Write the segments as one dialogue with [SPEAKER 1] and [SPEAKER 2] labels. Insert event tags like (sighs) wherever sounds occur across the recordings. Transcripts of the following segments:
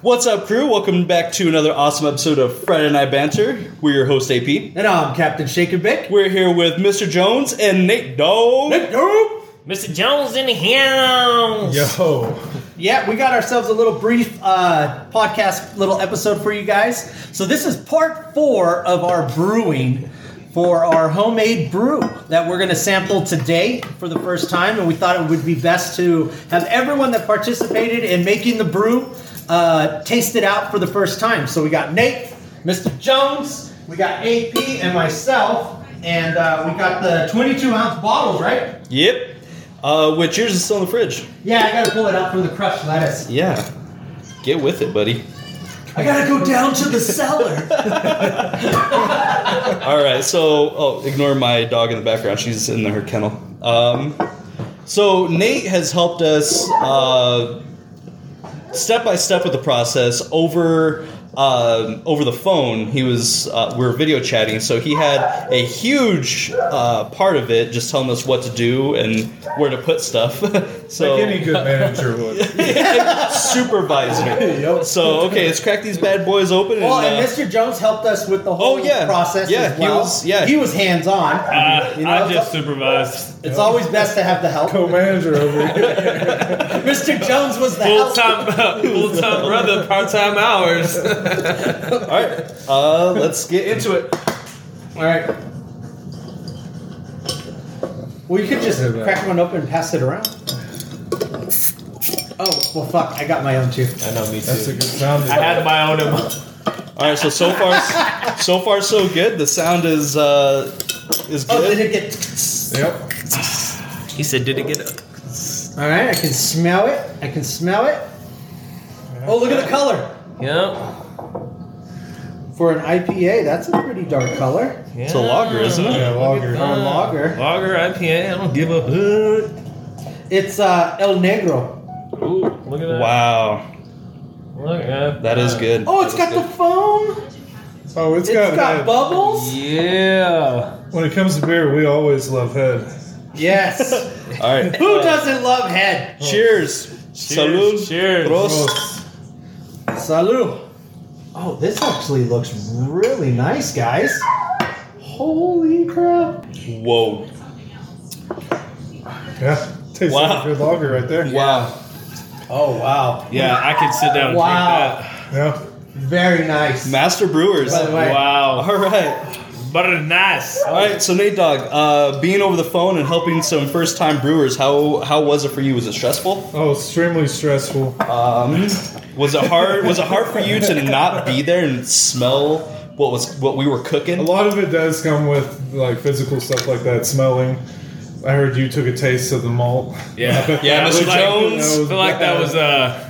[SPEAKER 1] What's up, crew? Welcome back to another awesome episode of Friday Night Banter. We're your host, AP.
[SPEAKER 2] And I'm Captain Shake and Bake.
[SPEAKER 1] We're here with Mr. Jones and Nate Dog.
[SPEAKER 3] Mr. Jones in the house.
[SPEAKER 4] Yo,
[SPEAKER 2] Yeah, we got ourselves a little brief uh, podcast, little episode for you guys. So this is part four of our brewing for our homemade brew that we're going to sample today for the first time, and we thought it would be best to have everyone that participated in making the brew uh, taste it out for the first time. So we got Nate, Mr. Jones, we got AP, and myself, and uh, we got the 22 ounce bottles, right?
[SPEAKER 1] Yep. Uh, which yours is still in the fridge.
[SPEAKER 2] Yeah, I gotta pull it out from the crushed lettuce.
[SPEAKER 1] Yeah. Get with it, buddy.
[SPEAKER 2] I gotta go down to the cellar.
[SPEAKER 1] (laughs) All right. So, oh, ignore my dog in the background. She's in her kennel. Um, so Nate has helped us uh, step by step with the process over um over the phone. He was uh, we were video chatting, so he had a huge uh, part of it, just telling us what to do and where to put stuff. (laughs) so
[SPEAKER 4] like any good manager would.
[SPEAKER 1] (laughs) supervisor.
[SPEAKER 4] Yup.
[SPEAKER 1] So okay, let's crack these bad boys open.
[SPEAKER 2] (laughs) well,
[SPEAKER 1] and,
[SPEAKER 2] and
[SPEAKER 1] uh,
[SPEAKER 2] Mr. Jones helped us with the whole
[SPEAKER 1] Oh, yeah.
[SPEAKER 2] process
[SPEAKER 1] Yeah,
[SPEAKER 2] as
[SPEAKER 1] he
[SPEAKER 2] well.
[SPEAKER 1] was- yeah.
[SPEAKER 2] he was hands on.
[SPEAKER 3] Uh, I
[SPEAKER 2] it's,
[SPEAKER 3] just (laughs) supervised
[SPEAKER 2] it's always best to have the help.
[SPEAKER 4] Co-manager over here.
[SPEAKER 2] Mr. Jones was the
[SPEAKER 3] full
[SPEAKER 2] help.
[SPEAKER 3] (laughs) time, full time brother, part time hours.
[SPEAKER 1] all right, uh, let's get into it.
[SPEAKER 2] All right. Well, you could just
[SPEAKER 4] Okay, man.
[SPEAKER 2] crack one open and pass it around. Oh well, fuck! I got my own too.
[SPEAKER 3] I know, me
[SPEAKER 4] That's a good sound.
[SPEAKER 3] I had my own. emo- (laughs)
[SPEAKER 1] All right, so so far, so far so good. The sound is uh, is
[SPEAKER 2] Oh, did
[SPEAKER 1] good.
[SPEAKER 2] it get?
[SPEAKER 4] Yep.
[SPEAKER 3] He said, "Did it get up?"
[SPEAKER 2] All right, I can smell it. I can smell it. Oh, look at the color.
[SPEAKER 3] Yep.
[SPEAKER 2] For an IPA, that's a pretty dark color.
[SPEAKER 1] It's a lager, isn't it?
[SPEAKER 4] Yeah, logger.
[SPEAKER 2] Or a lager.
[SPEAKER 3] Lager IPA. I don't give a hoot.
[SPEAKER 2] It's uh, El Negro.
[SPEAKER 3] Ooh, look at that.
[SPEAKER 1] Wow,
[SPEAKER 3] Look at
[SPEAKER 1] that is good.
[SPEAKER 2] Oh, it's
[SPEAKER 1] That
[SPEAKER 2] got
[SPEAKER 1] is
[SPEAKER 2] the foam.
[SPEAKER 4] Oh, it's
[SPEAKER 2] It's
[SPEAKER 4] got,
[SPEAKER 2] got
[SPEAKER 4] head.
[SPEAKER 2] bubbles.
[SPEAKER 3] Yeah.
[SPEAKER 4] When it comes to beer, we always love head.
[SPEAKER 3] (laughs)
[SPEAKER 2] Yes.
[SPEAKER 1] good. All
[SPEAKER 2] (laughs)
[SPEAKER 1] right,
[SPEAKER 2] Who doesn't love head?
[SPEAKER 1] cheers. Salud.
[SPEAKER 3] cheers.
[SPEAKER 2] Oh.
[SPEAKER 1] Prost.
[SPEAKER 4] Oh.
[SPEAKER 2] Salud. Oh, this actually looks really nice, guys. Holy crap.
[SPEAKER 1] Whoa.
[SPEAKER 4] Yeah, tastes
[SPEAKER 1] Wow.
[SPEAKER 4] like a good lager right there.
[SPEAKER 1] Wow.
[SPEAKER 2] Oh, wow.
[SPEAKER 3] Yeah, I could sit down. And
[SPEAKER 2] Wow.
[SPEAKER 3] Drink
[SPEAKER 4] Yeah.
[SPEAKER 2] Very nice.
[SPEAKER 1] Master brewers.
[SPEAKER 2] By the
[SPEAKER 1] All
[SPEAKER 2] way,
[SPEAKER 3] that. Wow.
[SPEAKER 1] right.
[SPEAKER 3] Butter nice.
[SPEAKER 1] All right. So Nate Dog, uh, being over the phone and helping some first-time brewers, how how was it for you? Was it stressful?
[SPEAKER 4] Oh, extremely stressful.
[SPEAKER 1] Um, was it hard? Was it hard for you to not be there and smell what was what we were cooking?
[SPEAKER 4] A lot of it does come with like physical stuff like that, smelling. I heard you took a taste of the malt.
[SPEAKER 3] Yeah.
[SPEAKER 1] Yeah,
[SPEAKER 3] I
[SPEAKER 1] Mr.
[SPEAKER 3] feel like-
[SPEAKER 1] Jones.
[SPEAKER 3] I feel like that was uh.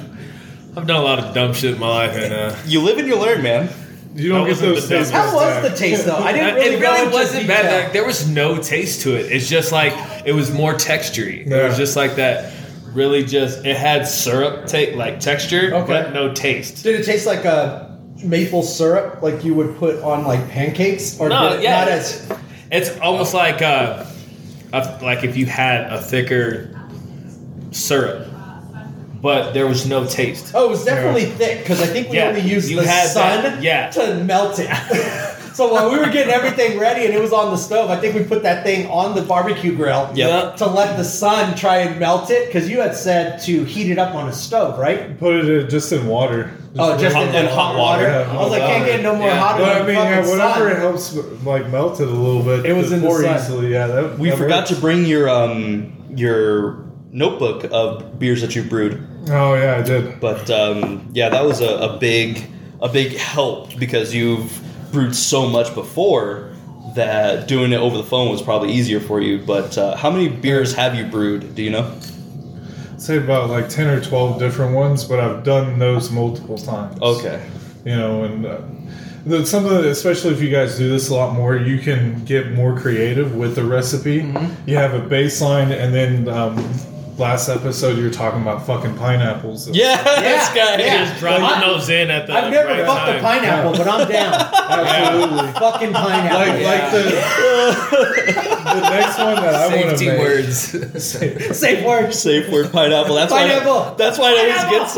[SPEAKER 3] I've done a lot of dumb shit in my life, and uh,
[SPEAKER 1] You live and you learn, man.
[SPEAKER 4] You don't
[SPEAKER 3] That
[SPEAKER 4] get those
[SPEAKER 3] wasn't the
[SPEAKER 4] tastes.
[SPEAKER 2] How was the taste, though? I didn't really
[SPEAKER 3] it
[SPEAKER 2] go
[SPEAKER 3] really wasn't
[SPEAKER 2] into
[SPEAKER 3] bad.
[SPEAKER 2] detail.
[SPEAKER 3] Like, there was no taste to it. It's just like it was more textury. It
[SPEAKER 4] Yeah.
[SPEAKER 3] was just like that. Really, just it had syrup take like texture,
[SPEAKER 2] Okay.
[SPEAKER 3] but no taste.
[SPEAKER 2] Did it taste like a maple syrup like you would put on like pancakes? Or
[SPEAKER 3] No,
[SPEAKER 2] did it
[SPEAKER 3] yeah,
[SPEAKER 2] not
[SPEAKER 3] it's-
[SPEAKER 2] as
[SPEAKER 3] It's almost like uh, a, like if you had a thicker syrup, but there was no taste.
[SPEAKER 2] Oh, it was definitely thick because I think we
[SPEAKER 3] Yeah,
[SPEAKER 2] only used
[SPEAKER 3] you
[SPEAKER 2] the
[SPEAKER 3] had
[SPEAKER 2] sun
[SPEAKER 3] that- yeah.
[SPEAKER 2] to melt it. (laughs) so while we were getting everything ready and it was on the stove, I think we put that thing on the barbecue grill
[SPEAKER 1] Yep.
[SPEAKER 2] to let the sun try and melt it because you had said to heat it up on a stove, right?
[SPEAKER 4] Put it in, just in water.
[SPEAKER 2] Oh, just
[SPEAKER 1] hot-
[SPEAKER 2] in,
[SPEAKER 1] in hot water.
[SPEAKER 4] Yeah,
[SPEAKER 2] I was like,
[SPEAKER 4] hot
[SPEAKER 2] can't
[SPEAKER 4] water.
[SPEAKER 2] get no more
[SPEAKER 3] Yeah.
[SPEAKER 2] hotter
[SPEAKER 4] But I
[SPEAKER 2] than
[SPEAKER 4] mean,
[SPEAKER 2] the
[SPEAKER 4] yeah,
[SPEAKER 2] fucking
[SPEAKER 4] whatever
[SPEAKER 2] sun.
[SPEAKER 4] helps like melt it a little bit.
[SPEAKER 2] It was
[SPEAKER 4] to
[SPEAKER 2] in the
[SPEAKER 4] pour
[SPEAKER 2] sun.
[SPEAKER 4] easily. Yeah, that,
[SPEAKER 1] We
[SPEAKER 4] that
[SPEAKER 1] forgot
[SPEAKER 4] works.
[SPEAKER 1] to bring your um your notebook of beers that you brewed,
[SPEAKER 4] Oh yeah, I did.
[SPEAKER 1] but um, yeah, that was a, a big a big help because you've brewed so much before that doing it over the phone was probably easier for you. But uh, how many beers have you brewed? Do you know?
[SPEAKER 4] I'd say about like ten or twelve different ones, but I've done those multiple times.
[SPEAKER 1] Okay,
[SPEAKER 4] you know, and uh, the, some of the, especially if you guys do this a lot more, you can get more creative with the recipe.
[SPEAKER 1] Mm-hmm.
[SPEAKER 4] You have a baseline, and then um, last episode you were talking about fucking pineapples.
[SPEAKER 1] yeah, (laughs) this
[SPEAKER 2] Yeah,
[SPEAKER 1] guy.
[SPEAKER 2] yeah.
[SPEAKER 3] Just dropping
[SPEAKER 2] I-
[SPEAKER 3] those in at the
[SPEAKER 2] I've never
[SPEAKER 3] right
[SPEAKER 2] fucked
[SPEAKER 3] time.
[SPEAKER 2] a pineapple, but I'm down.
[SPEAKER 4] (laughs) absolutely.
[SPEAKER 2] fucking pineapple.
[SPEAKER 4] Like, like the, (laughs) the next one that I want to
[SPEAKER 3] Safety
[SPEAKER 4] make.
[SPEAKER 3] words.
[SPEAKER 2] Safe word.
[SPEAKER 1] Safe word pineapple. That's why.
[SPEAKER 2] Pineapple.
[SPEAKER 1] that's why I always
[SPEAKER 2] Pineapple.
[SPEAKER 1] get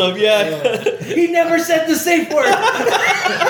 [SPEAKER 1] some. Yeah.
[SPEAKER 2] He never said the safe word.
[SPEAKER 3] (laughs)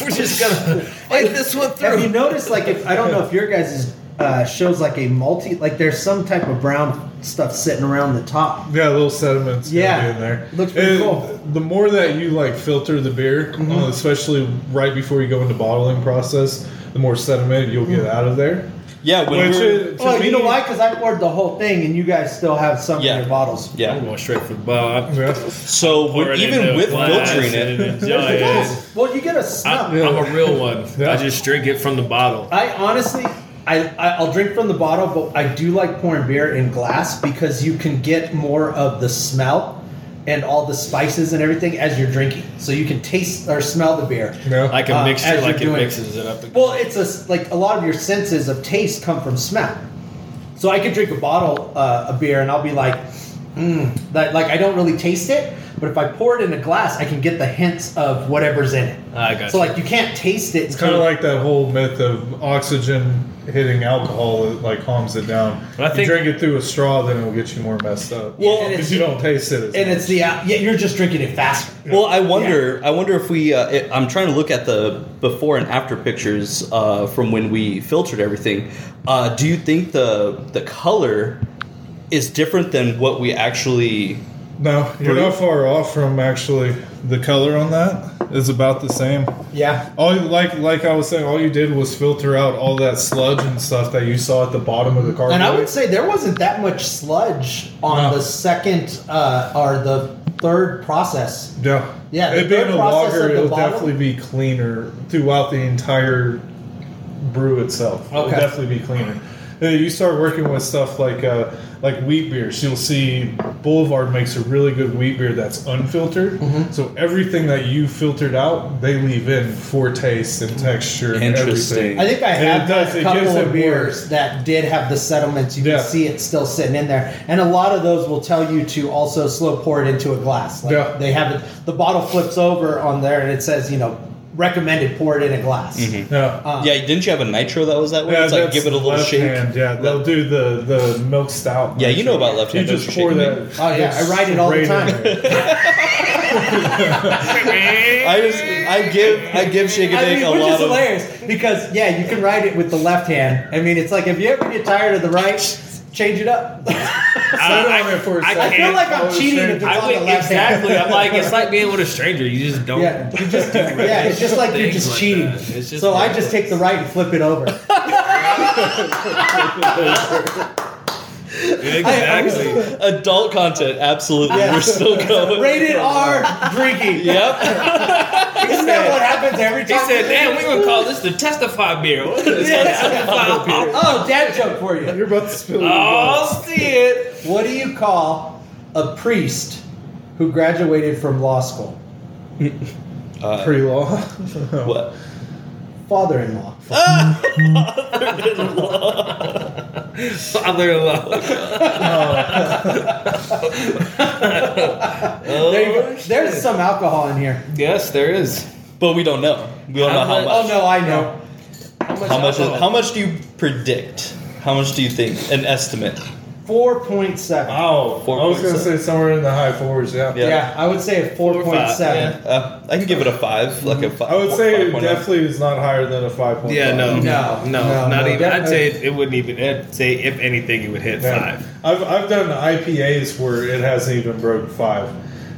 [SPEAKER 3] We're
[SPEAKER 2] (laughs)
[SPEAKER 3] just gonna fight this one
[SPEAKER 2] Have you
[SPEAKER 3] through.
[SPEAKER 2] noticed, like, if I don't know if your guys' uh, shows like a multi, like, there's some type of brown stuff sitting around the top.
[SPEAKER 4] Yeah, little sediments gonna
[SPEAKER 2] Yeah.
[SPEAKER 4] be in there.
[SPEAKER 2] Looks pretty
[SPEAKER 4] And
[SPEAKER 2] cool. Mm-hmm.
[SPEAKER 4] The more that you like filter the beer, uh, especially right before you go into bottling process, the more sediment you'll get
[SPEAKER 2] Mm-hmm.
[SPEAKER 4] out of there.
[SPEAKER 1] (laughs) Yeah, when
[SPEAKER 4] Which
[SPEAKER 1] we're-
[SPEAKER 4] is, to
[SPEAKER 2] Oh,
[SPEAKER 4] me,
[SPEAKER 2] you know why? Because I poured the whole thing, and you guys still have some
[SPEAKER 1] Yeah.
[SPEAKER 2] in your bottles.
[SPEAKER 3] I'm
[SPEAKER 1] yeah.
[SPEAKER 3] going straight for the Bob.
[SPEAKER 4] Yeah.
[SPEAKER 1] So
[SPEAKER 3] Pour
[SPEAKER 1] when,
[SPEAKER 3] it
[SPEAKER 1] even
[SPEAKER 3] into
[SPEAKER 1] with
[SPEAKER 3] a glass
[SPEAKER 1] filtering
[SPEAKER 3] and
[SPEAKER 1] it,
[SPEAKER 3] enjoy
[SPEAKER 2] There's the
[SPEAKER 3] it.
[SPEAKER 2] glass. oh, Well, you get a snub.
[SPEAKER 3] I,
[SPEAKER 2] I,
[SPEAKER 3] am a real
[SPEAKER 2] (laughs)
[SPEAKER 3] one.
[SPEAKER 4] Yeah.
[SPEAKER 3] I just drink it from the bottle.
[SPEAKER 2] honestly, I, I I'll drink from the bottle, but I do like pouring beer in glass because you can get more of the smell and all the spices and everything as you're drinking. So you can taste or smell the beer.
[SPEAKER 4] Yeah.
[SPEAKER 3] Like a
[SPEAKER 2] Uh,
[SPEAKER 3] mixture,
[SPEAKER 2] as
[SPEAKER 3] like
[SPEAKER 2] you're
[SPEAKER 3] it
[SPEAKER 2] doing it.
[SPEAKER 3] mixes it up. (laughs)
[SPEAKER 2] Well, it's a s- like a lot of your senses of taste come from smell. So I could drink a bottle uh, of beer and I'll be like, mm, that like I don't really taste it, but if I pour it in a glass, I can get the hints of whatever's in it.
[SPEAKER 1] Ah,
[SPEAKER 3] I got
[SPEAKER 2] So
[SPEAKER 3] you.
[SPEAKER 2] like you can't taste it.
[SPEAKER 4] It's kind of like that whole myth of oxygen hitting alcohol that like calms it down.
[SPEAKER 3] But I think-
[SPEAKER 4] you drink it through a straw, then it'll get you more messed up.
[SPEAKER 2] Well, and it's-
[SPEAKER 4] because you don't taste it. As
[SPEAKER 2] and
[SPEAKER 4] much.
[SPEAKER 2] it's the uh, yeah you're just drinking it faster.
[SPEAKER 1] well, I wonder. I wonder if we. Uh, it, I'm trying to look at the before and after pictures uh, from when we filtered everything. Uh, do you think the the color is different than what we actually?
[SPEAKER 4] no, you're
[SPEAKER 1] Brew.
[SPEAKER 4] not far off from actually the color on that is about the same.
[SPEAKER 2] Yeah.
[SPEAKER 4] All you, like like I was saying, all you did was filter out all that sludge and stuff that you saw at the bottom of the car.
[SPEAKER 2] And I would say there wasn't that much sludge on
[SPEAKER 4] No.
[SPEAKER 2] the second uh, or the third process.
[SPEAKER 4] yeah,
[SPEAKER 2] Yeah, the
[SPEAKER 4] It being
[SPEAKER 2] third
[SPEAKER 4] a
[SPEAKER 2] process
[SPEAKER 4] lager,
[SPEAKER 2] of the
[SPEAKER 4] it'll
[SPEAKER 2] bottom-
[SPEAKER 4] definitely be cleaner throughout the entire brew itself. It'll
[SPEAKER 2] Okay.
[SPEAKER 4] definitely be cleaner. Uh, You start working with stuff like uh, like wheat beers. You'll see Boulevard makes a really good wheat beer that's unfiltered.
[SPEAKER 2] Mm-hmm.
[SPEAKER 4] So everything that you filtered out, they leave in for taste and texture and
[SPEAKER 1] Interesting.
[SPEAKER 4] everything.
[SPEAKER 2] I think I
[SPEAKER 4] And
[SPEAKER 2] have
[SPEAKER 4] it does-
[SPEAKER 2] a
[SPEAKER 4] it
[SPEAKER 2] couple
[SPEAKER 4] gives
[SPEAKER 2] of
[SPEAKER 4] it
[SPEAKER 2] beers
[SPEAKER 4] more-
[SPEAKER 2] that did have the sediments. You
[SPEAKER 4] Yeah.
[SPEAKER 2] can see it still sitting in there, and a lot of those will tell you to also slow pour it into a glass. Like
[SPEAKER 4] Yeah.
[SPEAKER 2] they have it. The bottle flips over on there, and it says, you know, recommended pour it in a glass.
[SPEAKER 4] Yeah.
[SPEAKER 1] yeah, didn't you have a nitro that was that way? it's like
[SPEAKER 4] that's
[SPEAKER 1] give it a little
[SPEAKER 4] left
[SPEAKER 1] shake.
[SPEAKER 4] hand, yeah, they'll do the the milk stout.
[SPEAKER 1] Yeah, you know about left hand,
[SPEAKER 4] You
[SPEAKER 1] don't
[SPEAKER 4] just
[SPEAKER 1] you,
[SPEAKER 4] pour
[SPEAKER 1] shaking
[SPEAKER 4] that.
[SPEAKER 2] Oh, yeah, I write it all the
[SPEAKER 4] straight in
[SPEAKER 1] (laughs)
[SPEAKER 2] time.
[SPEAKER 4] there.
[SPEAKER 3] eh,
[SPEAKER 1] I just I give I give shake a
[SPEAKER 2] I
[SPEAKER 1] day
[SPEAKER 2] mean,
[SPEAKER 1] a
[SPEAKER 2] which is
[SPEAKER 1] lot of.
[SPEAKER 2] hilarious because yeah, you can ride it with the left hand. I mean, it's like if you ever get tired of the right, change it up. (laughs)
[SPEAKER 4] Settle on it for a
[SPEAKER 3] I
[SPEAKER 4] second.
[SPEAKER 2] I feel like
[SPEAKER 4] I
[SPEAKER 2] I'm
[SPEAKER 4] was
[SPEAKER 2] cheating if
[SPEAKER 4] saying-
[SPEAKER 2] it's
[SPEAKER 3] I
[SPEAKER 2] on
[SPEAKER 3] would,
[SPEAKER 2] the left hand.
[SPEAKER 3] exactly. I'm like, it's like being with a stranger. You just don't.
[SPEAKER 2] Yeah, (laughs)
[SPEAKER 3] (laughs)
[SPEAKER 2] you
[SPEAKER 4] (laughs)
[SPEAKER 2] just yeah, it's just like you're
[SPEAKER 3] Things
[SPEAKER 2] just
[SPEAKER 3] like
[SPEAKER 2] cheating.
[SPEAKER 3] that. It's just
[SPEAKER 2] so I
[SPEAKER 3] reckless.
[SPEAKER 2] just take the right and flip it
[SPEAKER 4] (laughs)
[SPEAKER 2] over.
[SPEAKER 3] Exactly.
[SPEAKER 1] Adult content, absolutely.
[SPEAKER 2] Yeah.
[SPEAKER 1] We're
[SPEAKER 2] (laughs)
[SPEAKER 1] still going.
[SPEAKER 2] Rated R drinking.
[SPEAKER 1] Yep.
[SPEAKER 2] Isn't that what happens every
[SPEAKER 3] He
[SPEAKER 2] time?
[SPEAKER 3] said, "Damn, we're gonna call this the testify beer."
[SPEAKER 2] (laughs)
[SPEAKER 3] What is this? Testify.
[SPEAKER 2] Oh, dad joke for you.
[SPEAKER 4] (laughs) You're about to spill. your guts.
[SPEAKER 3] Oh, see
[SPEAKER 2] (laughs)
[SPEAKER 3] it.
[SPEAKER 2] What do you call a priest who graduated from law school?
[SPEAKER 1] Uh,
[SPEAKER 4] (laughs) pre-law.
[SPEAKER 1] what?
[SPEAKER 2] Father-in-law.
[SPEAKER 3] Father-in-law.
[SPEAKER 2] there you go. There's some alcohol in here.
[SPEAKER 3] Yes, there is.
[SPEAKER 1] But we don't know. We don't know
[SPEAKER 3] How
[SPEAKER 1] how
[SPEAKER 3] much-
[SPEAKER 2] Oh
[SPEAKER 1] much.
[SPEAKER 2] no, I know.
[SPEAKER 1] How much? Is, how much do you predict? How much do you think? An estimate.
[SPEAKER 2] Four point seven.
[SPEAKER 4] Oh, I was gonna
[SPEAKER 1] 4.7.
[SPEAKER 4] say somewhere in the high fours. Yeah.
[SPEAKER 1] Yeah.
[SPEAKER 2] yeah. I would say a four point seven.
[SPEAKER 1] Uh, I can give it a five, like a five. oh.
[SPEAKER 4] I would say it
[SPEAKER 1] 5.9.
[SPEAKER 4] definitely is not higher than a five point.
[SPEAKER 3] Yeah, no,
[SPEAKER 2] No, no,
[SPEAKER 3] no, no, not
[SPEAKER 2] no,
[SPEAKER 3] even. I'd say
[SPEAKER 2] definitely.
[SPEAKER 3] it, it wouldn't even. I'd say if anything, it would hit five.
[SPEAKER 4] I've I've done IPAs where it hasn't even broke five,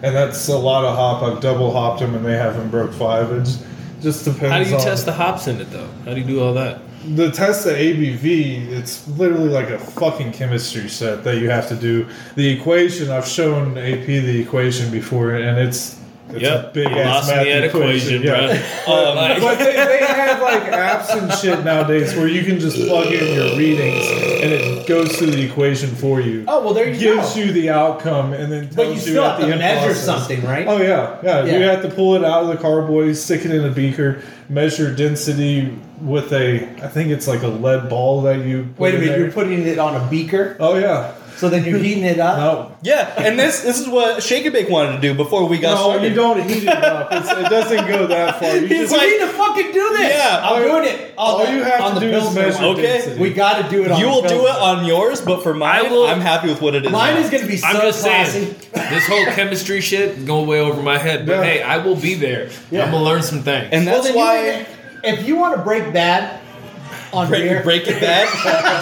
[SPEAKER 4] and that's a lot of hop. I've double hopped them and they haven't broke five. It just, just depends.
[SPEAKER 3] How do you
[SPEAKER 4] on,
[SPEAKER 3] test the hops in it though? How do you do all that?
[SPEAKER 4] the test of ABV, it's literally like a fucking chemistry set that you have to do. The equation I've shown AP the equation before, and it's it's a big ass math
[SPEAKER 3] velocity at
[SPEAKER 4] equation,
[SPEAKER 3] equation,
[SPEAKER 4] yeah.
[SPEAKER 3] bro. Um,
[SPEAKER 4] But they, they have like apps and shit nowadays where you can just plug in your readings and it goes through the equation for you.
[SPEAKER 2] Oh, well, there you
[SPEAKER 4] gives
[SPEAKER 2] go.
[SPEAKER 4] you the outcome and then tells
[SPEAKER 2] But you still
[SPEAKER 4] at
[SPEAKER 2] have
[SPEAKER 4] the
[SPEAKER 2] to
[SPEAKER 4] end
[SPEAKER 2] measure
[SPEAKER 4] process.
[SPEAKER 2] something, right?
[SPEAKER 4] Oh yeah, yeah, You
[SPEAKER 2] Yeah.
[SPEAKER 4] have to pull it out of the carboy, stick it in a beaker, measure density with a. I think it's like a lead ball that you. Put
[SPEAKER 2] Wait a
[SPEAKER 4] in
[SPEAKER 2] minute,
[SPEAKER 4] there.
[SPEAKER 2] you're putting it on a beaker?
[SPEAKER 4] Oh yeah,
[SPEAKER 2] So then you're heating it up.
[SPEAKER 4] No,
[SPEAKER 1] Yeah, and this this is what Shake and Bake wanted to do before we got
[SPEAKER 4] no,
[SPEAKER 1] started.
[SPEAKER 4] you don't heat it up. It's, it doesn't go that far.
[SPEAKER 2] (laughs)
[SPEAKER 4] You
[SPEAKER 1] He's
[SPEAKER 4] just,
[SPEAKER 2] we
[SPEAKER 1] like-
[SPEAKER 2] need to fucking do this.
[SPEAKER 1] Yeah,
[SPEAKER 2] I'm doing it.
[SPEAKER 4] all you have to do is measure
[SPEAKER 1] Okay.
[SPEAKER 4] density.
[SPEAKER 2] We got to do it. on
[SPEAKER 1] You
[SPEAKER 2] the
[SPEAKER 1] will do
[SPEAKER 2] Pilsner.
[SPEAKER 1] it on yours, but for mine,
[SPEAKER 3] I will-
[SPEAKER 1] I'm happy with what it is.
[SPEAKER 2] Mine
[SPEAKER 1] now.
[SPEAKER 2] is going to be so
[SPEAKER 3] I'm just
[SPEAKER 2] classy.
[SPEAKER 3] saying, this whole chemistry shit going way over my head. But
[SPEAKER 4] Yeah.
[SPEAKER 3] hey, I will be there.
[SPEAKER 2] Yeah.
[SPEAKER 3] I'm gonna learn some things.
[SPEAKER 1] and that's
[SPEAKER 2] then you
[SPEAKER 1] why
[SPEAKER 2] wanna- if you want to break bad on beer,
[SPEAKER 1] break, break it
[SPEAKER 2] (laughs)
[SPEAKER 1] bad,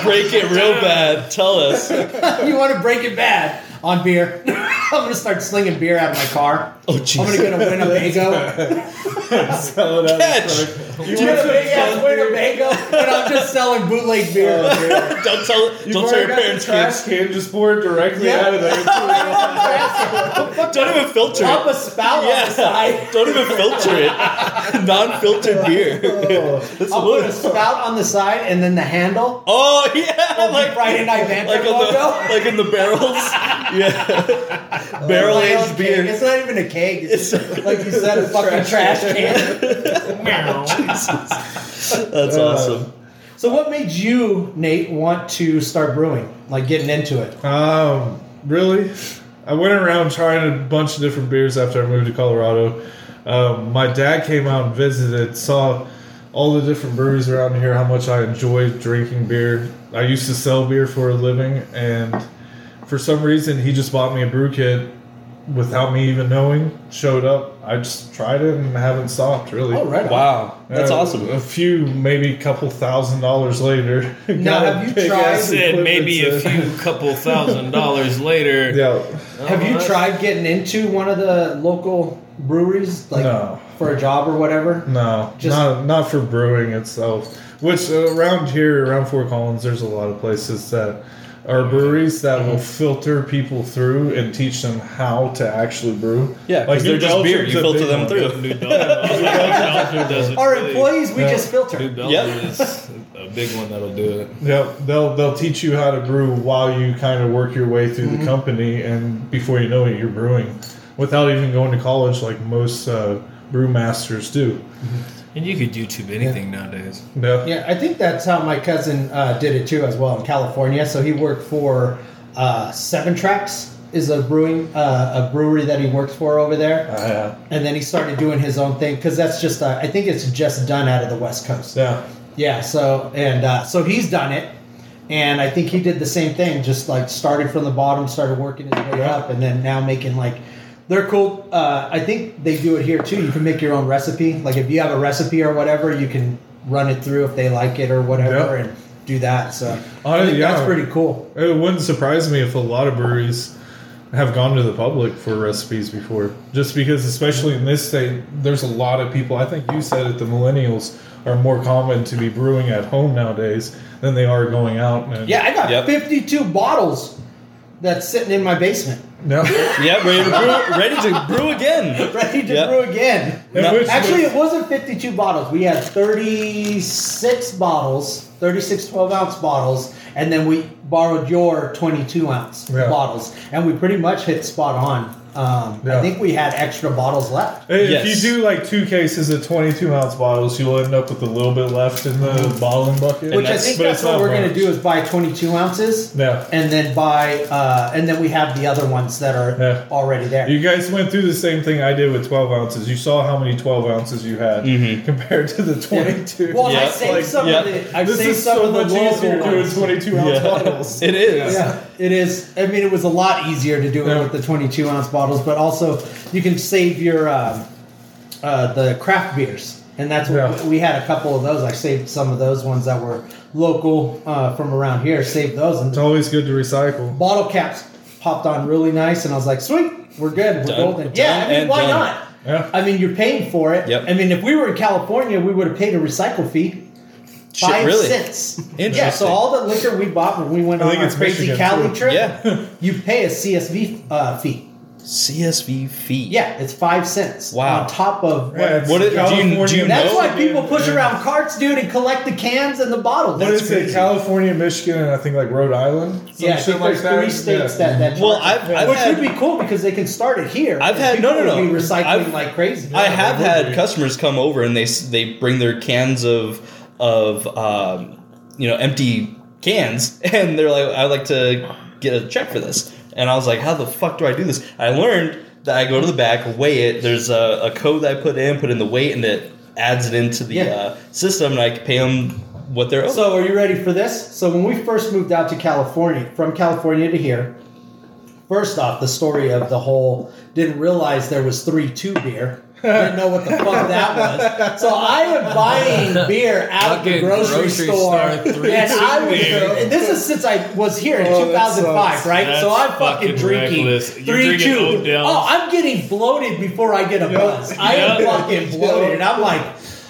[SPEAKER 1] break it real bad. Tell us.
[SPEAKER 2] you want to break it bad on beer. (laughs) I'm going to start slinging beer out of my car.
[SPEAKER 1] Oh
[SPEAKER 2] I'm going
[SPEAKER 1] jeez.
[SPEAKER 2] to get a
[SPEAKER 1] (laughs)
[SPEAKER 2] Winnebago.
[SPEAKER 4] Sell it
[SPEAKER 2] (laughs)
[SPEAKER 4] out
[SPEAKER 1] Catch.
[SPEAKER 4] of the truck.
[SPEAKER 2] You
[SPEAKER 4] You
[SPEAKER 2] want a
[SPEAKER 4] want
[SPEAKER 2] big ass Winnebago, and I'm just selling bootleg beer.
[SPEAKER 1] Oh, Don't tell. don't
[SPEAKER 4] to- You've
[SPEAKER 1] tell
[SPEAKER 4] already
[SPEAKER 1] your
[SPEAKER 4] got the
[SPEAKER 1] parents,
[SPEAKER 4] trash
[SPEAKER 1] kids.
[SPEAKER 4] can. Just pour it directly
[SPEAKER 2] Yeah.
[SPEAKER 4] out of there. It's
[SPEAKER 1] Don't even filter
[SPEAKER 2] Pop a
[SPEAKER 1] it.
[SPEAKER 2] spout on the
[SPEAKER 1] Yeah.
[SPEAKER 2] side.
[SPEAKER 1] Don't even filter
[SPEAKER 2] (laughs)
[SPEAKER 1] it. Non-filtered beer. (laughs) That's
[SPEAKER 2] Oh. I'll put a
[SPEAKER 1] what.
[SPEAKER 2] spout on the side and then
[SPEAKER 1] (laughs)
[SPEAKER 2] the handle.
[SPEAKER 1] Oh yeah,
[SPEAKER 2] Like
[SPEAKER 1] like
[SPEAKER 2] Friday Night Vampire
[SPEAKER 1] like in
[SPEAKER 2] logo.
[SPEAKER 1] the like in the barrels. (laughs) Yeah, barrel
[SPEAKER 2] Like a
[SPEAKER 1] aged
[SPEAKER 2] keg.
[SPEAKER 1] beer.
[SPEAKER 2] It's not even a keg. It's
[SPEAKER 1] It's-
[SPEAKER 2] like you said,
[SPEAKER 1] (laughs)
[SPEAKER 2] a fucking trash can.
[SPEAKER 3] (laughs)
[SPEAKER 1] That's awesome.
[SPEAKER 2] So, what made you, Nate, want to start brewing? Like getting into it?
[SPEAKER 4] like- (laughs) um, really? I went around trying a bunch of different beers after I moved to Colorado. Um, my dad came out and visited, saw all the different breweries around here, how much I enjoyed drinking beer. I used to sell beer for a living, and for some reason, he just bought me a brew kit without me even knowing. Showed up, I just tried it and haven't stopped really.
[SPEAKER 2] Oh, right. on.
[SPEAKER 1] Wow, that's
[SPEAKER 4] Uh,
[SPEAKER 1] awesome.
[SPEAKER 4] A few, maybe couple thousand dollars later. (laughs)
[SPEAKER 2] Now,
[SPEAKER 4] got a
[SPEAKER 2] have you
[SPEAKER 4] big
[SPEAKER 2] tried-
[SPEAKER 4] ass
[SPEAKER 2] I
[SPEAKER 3] said
[SPEAKER 4] equipment
[SPEAKER 3] maybe a
[SPEAKER 4] set.
[SPEAKER 3] few couple thousand dollars later.
[SPEAKER 4] Yeah.
[SPEAKER 2] Have you
[SPEAKER 3] Uh-huh.
[SPEAKER 2] tried getting into one of the local breweries, like
[SPEAKER 4] No.
[SPEAKER 2] for a job or whatever?
[SPEAKER 4] No,
[SPEAKER 2] Just-
[SPEAKER 4] not not for brewing itself. Which uh, around here, around Fort Collins, there's a lot of places that are breweries that will filter people through and teach them how to actually brew.
[SPEAKER 1] Yeah, because
[SPEAKER 4] New
[SPEAKER 1] they're just beer.
[SPEAKER 4] Belgium's
[SPEAKER 1] You
[SPEAKER 4] a
[SPEAKER 1] filter
[SPEAKER 4] big
[SPEAKER 1] them
[SPEAKER 4] one.
[SPEAKER 1] through.
[SPEAKER 3] New Belgium.
[SPEAKER 2] Our employees, we
[SPEAKER 4] Yeah.
[SPEAKER 2] just
[SPEAKER 3] New
[SPEAKER 2] filter.
[SPEAKER 3] Belgium
[SPEAKER 1] Yep.
[SPEAKER 3] is a big one that'll do it.
[SPEAKER 4] Yep, they'll they'll teach you how to brew while you kind of work your way through the company, and before you know it, you're brewing without even going to college like most uh, brewmasters do.
[SPEAKER 3] And you could YouTube anything nowadays.
[SPEAKER 4] Yeah,
[SPEAKER 2] Yeah, I think that's how my cousin uh, did it too, as well in California. So he worked for uh, Seven Tracks, is a brewing uh, a brewery that he works for over there.
[SPEAKER 4] I have.
[SPEAKER 2] and then he started doing his own thing because that's just uh, I think it's just done out of the West Coast.
[SPEAKER 4] yeah.
[SPEAKER 2] Yeah. So and uh, so he's done it, and I think he did the same thing. Just like started from the bottom, started working his way up, and then now making like they're cool. Uh, I think they do it here too. You can make your own recipe. Like if you have a recipe or whatever, you can run it through if they like it or whatever,
[SPEAKER 4] Yeah.
[SPEAKER 2] and do that. So
[SPEAKER 4] Oh,
[SPEAKER 2] I think
[SPEAKER 4] yeah.
[SPEAKER 2] that's pretty cool.
[SPEAKER 4] It wouldn't surprise me if a lot of breweries have gone to the public for recipes before. Just because, especially in this state, there's a lot of people. I think you said it, the millennials are more common to be brewing at home nowadays than they are going out. And,
[SPEAKER 2] Yeah, I got
[SPEAKER 1] Yep.
[SPEAKER 2] 52 bottles that's sitting in my basement,
[SPEAKER 4] No.
[SPEAKER 1] Yeah, ready to brew, (laughs) ready to brew again.
[SPEAKER 2] (laughs) ready to
[SPEAKER 1] Yep.
[SPEAKER 2] brew again.
[SPEAKER 1] No,
[SPEAKER 4] Which-
[SPEAKER 2] Actually, it wasn't 52 bottles. We had 36 bottles, 36 12 ounce bottles, and then we borrowed your 22 ounce
[SPEAKER 4] Yeah.
[SPEAKER 2] bottles, and we pretty much hit spot on. Um, I
[SPEAKER 4] Yeah.
[SPEAKER 2] think we had extra bottles left.
[SPEAKER 4] Hey,
[SPEAKER 1] Yes.
[SPEAKER 4] If you do like two cases of 22 ounce bottles, you'll end up with a little bit left in the bottling bucket.
[SPEAKER 2] Which I
[SPEAKER 1] Mm-hmm. that's-
[SPEAKER 2] think
[SPEAKER 4] but
[SPEAKER 2] that's
[SPEAKER 4] it's
[SPEAKER 2] what
[SPEAKER 4] not
[SPEAKER 2] we're going to
[SPEAKER 4] much.
[SPEAKER 2] do is buy 22 ounces,
[SPEAKER 4] Yeah.
[SPEAKER 2] and then buy, uh, and then we have the other ones that are
[SPEAKER 4] Yeah.
[SPEAKER 2] already there.
[SPEAKER 4] You guys went through the same thing I did with 12 ounces. You saw how many 12 ounces you had (laughs) compared to the 22.
[SPEAKER 2] well, I
[SPEAKER 1] Yeah.
[SPEAKER 2] saved
[SPEAKER 1] Like,
[SPEAKER 2] some
[SPEAKER 1] Mm-hmm. yeah.
[SPEAKER 2] of the, I
[SPEAKER 4] this
[SPEAKER 2] saved
[SPEAKER 4] is
[SPEAKER 2] some
[SPEAKER 4] so
[SPEAKER 2] of the
[SPEAKER 4] much easier
[SPEAKER 2] local
[SPEAKER 4] doing
[SPEAKER 2] ones.
[SPEAKER 4] 22 ounce bottles.
[SPEAKER 1] (laughs)
[SPEAKER 2] (laughs)
[SPEAKER 1] It is.
[SPEAKER 2] Yeah, it is. I mean, it was a lot easier to do it
[SPEAKER 4] Yeah.
[SPEAKER 2] with the 22 ounce bottles, but also you can save your um, uh, the craft beers, and that's what
[SPEAKER 4] Yeah.
[SPEAKER 2] we had a couple of those. I saved some of those ones that were local uh, from around here. Saved those, and
[SPEAKER 4] It's always good to recycle.
[SPEAKER 2] bottle caps popped on really nice, and I was like, sweet, we're good, we're
[SPEAKER 1] Done.
[SPEAKER 2] golden.
[SPEAKER 1] Done
[SPEAKER 2] yeah, I mean,
[SPEAKER 1] and
[SPEAKER 2] why
[SPEAKER 1] done.
[SPEAKER 2] not?
[SPEAKER 4] Yeah.
[SPEAKER 2] I mean, you're paying for it.
[SPEAKER 1] Yep.
[SPEAKER 2] I mean, if we were in California, we would have paid a recycle fee.
[SPEAKER 1] Shit,
[SPEAKER 2] Five
[SPEAKER 1] really? (laughs)
[SPEAKER 2] cents. Yeah, so
[SPEAKER 1] Interesting.
[SPEAKER 2] all the liquor we bought when we went
[SPEAKER 4] I
[SPEAKER 2] on
[SPEAKER 4] think
[SPEAKER 2] our
[SPEAKER 4] it's
[SPEAKER 2] crazy
[SPEAKER 4] Michigan,
[SPEAKER 2] Cali
[SPEAKER 4] too.
[SPEAKER 2] trip,
[SPEAKER 1] Yeah.
[SPEAKER 2] (laughs) you pay a CSV uh, fee.
[SPEAKER 1] CSV feet.
[SPEAKER 2] Yeah, it's five cents.
[SPEAKER 1] Wow.
[SPEAKER 2] On top of
[SPEAKER 4] Yeah, it's
[SPEAKER 1] What it- do you- do you
[SPEAKER 4] California-
[SPEAKER 1] know-
[SPEAKER 2] that's
[SPEAKER 1] No,
[SPEAKER 2] why people push around carts, dude, and collect the cans and the bottles.
[SPEAKER 4] What
[SPEAKER 2] That's
[SPEAKER 4] is it?
[SPEAKER 2] crazy.
[SPEAKER 4] California, Michigan, and I think like Rhode Island. Some
[SPEAKER 2] Yeah, I
[SPEAKER 4] shit
[SPEAKER 2] think
[SPEAKER 4] like
[SPEAKER 2] there's
[SPEAKER 4] that.
[SPEAKER 2] three states that
[SPEAKER 4] Yeah.
[SPEAKER 2] that.
[SPEAKER 1] Well,
[SPEAKER 2] charge
[SPEAKER 1] I've-
[SPEAKER 2] it.
[SPEAKER 1] I've
[SPEAKER 2] which
[SPEAKER 1] had-
[SPEAKER 2] would be cool because they can start it here.
[SPEAKER 1] I've
[SPEAKER 2] and
[SPEAKER 1] had- no,
[SPEAKER 2] people
[SPEAKER 1] no,
[SPEAKER 2] would
[SPEAKER 1] no.
[SPEAKER 2] Be recycling
[SPEAKER 1] I've-
[SPEAKER 2] like crazy.
[SPEAKER 1] I have
[SPEAKER 4] would
[SPEAKER 1] had
[SPEAKER 4] be.
[SPEAKER 1] customers come over and they s- they bring their cans of (laughs) of um, you know empty cans and they're like I would like to get a check for this. And I was like, how the fuck do I do this? I learned that I go to the back, weigh it. There's a, a code that I put in, put in the weight, and it adds it into the
[SPEAKER 2] Yeah.
[SPEAKER 1] uh, system, and I can pay them what they're owed.
[SPEAKER 2] So, are you ready for this? So, when we first moved out to California, from California to here, first off, the story of the whole didn't realize there was three two beer. Didn't know what the fuck that was. So I am buying beer out of the
[SPEAKER 5] Fucking
[SPEAKER 2] grocery,
[SPEAKER 5] grocery
[SPEAKER 2] store,
[SPEAKER 5] store, three
[SPEAKER 2] and I was.
[SPEAKER 3] beer.
[SPEAKER 2] and This is since I was here in
[SPEAKER 4] Oh, that
[SPEAKER 2] 2005,
[SPEAKER 4] sucks.
[SPEAKER 2] right? so
[SPEAKER 3] That's
[SPEAKER 2] I'm fucking,
[SPEAKER 3] fucking
[SPEAKER 2] drinking
[SPEAKER 3] reckless. You're
[SPEAKER 2] three
[SPEAKER 3] drinking
[SPEAKER 2] two.
[SPEAKER 3] Odell's.
[SPEAKER 2] Oh, I'm getting bloated before I get a
[SPEAKER 4] Yep.
[SPEAKER 2] buzz. I am
[SPEAKER 3] Yep.
[SPEAKER 2] fucking bloated, and I'm like,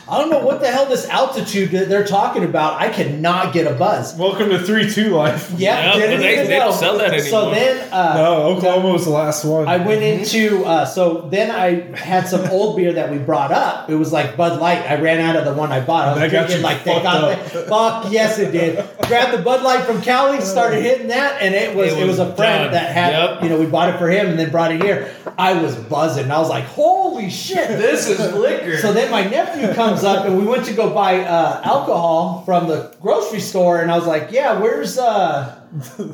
[SPEAKER 2] I don't know what the hell this altitude that they're talking about. I cannot get a buzz.
[SPEAKER 4] Welcome to three two
[SPEAKER 2] (laughs)
[SPEAKER 4] life.
[SPEAKER 2] Yeah,
[SPEAKER 3] Yep,
[SPEAKER 2] didn't
[SPEAKER 3] they-
[SPEAKER 2] even
[SPEAKER 3] they don't
[SPEAKER 2] know.
[SPEAKER 3] sell that
[SPEAKER 2] So
[SPEAKER 3] anymore.
[SPEAKER 2] then, uh,
[SPEAKER 4] No, Oh, Mm-hmm. Oklahoma was the last one.
[SPEAKER 2] I went into uh, so then I had some old beer that we brought up. It was like Bud Light. I ran out of the one I bought. I was
[SPEAKER 4] That got
[SPEAKER 2] drinking
[SPEAKER 4] you
[SPEAKER 2] like they
[SPEAKER 4] fucked
[SPEAKER 2] got
[SPEAKER 4] up.
[SPEAKER 2] fuck yes it did. Grabbed the Bud Light from Cali, started hitting that, and it was it
[SPEAKER 3] It
[SPEAKER 2] was,
[SPEAKER 3] was
[SPEAKER 2] a friend
[SPEAKER 3] done.
[SPEAKER 2] that had
[SPEAKER 3] Yep.
[SPEAKER 2] you know we bought it for him and then brought it here. I was buzzing. I was like, holy shit,
[SPEAKER 3] This is (laughs) liquor.
[SPEAKER 2] so then my nephew comes up and we went to go buy uh, alcohol from the grocery store and I was like, "Yeah, where's uh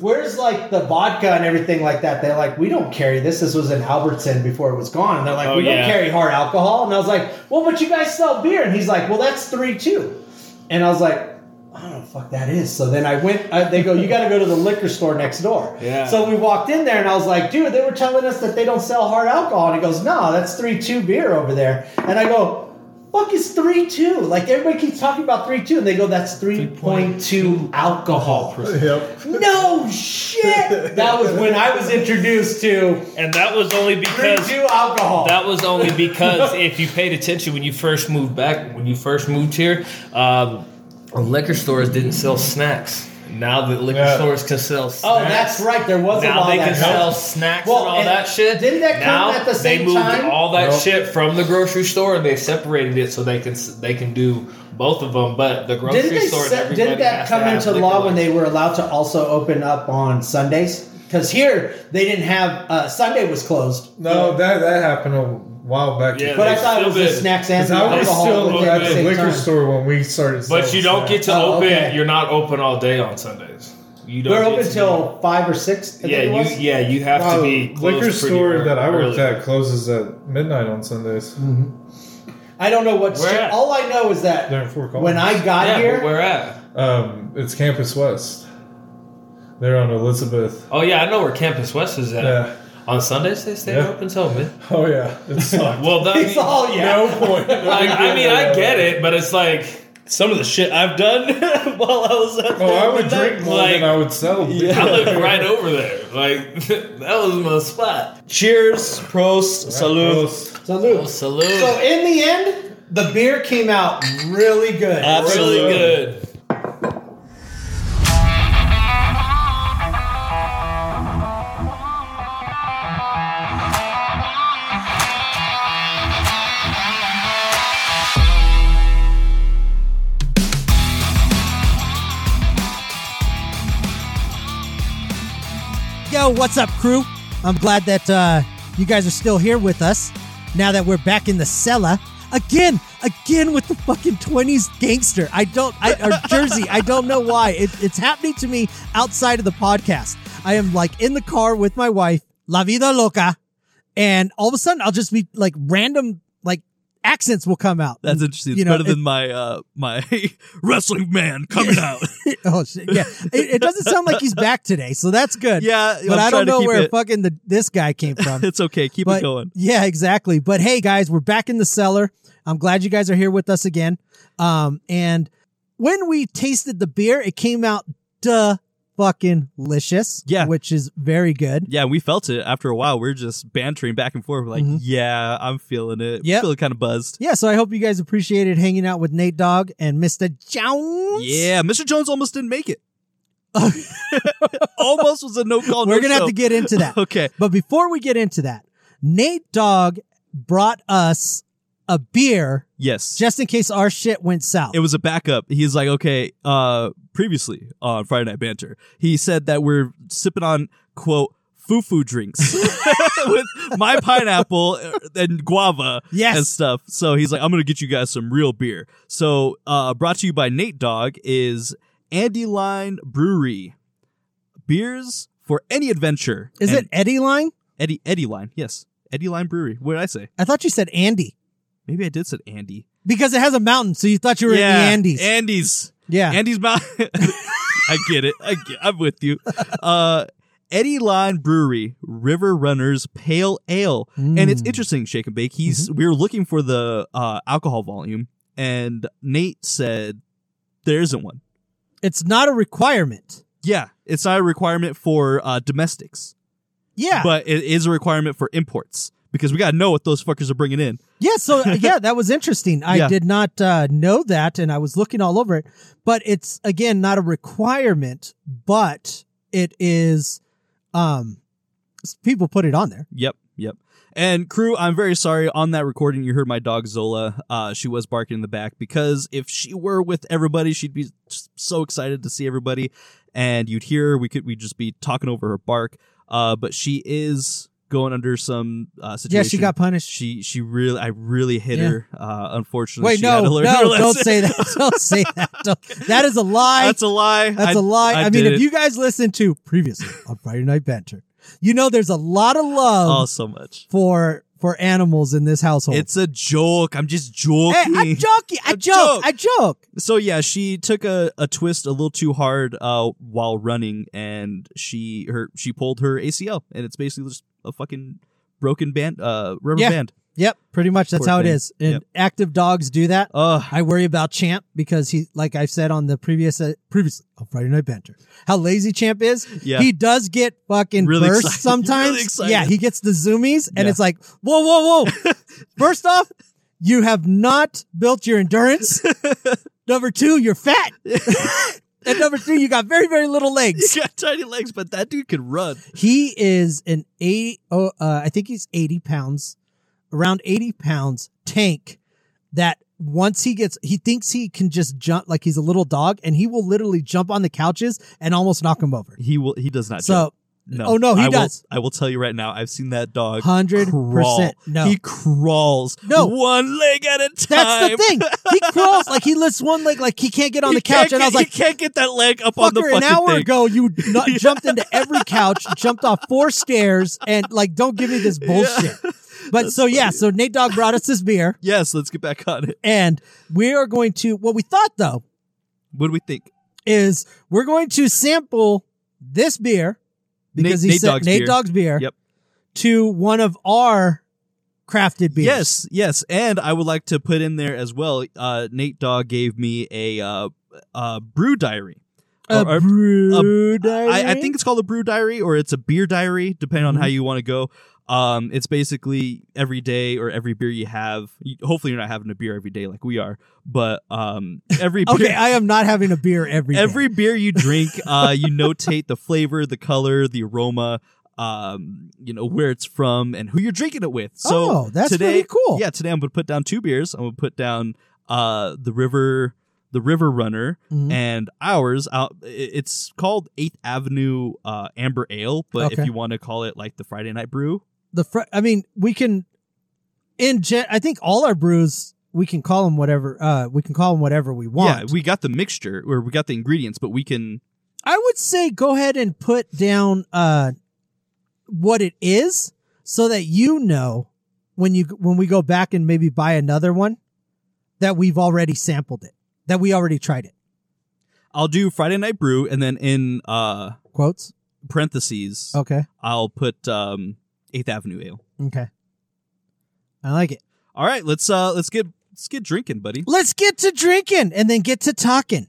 [SPEAKER 2] where's like the vodka and everything like that?" They're like, "We don't carry this. This was in Albertson before it was gone." And they're like,
[SPEAKER 3] Oh,
[SPEAKER 2] "We
[SPEAKER 3] yeah.
[SPEAKER 2] don't carry hard alcohol." And I was like, "Well, but you guys sell beer." And he's like, "Well, that's 3 too." And I was like, I don't know what the fuck that is. So then I went, uh, they go, you got to go to the liquor store next door.
[SPEAKER 3] Yeah.
[SPEAKER 2] So we walked in there and I was like, dude, they were telling us that they don't sell hard alcohol. And he goes, no, that's 3 2 beer over there. And I go, fuck is 3 2? Like everybody keeps talking about 3 2. And they go, that's 3.2 alcohol.
[SPEAKER 4] Yep.
[SPEAKER 2] no shit. That was when I was introduced to
[SPEAKER 3] and that was only
[SPEAKER 2] 3
[SPEAKER 3] because
[SPEAKER 2] 2 alcohol.
[SPEAKER 3] That was only because if you paid attention when you first moved back, when you first moved here, um, liquor stores didn't sell snacks. Now that liquor
[SPEAKER 4] Yeah.
[SPEAKER 3] stores can sell snacks.
[SPEAKER 2] oh, that's right. There was a
[SPEAKER 3] Now
[SPEAKER 2] law
[SPEAKER 3] they
[SPEAKER 2] that
[SPEAKER 3] can
[SPEAKER 2] held-
[SPEAKER 3] sell snacks
[SPEAKER 2] Well,
[SPEAKER 3] and all
[SPEAKER 2] and
[SPEAKER 3] that shit.
[SPEAKER 2] didn't that come
[SPEAKER 3] now,
[SPEAKER 2] at the
[SPEAKER 3] They
[SPEAKER 2] same
[SPEAKER 3] moved
[SPEAKER 2] time?
[SPEAKER 3] all that
[SPEAKER 4] Nope.
[SPEAKER 3] shit from the grocery store and they separated it so they can they can do both of them. But the grocery
[SPEAKER 2] Didn't, they
[SPEAKER 3] store,
[SPEAKER 2] set-
[SPEAKER 3] everybody
[SPEAKER 2] didn't that
[SPEAKER 3] has
[SPEAKER 2] come
[SPEAKER 3] to have
[SPEAKER 2] into
[SPEAKER 3] liquor
[SPEAKER 2] law when
[SPEAKER 3] license.
[SPEAKER 2] they were allowed to also open up on Sundays? Because here they didn't have uh, Sunday was closed.
[SPEAKER 4] No, that that happened a while back.
[SPEAKER 3] Yeah,
[SPEAKER 2] but I
[SPEAKER 3] they
[SPEAKER 2] thought it was
[SPEAKER 3] still
[SPEAKER 2] the
[SPEAKER 3] did.
[SPEAKER 2] snacks and
[SPEAKER 4] because
[SPEAKER 2] the
[SPEAKER 4] I was
[SPEAKER 2] alcohol.
[SPEAKER 4] still
[SPEAKER 2] within
[SPEAKER 4] at
[SPEAKER 2] the
[SPEAKER 4] the
[SPEAKER 2] same
[SPEAKER 4] liquor
[SPEAKER 2] time.
[SPEAKER 4] store when we started.
[SPEAKER 3] But you don't get to
[SPEAKER 2] Oh,
[SPEAKER 3] open.
[SPEAKER 2] okay.
[SPEAKER 3] You're not open all day on Sundays. You don't
[SPEAKER 2] We're
[SPEAKER 3] get
[SPEAKER 2] open
[SPEAKER 3] to do
[SPEAKER 2] till five or six. I think
[SPEAKER 3] Yeah,
[SPEAKER 2] it was.
[SPEAKER 3] you yeah you have to be closed
[SPEAKER 4] liquor
[SPEAKER 3] pretty
[SPEAKER 4] store
[SPEAKER 3] ear-
[SPEAKER 4] that I
[SPEAKER 3] early.
[SPEAKER 4] worked at closes at midnight on Sundays.
[SPEAKER 2] Mm. I don't know what's.
[SPEAKER 3] Where at?
[SPEAKER 2] All I know is that
[SPEAKER 4] They're in Fort Collins.
[SPEAKER 2] when I got
[SPEAKER 3] Yeah, but
[SPEAKER 2] here,
[SPEAKER 3] where at?
[SPEAKER 4] Um, it's Campus West. They're on Elizabeth.
[SPEAKER 3] Oh yeah, I know where Campus West is at.
[SPEAKER 4] Yeah.
[SPEAKER 3] On Sundays they stay
[SPEAKER 4] Yeah.
[SPEAKER 3] open till mid.
[SPEAKER 4] Oh yeah,
[SPEAKER 3] (laughs)
[SPEAKER 4] it sucked.
[SPEAKER 3] Well,
[SPEAKER 4] (laughs)
[SPEAKER 2] (laughs)
[SPEAKER 3] that,
[SPEAKER 2] it's all yeah.
[SPEAKER 4] no point.
[SPEAKER 3] I, I mean, I get it, but it's
[SPEAKER 4] (laughs)
[SPEAKER 3] like
[SPEAKER 1] Some of the shit I've done (laughs) while I was at
[SPEAKER 4] Oh, I
[SPEAKER 1] there
[SPEAKER 4] would
[SPEAKER 1] with that-
[SPEAKER 4] drink more
[SPEAKER 3] like-
[SPEAKER 4] than I would sell.
[SPEAKER 1] Yeah.
[SPEAKER 3] I live right over there. Like (laughs) that was my spot.
[SPEAKER 1] Cheers, prost, salute.
[SPEAKER 4] Close.
[SPEAKER 2] Salute.
[SPEAKER 3] Oh, salute.
[SPEAKER 2] So in the end, the beer came out really good.
[SPEAKER 1] Absolutely.
[SPEAKER 3] really good.
[SPEAKER 2] Yo, what's up, crew? I'm glad that uh, you guys are still here with us now that we're back in the cellar. Again, again with the fucking 20s gangster. I don't, I, or Jersey, I don't know why. It, it's happening to me outside of the podcast. I am like in the car with my wife, La Vida Loca, and all of a sudden I'll just be like random, like accents will come out. (laughs)
[SPEAKER 5] That's interesting. It's
[SPEAKER 2] You know,
[SPEAKER 5] better than my uh my (laughs) wrestling man coming out.
[SPEAKER 2] oh, shit. Yeah. It, it doesn't sound like he's back today, so that's good.
[SPEAKER 5] yeah,
[SPEAKER 2] But
[SPEAKER 5] I'm
[SPEAKER 2] I
[SPEAKER 5] trying
[SPEAKER 2] don't
[SPEAKER 5] to
[SPEAKER 2] know
[SPEAKER 5] keep
[SPEAKER 2] where
[SPEAKER 5] it-
[SPEAKER 2] fucking the, this guy came from.
[SPEAKER 5] It's okay. Keep
[SPEAKER 2] But-
[SPEAKER 5] it going.
[SPEAKER 2] Yeah, exactly. But hey, guys, we're back in the cellar. I'm glad you guys are here with us again. Um, and when we tasted the beer, it came out duh fucking licious.
[SPEAKER 5] Yeah.
[SPEAKER 2] which is very good.
[SPEAKER 5] Yeah, we felt it after a while. We are just bantering back and forth. We're like,
[SPEAKER 2] Mhm.
[SPEAKER 5] yeah, I'm feeling it.
[SPEAKER 2] Yep.
[SPEAKER 5] Feeling kind of buzzed.
[SPEAKER 2] Yeah, so I hope you guys appreciated hanging out with Nate Dogg and Mister Jones.
[SPEAKER 5] Yeah, Mr. Jones almost didn't
[SPEAKER 2] (laughs)
[SPEAKER 5] make it. (laughs) almost was a no call.
[SPEAKER 2] we're gonna have to get into that.
[SPEAKER 5] (laughs) Okay.
[SPEAKER 2] But before we get into that, Nate Dogg brought us a beer
[SPEAKER 5] Yes.
[SPEAKER 2] just in case our shit went south.
[SPEAKER 5] it was a backup. He's like, okay, uh, previously on Friday Night Banter, he said that we're sipping on quote foo-foo drinks (laughs) with my pineapple and guava
[SPEAKER 2] Yes.
[SPEAKER 5] and stuff. So he's like, I'm gonna get you guys some real beer. So uh, brought to you by Nate Dog is Andy Line Brewery beers for any adventure.
[SPEAKER 2] Is
[SPEAKER 5] And
[SPEAKER 2] it Eddie Line?
[SPEAKER 5] Eddie Eddie Line? Yes, Eddie Line Brewery. What did I say?
[SPEAKER 2] I thought you said Andy
[SPEAKER 5] Maybe I did say Andy.
[SPEAKER 2] because it has a mountain, so you thought you were in the Andes.
[SPEAKER 5] Andes.
[SPEAKER 2] yeah.
[SPEAKER 5] Andy's mouth. (laughs) I get it. I get, I'm with you. Uh, Eddie Line Brewery, River Runners Pale Ale, and it's
[SPEAKER 2] Mm. Mm-hmm.
[SPEAKER 5] interesting. Shake and bake. He's we were looking for the uh, alcohol volume, and Nate said there isn't one.
[SPEAKER 2] it's not a requirement.
[SPEAKER 5] Yeah, it's not a requirement for uh, domestics,
[SPEAKER 2] Yeah.
[SPEAKER 5] but it is a requirement for imports because we gotta know what those fuckers are bringing in.
[SPEAKER 2] Yeah, so uh, yeah, that was interesting. I
[SPEAKER 5] Yeah.
[SPEAKER 2] did not uh, know that, and I was looking all over it. But it's again not a requirement, but it is. Um, s- people put it on there.
[SPEAKER 5] Yep, yep. And crew, I'm very sorry. On that recording, you heard my dog Zola. Uh, she was barking in the back because if she were with everybody, she'd be just so excited to see everybody, and you'd hear her. We could we would just be talking over her bark. Uh, but she is going under some uh,
[SPEAKER 2] Yeah,
[SPEAKER 5] situation.
[SPEAKER 2] she got punished.
[SPEAKER 5] She she really I really hit
[SPEAKER 2] Yeah.
[SPEAKER 5] her. Uh, unfortunately,
[SPEAKER 2] Wait,
[SPEAKER 5] she had
[SPEAKER 2] no,
[SPEAKER 5] to
[SPEAKER 2] no,
[SPEAKER 5] learn her
[SPEAKER 2] don't
[SPEAKER 5] lesson.
[SPEAKER 2] say that. Don't say that. Don't- that is a lie.
[SPEAKER 5] (laughs) That's a lie.
[SPEAKER 2] That's
[SPEAKER 5] a
[SPEAKER 2] a lie. I,
[SPEAKER 5] I
[SPEAKER 2] mean,
[SPEAKER 5] did
[SPEAKER 2] if
[SPEAKER 5] it.
[SPEAKER 2] you guys listen to previously on Friday Night Banter, you know there's a lot of love
[SPEAKER 5] Oh, so much.
[SPEAKER 2] for for animals in this household.
[SPEAKER 5] It's a joke. I'm just joking.
[SPEAKER 2] Oh. hey, I joke. I
[SPEAKER 5] A
[SPEAKER 2] joke.
[SPEAKER 5] joke.
[SPEAKER 2] I joke.
[SPEAKER 5] so yeah, she took a, a twist a little too hard uh, while running, and she her she pulled her ACL, and it's basically just a fucking broken band, uh, rubber
[SPEAKER 2] Yeah.
[SPEAKER 5] (laughs) band.
[SPEAKER 2] Yep, pretty much. That's
[SPEAKER 5] Poor
[SPEAKER 2] how it
[SPEAKER 5] thing.
[SPEAKER 2] is. And
[SPEAKER 5] Yep.
[SPEAKER 2] active dogs do that.
[SPEAKER 5] Ugh.
[SPEAKER 2] I worry about Champ because he, like I said on the previous, uh, previous on Friday Night Banter, how lazy Champ is.
[SPEAKER 5] Yeah.
[SPEAKER 2] He does get fucking
[SPEAKER 5] Really
[SPEAKER 2] burst
[SPEAKER 5] excited. (laughs)
[SPEAKER 2] sometimes.
[SPEAKER 5] Really excited.
[SPEAKER 2] yeah, he gets the zoomies and
[SPEAKER 5] Yeah.
[SPEAKER 2] it's like, whoa, whoa,
[SPEAKER 5] (laughs)
[SPEAKER 2] whoa. First off, you have not built your
[SPEAKER 5] (laughs)
[SPEAKER 2] endurance. number two, you're fat. (laughs) and number three, you got very, very little legs.
[SPEAKER 5] He's got tiny legs, but that dude can run.
[SPEAKER 2] He is an 80, oh, uh, I think he's 80 pounds, around 80 pounds tank that once he gets, he thinks he can just jump like he's a little dog and he will literally jump on the couches and almost knock him over.
[SPEAKER 5] He will. He does not.
[SPEAKER 2] So
[SPEAKER 5] jump. no.
[SPEAKER 2] oh, no, he
[SPEAKER 5] I will-
[SPEAKER 2] does.
[SPEAKER 5] I will tell you right now. I've seen that dog.
[SPEAKER 2] 100%
[SPEAKER 5] crawl.
[SPEAKER 2] no.
[SPEAKER 5] He crawls.
[SPEAKER 2] No.
[SPEAKER 5] One leg at a time.
[SPEAKER 2] that's the
[SPEAKER 5] (laughs)
[SPEAKER 2] thing. He crawls like he lifts one leg like he can't get on
[SPEAKER 5] You
[SPEAKER 2] the couch.
[SPEAKER 5] can't
[SPEAKER 2] And I was
[SPEAKER 5] get-
[SPEAKER 2] like,
[SPEAKER 5] you can't get that leg up on the
[SPEAKER 2] fucker,
[SPEAKER 5] fucking
[SPEAKER 2] an hour
[SPEAKER 5] thing.
[SPEAKER 2] ago,
[SPEAKER 5] (laughs)
[SPEAKER 2] you nu- jumped into every couch, jumped off four stairs, and like, don't give me this bullshit. But so, yeah, so Nate Dogg brought us this beer.
[SPEAKER 5] Yes, let's get back on it.
[SPEAKER 2] And we are going to, what we thought though,
[SPEAKER 5] What do we think?
[SPEAKER 2] is we're going to sample this beer because
[SPEAKER 5] Nate-
[SPEAKER 2] he
[SPEAKER 5] Nate
[SPEAKER 2] said
[SPEAKER 5] Dogg's
[SPEAKER 2] Nate
[SPEAKER 5] beer.
[SPEAKER 2] Dogg's beer
[SPEAKER 5] Yep.
[SPEAKER 2] to one of our crafted beers.
[SPEAKER 5] Yes, yes, and I would like to put in there as well. Uh, Nate Dog gave me a uh, uh, brew diary.
[SPEAKER 2] A
[SPEAKER 5] Or- or-
[SPEAKER 2] brew diary.
[SPEAKER 5] Uh,
[SPEAKER 2] Mm-hmm.
[SPEAKER 5] I, I think it's called a brew diary, or it's a beer diary, depending on how you want to go. Um, it's basically every day or every beer you have. You, hopefully, you're not having a beer every day like we are, but um, every
[SPEAKER 2] (laughs)
[SPEAKER 5] beer,
[SPEAKER 2] Okay, I am not having a beer every day.
[SPEAKER 5] (laughs) every beer you drink, uh, you notate the flavor, the color, the aroma. Um, you know where it's from and who you're drinking it with. So
[SPEAKER 2] oh, that's
[SPEAKER 5] today,
[SPEAKER 2] pretty cool.
[SPEAKER 5] yeah, today I'm gonna put down two beers. I'm gonna put down uh the river the river runner
[SPEAKER 2] Mhm.
[SPEAKER 5] and ours out it's called eighth avenue uh amber ale but
[SPEAKER 2] Okay.
[SPEAKER 5] if you want to call it like the friday night brew
[SPEAKER 2] the fr- I mean, we can in gen- I think all our brews we can call them whatever uh we can call them whatever we want.
[SPEAKER 5] yeah we got the mixture or we got the ingredients but we can
[SPEAKER 2] I would say go ahead and put down uh what it is so that you know when you when we go back and maybe buy another one that we've already sampled it, that we already tried it.
[SPEAKER 5] i'll do friday night brew and then in uh
[SPEAKER 2] Quotes.
[SPEAKER 5] parentheses
[SPEAKER 2] Okay.
[SPEAKER 5] i'll put um eighth avenue ale
[SPEAKER 2] Okay. I like it.
[SPEAKER 5] all right let's uh let's get let's get drinking buddy
[SPEAKER 2] Let's get to drinking and then get to talking.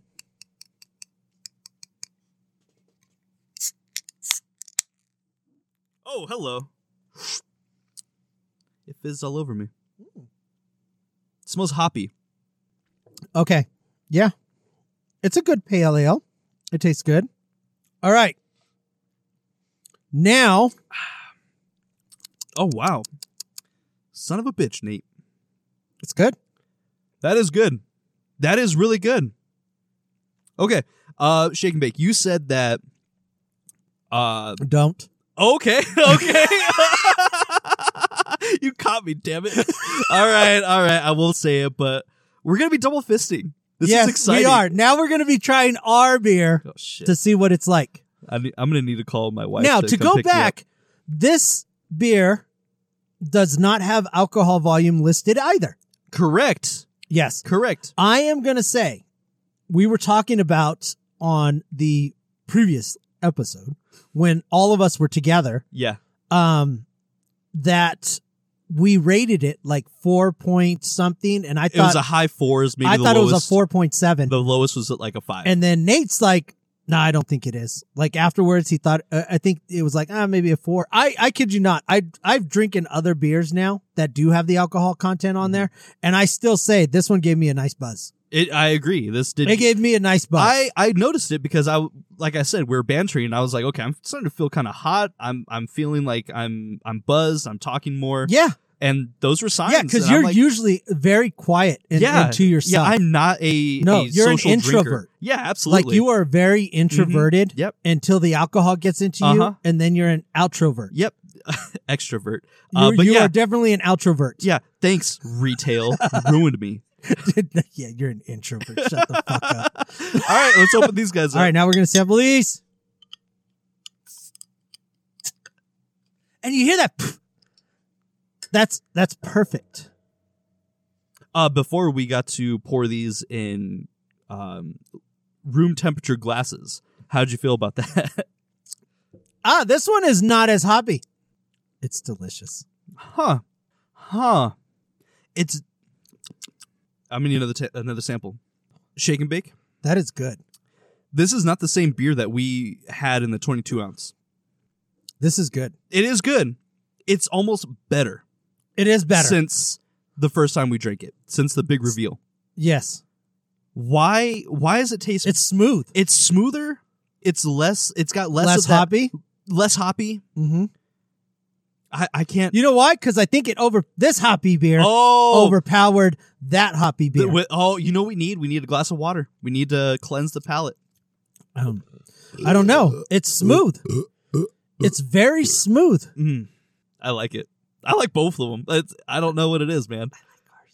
[SPEAKER 5] oh hello it fizzed all over me it smells hoppy
[SPEAKER 2] Okay. Yeah. It's a good pale ale. It tastes good. All right. Now,
[SPEAKER 5] Oh wow. Son of a bitch, Nate.
[SPEAKER 2] it's good.
[SPEAKER 5] That is good. That is really good. Okay. Uh Shake and Bake, you said that uh
[SPEAKER 2] Don't.
[SPEAKER 5] okay, (laughs) okay. you caught me, damn it. All right, all right, I will say it, but we're gonna be double fisting. This
[SPEAKER 2] yes,
[SPEAKER 5] is exciting.
[SPEAKER 2] we are. Now we're going to be trying our beer
[SPEAKER 5] Oh shit.
[SPEAKER 2] to see what it's like.
[SPEAKER 5] I need, I'm gonna need to call my wife.
[SPEAKER 2] now to
[SPEAKER 5] come
[SPEAKER 2] go
[SPEAKER 5] pick me up.
[SPEAKER 2] back, this beer does not have alcohol volume listed either.
[SPEAKER 5] correct,
[SPEAKER 2] Yes.
[SPEAKER 5] correct.
[SPEAKER 2] I am going to say we were talking about on the previous episode when all of us were together
[SPEAKER 5] Yeah,
[SPEAKER 2] um that we rated it like 4 point something and I
[SPEAKER 5] it was
[SPEAKER 2] thought
[SPEAKER 5] a high fours. Maybe
[SPEAKER 2] I
[SPEAKER 5] the
[SPEAKER 2] thought
[SPEAKER 5] lowest,
[SPEAKER 2] it was a 4.7
[SPEAKER 5] The lowest was at like a five.
[SPEAKER 2] and then Nate's like no, I don't think it is. Like afterwards, he thought. Uh, I think it was like ah, maybe a four. I I kid you not. I I've drinking other beers now that do have the alcohol content
[SPEAKER 5] Mm-hmm.
[SPEAKER 2] on there, and I still say this one gave me a nice buzz.
[SPEAKER 5] it, I agree. This did.
[SPEAKER 2] It gave me a nice buzz.
[SPEAKER 5] I, I noticed it because I like I said we are bantering and I was like okay I'm starting to feel kind of hot I'm I'm feeling like I'm I'm buzzed I'm talking more
[SPEAKER 2] yeah,
[SPEAKER 5] and those were signs
[SPEAKER 2] yeah, because
[SPEAKER 5] and I'm
[SPEAKER 2] you're
[SPEAKER 5] like,
[SPEAKER 2] usually very quiet and,
[SPEAKER 5] yeah,
[SPEAKER 2] and to
[SPEAKER 5] yeah
[SPEAKER 2] yourself.
[SPEAKER 5] I'm not a
[SPEAKER 2] No,
[SPEAKER 5] a
[SPEAKER 2] you're an
[SPEAKER 5] social drinker.
[SPEAKER 2] introvert.
[SPEAKER 5] yeah absolutely
[SPEAKER 2] like you are very introverted.
[SPEAKER 5] Mm-hmm. Yep.
[SPEAKER 2] Until the alcohol gets into
[SPEAKER 5] Uh-huh.
[SPEAKER 2] you, and then you're an outrovert.
[SPEAKER 5] yep extrovert uh,
[SPEAKER 2] you
[SPEAKER 5] but
[SPEAKER 2] you
[SPEAKER 5] yeah
[SPEAKER 2] are definitely an outrovert. (laughs)
[SPEAKER 5] (laughs) yeah thanks retail ruined me
[SPEAKER 2] yeah, you're an introvert. Shut the fuck
[SPEAKER 5] (laughs)
[SPEAKER 2] up.
[SPEAKER 5] all right let's open these
[SPEAKER 2] (laughs)
[SPEAKER 5] guys
[SPEAKER 2] All
[SPEAKER 5] up
[SPEAKER 2] right, now we're gonna sample these. And you hear that? pff. That's that's perfect.
[SPEAKER 5] uh, before we got to pour these in um, room temperature glasses how'd you feel about (laughs) that.
[SPEAKER 2] Ah, this one is not as hoppy. It's delicious.
[SPEAKER 5] Huh. Huh. It's. I'm gonna need another ta- another sample. Shake and bake.
[SPEAKER 2] That is good.
[SPEAKER 5] This is not the same beer that we had in the 22 ounce.
[SPEAKER 2] This is good.
[SPEAKER 5] It is good. It's almost better,
[SPEAKER 2] It is better.
[SPEAKER 5] since the first time we drank it, since the big reveal.
[SPEAKER 2] yes,
[SPEAKER 5] Why? Why does it taste?
[SPEAKER 2] it's smooth,
[SPEAKER 5] it's smoother. It's less. It's got less
[SPEAKER 2] less,
[SPEAKER 5] of that-
[SPEAKER 2] hoppy.
[SPEAKER 5] less hoppy.
[SPEAKER 2] Mm-hmm.
[SPEAKER 5] I I can't.
[SPEAKER 2] You know why? Because I think it over this hoppy beer
[SPEAKER 5] oh.
[SPEAKER 2] overpowered that hoppy
[SPEAKER 5] the-
[SPEAKER 2] beer.
[SPEAKER 5] wi- oh, you know what we need? We need a glass of water. We need to cleanse the palate.
[SPEAKER 2] Um, I don't know. It's smooth. It's very smooth.
[SPEAKER 5] Mm. I like it. I like both of them. It's, I don't know what it is, man. I like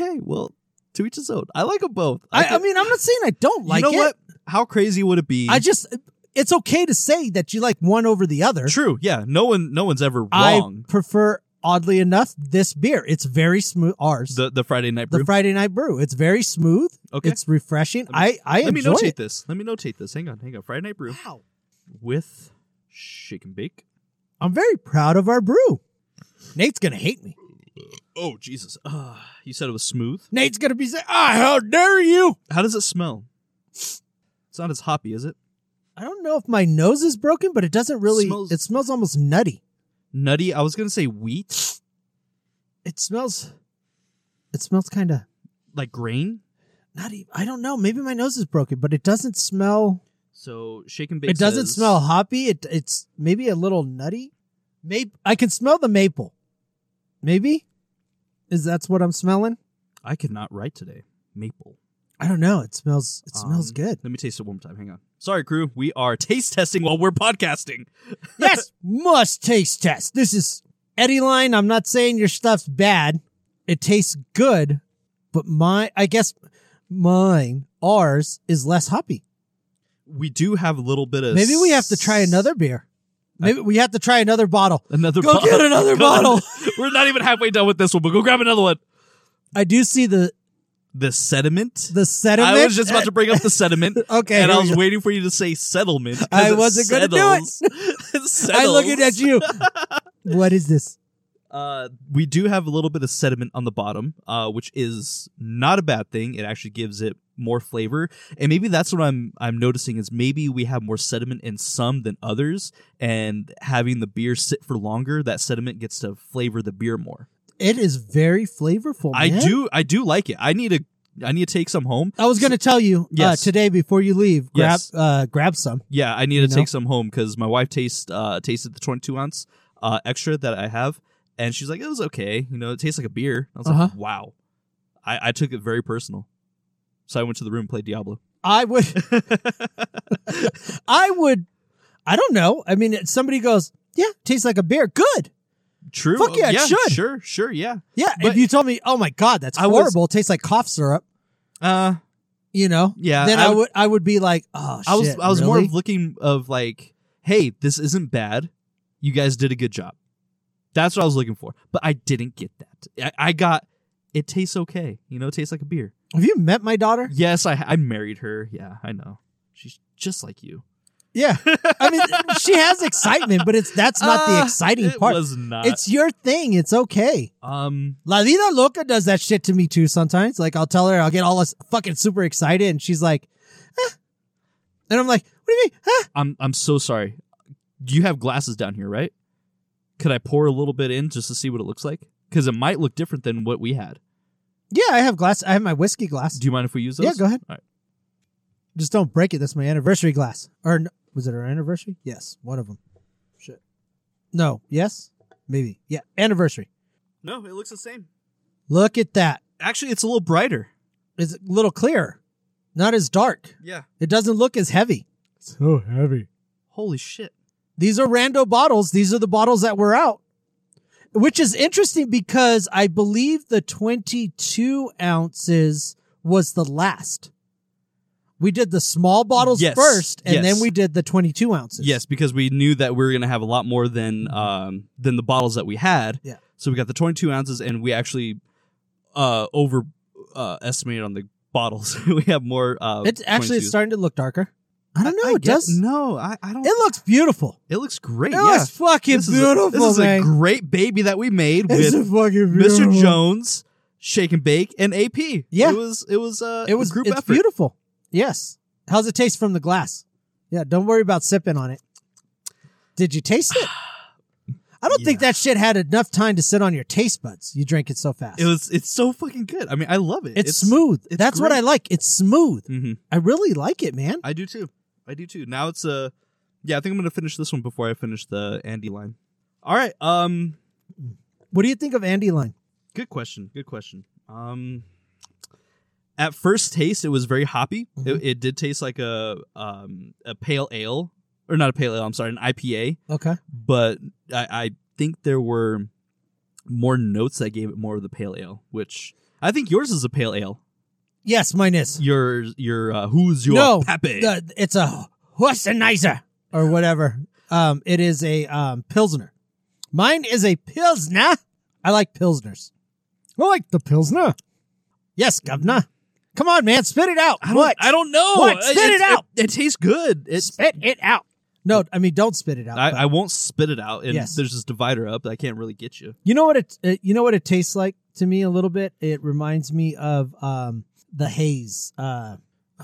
[SPEAKER 5] ours. Okay, well, to each his own. I like them both.
[SPEAKER 2] I, I
[SPEAKER 5] could-
[SPEAKER 2] mean, I'm not saying I don't like
[SPEAKER 5] you know
[SPEAKER 2] it.
[SPEAKER 5] what? How crazy would it be?
[SPEAKER 2] I just, it's okay to say that you like one over the other.
[SPEAKER 5] true. Yeah. No one. No one's ever wrong.
[SPEAKER 2] I prefer, oddly enough, this beer. It's very smooth. Ours, the,
[SPEAKER 5] the the Friday night brew.
[SPEAKER 2] Friday Night Brew. It's very smooth.
[SPEAKER 5] Okay.
[SPEAKER 2] It's refreshing.
[SPEAKER 5] Let
[SPEAKER 2] I, I
[SPEAKER 5] Let me
[SPEAKER 2] enjoy
[SPEAKER 5] notate
[SPEAKER 2] it.
[SPEAKER 5] this. Let me notate this. Hang on. Hang on. Friday night brew
[SPEAKER 2] Wow.
[SPEAKER 5] with shake and bake.
[SPEAKER 2] I'm very proud of our brew. Nate's going to hate me.
[SPEAKER 5] Oh Jesus! Uh, you said it was smooth.
[SPEAKER 2] Nate's going to be saying, ah, how dare you?
[SPEAKER 5] How does it smell? It's not as hoppy, is it?
[SPEAKER 2] I don't know if my nose is broken, but it doesn't really,
[SPEAKER 5] Smells-
[SPEAKER 2] it smells almost nutty.
[SPEAKER 5] Nutty. I was gonna say wheat,
[SPEAKER 2] It smells, it smells kind of
[SPEAKER 5] like grain.
[SPEAKER 2] not even I don't know. Maybe my nose is broken, but it doesn't smell.
[SPEAKER 5] So shake and bake.
[SPEAKER 2] It doesn't
[SPEAKER 5] says-
[SPEAKER 2] smell hoppy. It it's maybe a little nutty. Maybe I can smell the maple. Maybe is that's what I'm smelling.
[SPEAKER 5] I could not write today. Maple.
[SPEAKER 2] I don't know. It smells. It smells
[SPEAKER 5] Um,
[SPEAKER 2] good.
[SPEAKER 5] Let me taste it one more time. Hang on. Sorry, crew. We are taste testing while we're podcasting.
[SPEAKER 2] yes, must taste test. This is Eddie Line. I'm not saying your stuff's bad. It tastes good, but my I guess mine ours is less hoppy.
[SPEAKER 5] We do have a little bit of.
[SPEAKER 2] Maybe we have to try another beer. Maybe we have to try another bottle.
[SPEAKER 5] Another.
[SPEAKER 2] Go
[SPEAKER 5] bottle.
[SPEAKER 2] get
[SPEAKER 5] (laughs)
[SPEAKER 2] another bottle.
[SPEAKER 5] we're not even halfway done with this one, but go grab another one.
[SPEAKER 2] I do see the
[SPEAKER 5] The sediment.
[SPEAKER 2] the sediment. Uh,
[SPEAKER 5] I was just about to bring up
[SPEAKER 2] (laughs)
[SPEAKER 5] the sediment.
[SPEAKER 2] Okay,
[SPEAKER 5] And I
[SPEAKER 2] here
[SPEAKER 5] was
[SPEAKER 2] we go.
[SPEAKER 5] waiting for you to say settlement. 'cause
[SPEAKER 2] I
[SPEAKER 5] it
[SPEAKER 2] wasn't gonna do it.
[SPEAKER 5] settles. it.
[SPEAKER 2] (laughs) I
[SPEAKER 5] settles.
[SPEAKER 2] looking at you. what is this?
[SPEAKER 5] Uh, we do have a little bit of sediment on the bottom, uh, which is not a bad thing. It actually gives it more flavor, and maybe that's what I'm I'm noticing is maybe we have more sediment in some than others, and having the beer sit for longer, that sediment gets to flavor the beer more.
[SPEAKER 2] It is very flavorful.
[SPEAKER 5] I
[SPEAKER 2] Oh, man.
[SPEAKER 5] do I do like it. I need to I need to take some home.
[SPEAKER 2] I was going to tell you
[SPEAKER 5] Yes.
[SPEAKER 2] uh, today before you leave. Grab
[SPEAKER 5] Yes.
[SPEAKER 2] uh, grab some.
[SPEAKER 5] Yeah, I need to
[SPEAKER 2] You know?
[SPEAKER 5] take some home because my wife taste uh, tasted the 22 ounce uh, extra that I have, and she's like, it was okay. You know, it tastes like a beer. I was like,
[SPEAKER 2] Uh-huh.
[SPEAKER 5] wow. I, I took it very personal, so I went to the room and played Diablo.
[SPEAKER 2] (laughs) I would. I would. I don't know. I mean, if somebody goes, yeah, tastes like a beer. Good.
[SPEAKER 5] True.
[SPEAKER 2] Fuck yeah, it should.
[SPEAKER 5] Sure, sure, yeah.
[SPEAKER 2] Yeah.
[SPEAKER 5] But-
[SPEAKER 2] if you told me, oh my god, that's
[SPEAKER 5] I was-
[SPEAKER 2] horrible. tastes like cough syrup.
[SPEAKER 5] Uh,
[SPEAKER 2] you know,
[SPEAKER 5] Yeah,
[SPEAKER 2] then
[SPEAKER 5] I
[SPEAKER 2] I
[SPEAKER 5] would-
[SPEAKER 2] would I would be like, oh,
[SPEAKER 5] I was
[SPEAKER 2] shit,
[SPEAKER 5] I was more
[SPEAKER 2] really?
[SPEAKER 5] of looking of like, hey, this isn't bad. You guys did a good job. That's what I was looking for, but I didn't get that. I, I got it tastes okay. You know, it tastes like a beer.
[SPEAKER 2] Have you met my daughter?
[SPEAKER 5] Yes, I I married her. Yeah, I know. She's just like you.
[SPEAKER 2] Yeah, I mean, (laughs) she has excitement, but it's that's not the
[SPEAKER 5] (laughs) Uh,
[SPEAKER 2] exciting
[SPEAKER 5] it
[SPEAKER 2] part.
[SPEAKER 5] was not.
[SPEAKER 2] It's your thing. It's okay.
[SPEAKER 5] um
[SPEAKER 2] La vida loca does that shit to me too sometimes. Like I'll tell her, I'll get all this fucking super excited, and she's like, "Huh?" and I'm like, what do you mean? Huh?
[SPEAKER 5] I'm I'm so sorry. You have glasses down here, right? Could I pour a little bit in just to see what it looks like? Because it might look different than what we had.
[SPEAKER 2] Yeah, I have glass. I have my whiskey glass.
[SPEAKER 5] Do you mind if we use those?
[SPEAKER 2] Yeah, go ahead.
[SPEAKER 5] All right.
[SPEAKER 2] Just don't break it. That's my anniversary glass. Or n- was it our anniversary? Yes, one of them. Shit. No. Yes. Maybe. Yeah. Anniversary.
[SPEAKER 5] No, it looks the same.
[SPEAKER 2] Look at that.
[SPEAKER 5] Actually, it's a little brighter.
[SPEAKER 2] It's a little clearer. Not as dark.
[SPEAKER 5] Yeah.
[SPEAKER 2] It doesn't look as heavy. So heavy.
[SPEAKER 5] Holy shit.
[SPEAKER 2] These are rando bottles. These are the bottles that were out, which is interesting because I believe the 22 ounces was the last. We did the small bottles
[SPEAKER 5] Yes.
[SPEAKER 2] first, and
[SPEAKER 5] Yes.
[SPEAKER 2] then we did the 22 ounces.
[SPEAKER 5] Yes, because we knew that we were going to have a lot more than um, than the bottles that we had.
[SPEAKER 2] Mm-hmm. Yeah.
[SPEAKER 5] So we got the 22 ounces, and we actually uh, over uh, estimated on the bottles. (laughs) we have more. Uh,
[SPEAKER 2] It's actually it's
[SPEAKER 5] 22s.
[SPEAKER 2] starting to look darker. I don't know. it
[SPEAKER 5] guess-
[SPEAKER 2] does.
[SPEAKER 5] No, I, I don't.
[SPEAKER 2] It looks beautiful.
[SPEAKER 5] It looks great.
[SPEAKER 2] It
[SPEAKER 5] yeah.
[SPEAKER 2] looks fucking
[SPEAKER 5] This is a-
[SPEAKER 2] beautiful,
[SPEAKER 5] this is
[SPEAKER 2] man.
[SPEAKER 5] a great baby that we made
[SPEAKER 2] It's
[SPEAKER 5] with
[SPEAKER 2] a fucking beautiful.
[SPEAKER 5] Mr. Jones, Shake and Bake, and AP.
[SPEAKER 2] Yeah.
[SPEAKER 5] It was. It was. Uh,
[SPEAKER 2] It was
[SPEAKER 5] a group
[SPEAKER 2] it's
[SPEAKER 5] effort.
[SPEAKER 2] beautiful. Yes. How's it taste from the glass? Yeah. Don't worry about sipping on it. Did you taste
[SPEAKER 5] (sighs)
[SPEAKER 2] it? I don't think that shit had enough time to sit on your taste buds. You drank it so fast.
[SPEAKER 5] It was. It's so fucking good. I mean, I love it.
[SPEAKER 2] it's, smooth.
[SPEAKER 5] it's
[SPEAKER 2] That's what
[SPEAKER 5] great.
[SPEAKER 2] I like. It's smooth.
[SPEAKER 5] Mhm.
[SPEAKER 2] I really like it, man.
[SPEAKER 5] I do too. I do too. Now it's a yeah, I think I'm gonna finish this one before I finish the Andy line. All right. Um
[SPEAKER 2] What do you think of Andy Line?
[SPEAKER 5] good question. Good question. Um at first taste it was very hoppy.
[SPEAKER 2] Mm-hmm.
[SPEAKER 5] It, it did taste like a um a pale ale. Or not a pale ale, I'm sorry, an IPA.
[SPEAKER 2] Okay.
[SPEAKER 5] But I, I think there were more notes that gave it more of the pale ale, which I think yours is a pale ale.
[SPEAKER 2] Yes, mine is.
[SPEAKER 5] Your your uh, who's your
[SPEAKER 2] no,
[SPEAKER 5] Pepe?
[SPEAKER 2] the- it's a Hussenizer or whatever. Um, it is a um, Pilsner. Mine is a Pilsner. I like Pilsners. I like the Pilsner. Yes, Governor. Come on, man. Spit it out.
[SPEAKER 5] I don't,
[SPEAKER 2] what?
[SPEAKER 5] I don't know.
[SPEAKER 2] What? Spit it out.
[SPEAKER 5] It, tastes good. It's
[SPEAKER 2] Spit it out. No, I mean, don't spit it out.
[SPEAKER 5] I,
[SPEAKER 2] but-
[SPEAKER 5] I won't spit it out. And
[SPEAKER 2] Yes.
[SPEAKER 5] there's this divider up that I can't really get you.
[SPEAKER 2] you know what it, it you know what it tastes like to me a little bit? It reminds me of um, the haze. Uh,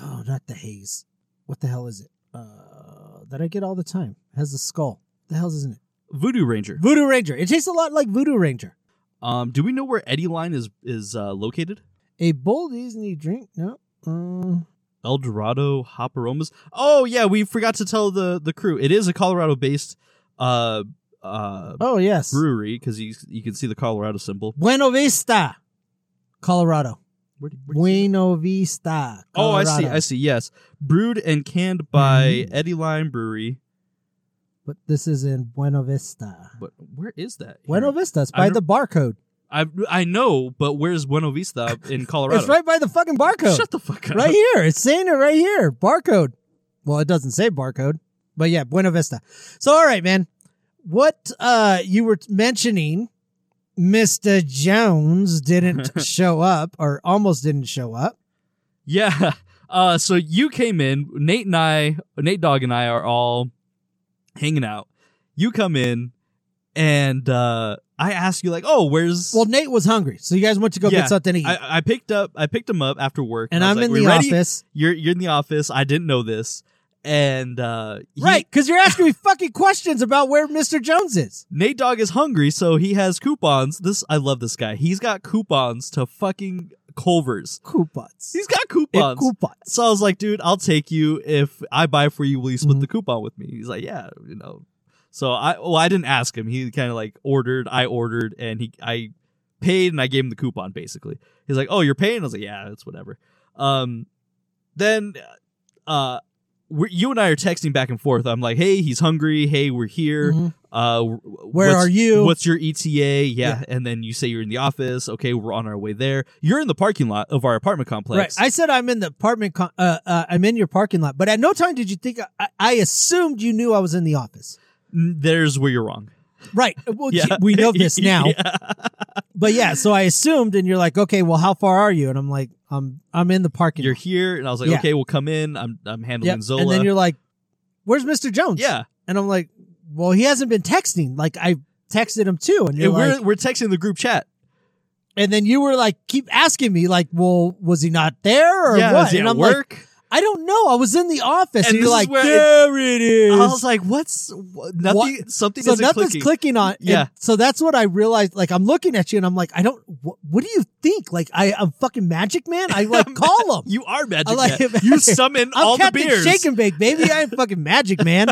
[SPEAKER 2] oh, not the haze. What the hell is it? Uh, that I get all the time. It has a skull. The hell isn't it?
[SPEAKER 5] Voodoo Ranger.
[SPEAKER 2] Voodoo Ranger. It tastes a lot like Voodoo Ranger.
[SPEAKER 5] Um, do we know where Eddie Line is is uh, located?
[SPEAKER 2] A bold Disney drink? No. Uh,
[SPEAKER 5] El Dorado Hop Aromas. Oh yeah, we forgot to tell the the crew. It is a Colorado based uh uh
[SPEAKER 2] oh yes.
[SPEAKER 5] brewery because you you can see the Colorado symbol.
[SPEAKER 2] Buena Vista, Colorado.
[SPEAKER 5] Where do- where do you see
[SPEAKER 2] Buena Vista.
[SPEAKER 5] that? Oh, I see.
[SPEAKER 2] Colorado.
[SPEAKER 5] I see. Yes, brewed and canned by Eddie Line Brewery.
[SPEAKER 2] But this is in Buena Vista.
[SPEAKER 5] But where is that?
[SPEAKER 2] Buena
[SPEAKER 5] Here?
[SPEAKER 2] Vista. It's
[SPEAKER 5] I
[SPEAKER 2] by
[SPEAKER 5] don't-
[SPEAKER 2] the barcode.
[SPEAKER 5] I I know, but where's Buena Vista (laughs) in Colorado?
[SPEAKER 2] It's right by the fucking barcode.
[SPEAKER 5] Shut the fuck up.
[SPEAKER 2] right here. It's saying it right here. Barcode. Well, it doesn't say barcode, but yeah, Buena Vista. So, all right, man. What uh you were mentioning, Mr. Jones
[SPEAKER 5] (laughs)
[SPEAKER 2] didn't show up or almost didn't show up.
[SPEAKER 5] Yeah. (laughs) Uh, so you came in. Nate and I, Nate Dog and I are all hanging out. You come in, and uh, I ask you like, "Oh, where's?"
[SPEAKER 2] Well, Nate was hungry, so you guys went to go
[SPEAKER 5] Yeah,
[SPEAKER 2] get something to eat.
[SPEAKER 5] I, I picked up. I picked him up after work,
[SPEAKER 2] and
[SPEAKER 5] I
[SPEAKER 2] I'm
[SPEAKER 5] was like,
[SPEAKER 2] in
[SPEAKER 5] "We're
[SPEAKER 2] the
[SPEAKER 5] ready.
[SPEAKER 2] office.
[SPEAKER 5] You're you're in the office. I didn't know this, and uh, he-
[SPEAKER 2] right, because you're asking me fucking questions about where Mr. Jones is.
[SPEAKER 5] Nate Dog is hungry, so he has coupons. This I love this guy. He's got coupons to fucking Culver's.
[SPEAKER 2] Coupons.
[SPEAKER 5] He's got
[SPEAKER 2] Eh,
[SPEAKER 5] (laughs) coupons.
[SPEAKER 2] coupons.
[SPEAKER 5] So I was like, dude, I'll take you if I buy for you. Will you split
[SPEAKER 2] Mhm.
[SPEAKER 5] the coupon with me? He's like, yeah, you know. So I, well, I didn't ask him. He kind of like ordered. I ordered, and he, I paid, and I gave him the coupon. Basically, he's like, oh, you're paying. I was like, yeah, it's whatever. Um, then, uh, we're, you and I are texting back and forth. I'm like, hey, he's hungry. Hey, we're here.
[SPEAKER 2] Mhm.
[SPEAKER 5] uh,
[SPEAKER 2] Where
[SPEAKER 5] what's-
[SPEAKER 2] are you?
[SPEAKER 5] What's your ETA? Yeah. And then you say you're in the office. Okay, we're on our way there. You're in the parking lot of our apartment complex.
[SPEAKER 2] Right. I said I'm in the apartment. Con- uh, uh, I'm in your parking lot, but at no time did you think. I, I assumed you knew I was in the office.
[SPEAKER 5] N- There's where you're wrong.
[SPEAKER 2] Right. Uh, Well,
[SPEAKER 5] Yeah.
[SPEAKER 2] gee, we know this now.
[SPEAKER 5] (laughs) Yeah.
[SPEAKER 2] But yeah, so I assumed, and you're like, okay, well, how far are you? And I'm like, I'm I'm in the parking.
[SPEAKER 5] You're
[SPEAKER 2] lot.
[SPEAKER 5] here, and I was like,
[SPEAKER 2] Yeah.
[SPEAKER 5] okay, we'll come in. I'm I'm handling
[SPEAKER 2] Yep.
[SPEAKER 5] Zola.
[SPEAKER 2] And then you're like, where's Mr. Jones?
[SPEAKER 5] yeah,
[SPEAKER 2] And I'm like, well, he hasn't been texting. Like I texted him too, and you're
[SPEAKER 5] and
[SPEAKER 2] like,
[SPEAKER 5] we're we're texting the group chat.
[SPEAKER 2] and then you were like, keep asking me, like, well, was he not there or
[SPEAKER 5] yeah,
[SPEAKER 2] what?
[SPEAKER 5] is he
[SPEAKER 2] and
[SPEAKER 5] at
[SPEAKER 2] I'm like,
[SPEAKER 5] work?
[SPEAKER 2] I don't know. I was in the office, and
[SPEAKER 5] And this
[SPEAKER 2] you're
[SPEAKER 5] is
[SPEAKER 2] like,
[SPEAKER 5] where it-
[SPEAKER 2] there it is.
[SPEAKER 5] I was like, what's wh- nothing?
[SPEAKER 2] What?
[SPEAKER 5] Something
[SPEAKER 2] so
[SPEAKER 5] isn't
[SPEAKER 2] nothing's
[SPEAKER 5] clicking.
[SPEAKER 2] clicking, on. and
[SPEAKER 5] Yeah.
[SPEAKER 2] so that's what I realized. Like I'm looking at you, and I'm like, I don't. Wh- what do you think? Like I, I'm fucking Magic Man. I
[SPEAKER 5] (laughs)
[SPEAKER 2] like call him.
[SPEAKER 5] you are magic.
[SPEAKER 2] I like
[SPEAKER 5] Man.
[SPEAKER 2] it. (laughs)
[SPEAKER 5] You summon
[SPEAKER 2] I'm
[SPEAKER 5] all
[SPEAKER 2] Captain
[SPEAKER 5] the beers.
[SPEAKER 2] Shake and Bake, baby. I'm fucking Magic
[SPEAKER 5] (laughs)
[SPEAKER 2] Man.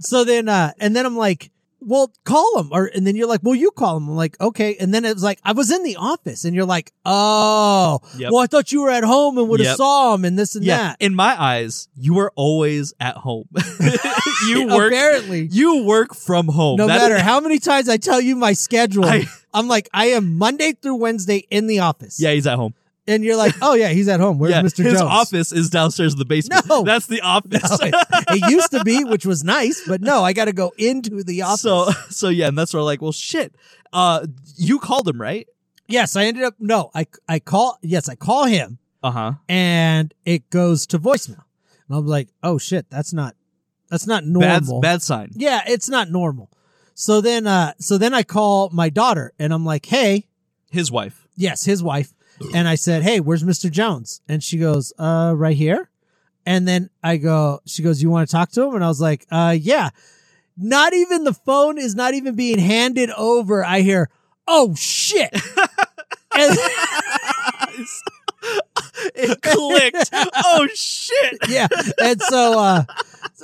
[SPEAKER 2] so then, uh, and then I'm like, well, call him, or and then you're like, well, you call him. I'm like, okay. And then it was like, I was in the office, and you're like, oh,
[SPEAKER 5] Yep.
[SPEAKER 2] well, I thought you were at home and would have
[SPEAKER 5] Yep.
[SPEAKER 2] saw him and this and
[SPEAKER 5] yeah,
[SPEAKER 2] that.
[SPEAKER 5] in my eyes, you are always at home. (laughs)
[SPEAKER 2] (laughs)
[SPEAKER 5] you work.
[SPEAKER 2] Apparently,
[SPEAKER 5] You work from home.
[SPEAKER 2] no
[SPEAKER 5] That
[SPEAKER 2] matter
[SPEAKER 5] is-
[SPEAKER 2] how many times I tell you my schedule,
[SPEAKER 5] I-
[SPEAKER 2] I'm like, I am Monday through Wednesday in the office.
[SPEAKER 5] Yeah, he's at home.
[SPEAKER 2] And you're like, oh, yeah, he's at home. Where's
[SPEAKER 5] yeah,
[SPEAKER 2] Mr.
[SPEAKER 5] His
[SPEAKER 2] Jones? (laughs)
[SPEAKER 5] office is downstairs in the basement.
[SPEAKER 2] No.
[SPEAKER 5] that's the office.
[SPEAKER 2] No, it, it used to be, which was nice, but no, I got to go into the office.
[SPEAKER 5] so, (laughs) so yeah, and that's where like, well, shit. Uh, you called him, right?
[SPEAKER 2] yes, I ended up, no, I, I call, yes, I call him
[SPEAKER 5] Uh huh.
[SPEAKER 2] and it goes to voicemail. And I'm like, oh, shit, that's not, that's not
[SPEAKER 5] Bad,
[SPEAKER 2] normal.
[SPEAKER 5] bad sign.
[SPEAKER 2] Yeah, it's not normal. So then, uh, so then I call my daughter and I'm like, hey,
[SPEAKER 5] His wife.
[SPEAKER 2] Yes, his wife. And I said, "Hey, where's Mr. Jones?" And she goes, "Uh, right here." And then I go, she goes, "You want to talk to him?" And I was like, "Uh, yeah." Not even the phone is not even being handed over. I hear, "Oh shit." (laughs) and,
[SPEAKER 5] It (laughs) (laughs) clicked. oh shit.
[SPEAKER 2] yeah. And so uh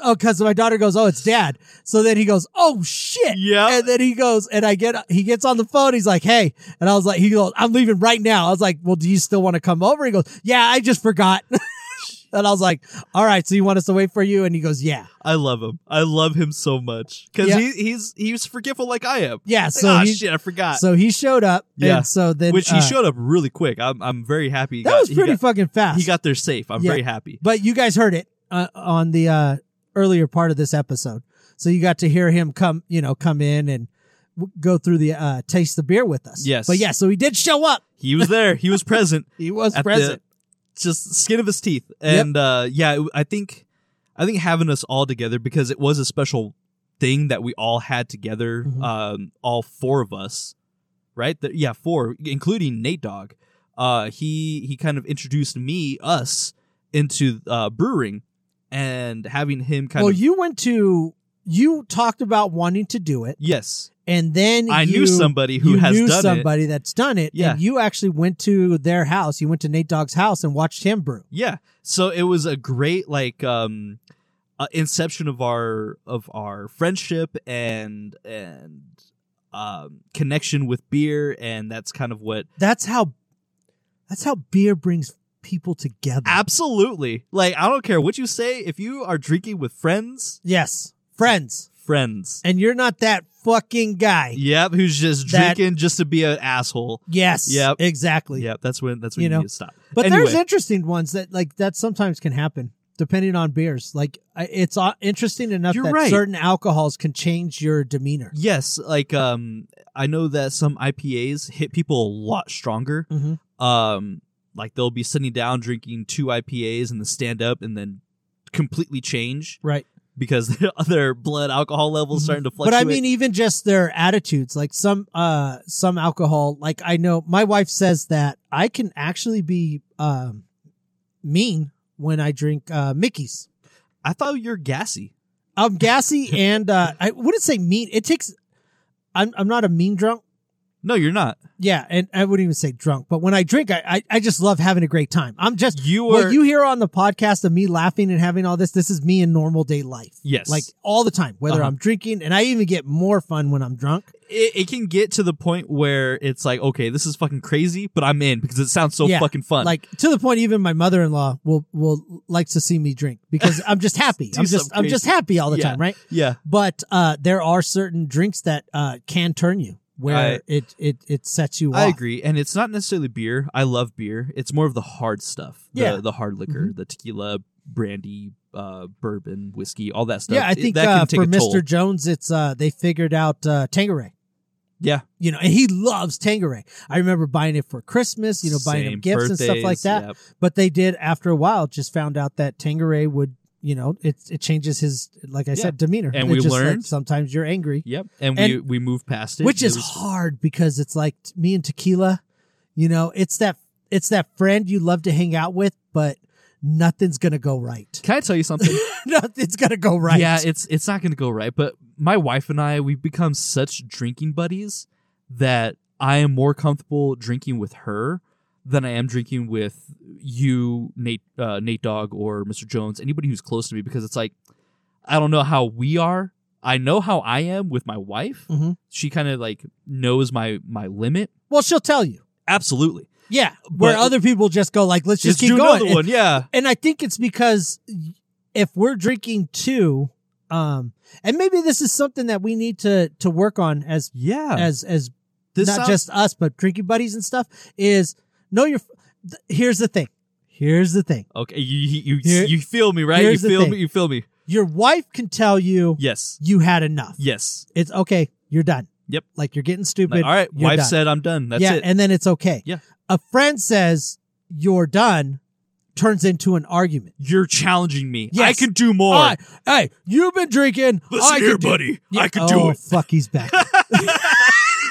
[SPEAKER 2] oh cuz my daughter goes, "Oh, it's dad." So then he goes, "Oh shit."
[SPEAKER 5] Yeah.
[SPEAKER 2] And then he goes, and I get, he gets on the phone. He's like, hey. And I was like, he goes, I'm leaving right now. I was like, well, do you still want to come over? He goes, yeah, I just forgot. (laughs) and I was like, all right, so you want us to wait for you? And he goes, yeah.
[SPEAKER 5] I love him. I love him so much because
[SPEAKER 2] Yeah.
[SPEAKER 5] he, he's he's forgetful like I am.
[SPEAKER 2] Yeah.
[SPEAKER 5] Like,
[SPEAKER 2] So,
[SPEAKER 5] ah,
[SPEAKER 2] he,
[SPEAKER 5] shit, I forgot.
[SPEAKER 2] so he showed up.
[SPEAKER 5] Yeah.
[SPEAKER 2] And so then,
[SPEAKER 5] Which he
[SPEAKER 2] uh,
[SPEAKER 5] showed up really quick. I'm I'm very happy. He
[SPEAKER 2] That
[SPEAKER 5] got,
[SPEAKER 2] was pretty
[SPEAKER 5] He got,
[SPEAKER 2] fucking fast.
[SPEAKER 5] he got there safe. I'm
[SPEAKER 2] Yeah.
[SPEAKER 5] very happy.
[SPEAKER 2] but you guys heard it uh, on the uh, earlier part of this episode. So you got to hear him come, you know, come in and w- go through the uh, taste the beer with us.
[SPEAKER 5] Yes.
[SPEAKER 2] But yeah, so he did show up.
[SPEAKER 5] He was there. He was present.
[SPEAKER 2] He was
[SPEAKER 5] at
[SPEAKER 2] present.
[SPEAKER 5] The, just skin of his teeth. And uh, yeah, I think I think having us all together because it was a special thing that we all had together.
[SPEAKER 2] Mhm.
[SPEAKER 5] Um, all four of us, right? The, yeah, four, including Nate Dog. Uh, he he kind of introduced me us into uh, brewing and having him kind
[SPEAKER 2] well,
[SPEAKER 5] of
[SPEAKER 2] you went to you talked about wanting to do it,
[SPEAKER 5] yes.
[SPEAKER 2] and then
[SPEAKER 5] I
[SPEAKER 2] you,
[SPEAKER 5] knew somebody who
[SPEAKER 2] you
[SPEAKER 5] has
[SPEAKER 2] knew
[SPEAKER 5] done it.
[SPEAKER 2] somebody that's done it.
[SPEAKER 5] Yeah.
[SPEAKER 2] and you actually went to their house. You went to Nate Dogg's house and watched him brew.
[SPEAKER 5] Yeah. So it was a great like um uh, inception of our of our friendship and and um connection with beer and that's kind of what
[SPEAKER 2] That's how. That's how beer brings people together.
[SPEAKER 5] absolutely like I don't care what you say if you are drinking with friends
[SPEAKER 2] yes, friends,
[SPEAKER 5] friends
[SPEAKER 2] and you're not that fucking guy.
[SPEAKER 5] yep who's just
[SPEAKER 2] That-
[SPEAKER 5] drinking just to be an asshole
[SPEAKER 2] Yes.
[SPEAKER 5] Yep.
[SPEAKER 2] Exactly.
[SPEAKER 5] yep that's when that's when
[SPEAKER 2] You
[SPEAKER 5] you,
[SPEAKER 2] know,
[SPEAKER 5] need to stop
[SPEAKER 2] But
[SPEAKER 5] Anyway,
[SPEAKER 2] there's interesting ones that like that sometimes can happen depending on beers. Like I- it's uh, interesting enough
[SPEAKER 5] You're
[SPEAKER 2] that
[SPEAKER 5] right.
[SPEAKER 2] certain alcohols can change your demeanor.
[SPEAKER 5] yes like um I know that some IPAs hit people a lot stronger
[SPEAKER 2] Mm-hmm.
[SPEAKER 5] um like they'll be sitting down drinking two IPAs and then stand up and then completely change
[SPEAKER 2] Right.
[SPEAKER 5] because (laughs) their, their blood alcohol levels
[SPEAKER 2] Mhm.
[SPEAKER 5] starting to
[SPEAKER 2] But
[SPEAKER 5] fluctuate.
[SPEAKER 2] I mean, even just their attitudes, like some uh some alcohol, like I know my wife says that I can actually be um mean when I drink uh Mickey's.
[SPEAKER 5] I thought you're gassy.
[SPEAKER 2] I'm
[SPEAKER 5] (laughs)
[SPEAKER 2] gassy and uh I wouldn't say mean. It takes. I'm I'm not a mean drunk.
[SPEAKER 5] No, you're not.
[SPEAKER 2] Yeah, and I wouldn't even say drunk, but when I drink, I I, I just love having a great time. I'm just
[SPEAKER 5] You are.
[SPEAKER 2] what you hear on the podcast of me laughing and having all this. This is me in normal day life.
[SPEAKER 5] yes.
[SPEAKER 2] Like all the time, whether
[SPEAKER 5] Uh-huh.
[SPEAKER 2] I'm drinking, and I even get more fun when I'm drunk.
[SPEAKER 5] it, it can get to the point where it's like, okay, this is fucking crazy, but I'm in because it sounds so
[SPEAKER 2] Yeah,
[SPEAKER 5] fucking fun.
[SPEAKER 2] Like to the point, even my mother in law will will like to see me drink because I'm
[SPEAKER 5] (laughs)
[SPEAKER 2] just happy. I'm
[SPEAKER 5] Do
[SPEAKER 2] just
[SPEAKER 5] something
[SPEAKER 2] I'm just
[SPEAKER 5] crazy.
[SPEAKER 2] happy all the
[SPEAKER 5] Yeah.
[SPEAKER 2] time, right?
[SPEAKER 5] yeah,
[SPEAKER 2] But uh, there are certain drinks that uh, can turn you where
[SPEAKER 5] I-
[SPEAKER 2] it, it it sets you.
[SPEAKER 5] I
[SPEAKER 2] off.
[SPEAKER 5] agree, and it's not necessarily beer. I love beer. It's more of the hard stuff. The,
[SPEAKER 2] Yeah. Mm-hmm.
[SPEAKER 5] the hard liquor, the tequila, brandy, uh, bourbon, whiskey, all that stuff.
[SPEAKER 2] Yeah, I
[SPEAKER 5] It-
[SPEAKER 2] think
[SPEAKER 5] that
[SPEAKER 2] uh,
[SPEAKER 5] can take
[SPEAKER 2] for
[SPEAKER 5] a toll.
[SPEAKER 2] Mr. Jones, it's uh, they figured out uh, Tangeray.
[SPEAKER 5] Yeah,
[SPEAKER 2] You know, and he loves Tangeray. I remember buying it for Christmas. You know, buying him
[SPEAKER 5] Same,
[SPEAKER 2] gifts and stuff like
[SPEAKER 5] birthdays,
[SPEAKER 2] that.
[SPEAKER 5] yep.
[SPEAKER 2] But they did after a while just found out that Tangeray would. You know, it it changes his like I
[SPEAKER 5] Yeah.
[SPEAKER 2] said demeanor.
[SPEAKER 5] And
[SPEAKER 2] It
[SPEAKER 5] we
[SPEAKER 2] just, like,
[SPEAKER 5] learned-
[SPEAKER 2] sometimes you're angry.
[SPEAKER 5] Yep, and, we we moved past it,
[SPEAKER 2] which
[SPEAKER 5] It
[SPEAKER 2] is
[SPEAKER 5] was-
[SPEAKER 2] hard because it's like t- me and tequila you know it's that it's that friend you love to hang out with but nothing's gonna go right (laughs)
[SPEAKER 5] (laughs) Can I tell you (laughs) something?
[SPEAKER 2] nothing's gonna go right
[SPEAKER 5] Yeah, it's it's not gonna go right. But my wife and I, we've become such drinking buddies that I am more comfortable drinking with her than I am drinking with you, Nate, uh, Nate Dog, or Mr. Jones, anybody who's close to me, because it's like I don't know how we are. I know how I am with my wife.
[SPEAKER 2] Mhm.
[SPEAKER 5] She kind of like knows my my limit.
[SPEAKER 2] well she'll tell you
[SPEAKER 5] Absolutely,
[SPEAKER 2] yeah where
[SPEAKER 5] But-
[SPEAKER 2] other people just go like let's just,
[SPEAKER 5] just
[SPEAKER 2] keep
[SPEAKER 5] do
[SPEAKER 2] going
[SPEAKER 5] another
[SPEAKER 2] And-
[SPEAKER 5] one. Yeah,
[SPEAKER 2] and I think it's because if we're drinking two, um, and maybe this is something that we need to to work on as
[SPEAKER 5] yeah.
[SPEAKER 2] as as
[SPEAKER 5] This
[SPEAKER 2] not
[SPEAKER 5] sounds-
[SPEAKER 2] just us but drinking buddies and stuff is know your. th- Here's the thing. Here's the thing.
[SPEAKER 5] okay, you you you,
[SPEAKER 2] Here-
[SPEAKER 5] you feel me, right? You
[SPEAKER 2] here's the
[SPEAKER 5] feel
[SPEAKER 2] thing.
[SPEAKER 5] me. You feel me.
[SPEAKER 2] Your wife can tell you
[SPEAKER 5] Yes.
[SPEAKER 2] you had enough.
[SPEAKER 5] Yes.
[SPEAKER 2] It's okay. You're done.
[SPEAKER 5] Yep.
[SPEAKER 2] Like you're getting
[SPEAKER 5] Like,
[SPEAKER 2] stupid.
[SPEAKER 5] all right,
[SPEAKER 2] you're
[SPEAKER 5] wife
[SPEAKER 2] done.
[SPEAKER 5] said I'm done. That's
[SPEAKER 2] yeah,
[SPEAKER 5] it.
[SPEAKER 2] and then it's okay.
[SPEAKER 5] Yeah.
[SPEAKER 2] A friend says you're done, turns into an argument.
[SPEAKER 5] You're challenging me. I
[SPEAKER 2] Yes.
[SPEAKER 5] can do more.
[SPEAKER 2] I- hey, you've been drinking.
[SPEAKER 5] Listen
[SPEAKER 2] I
[SPEAKER 5] here,
[SPEAKER 2] can do-
[SPEAKER 5] buddy. I can
[SPEAKER 2] oh,
[SPEAKER 5] do it.
[SPEAKER 2] Fuck, he's
[SPEAKER 5] (laughs)
[SPEAKER 2] back.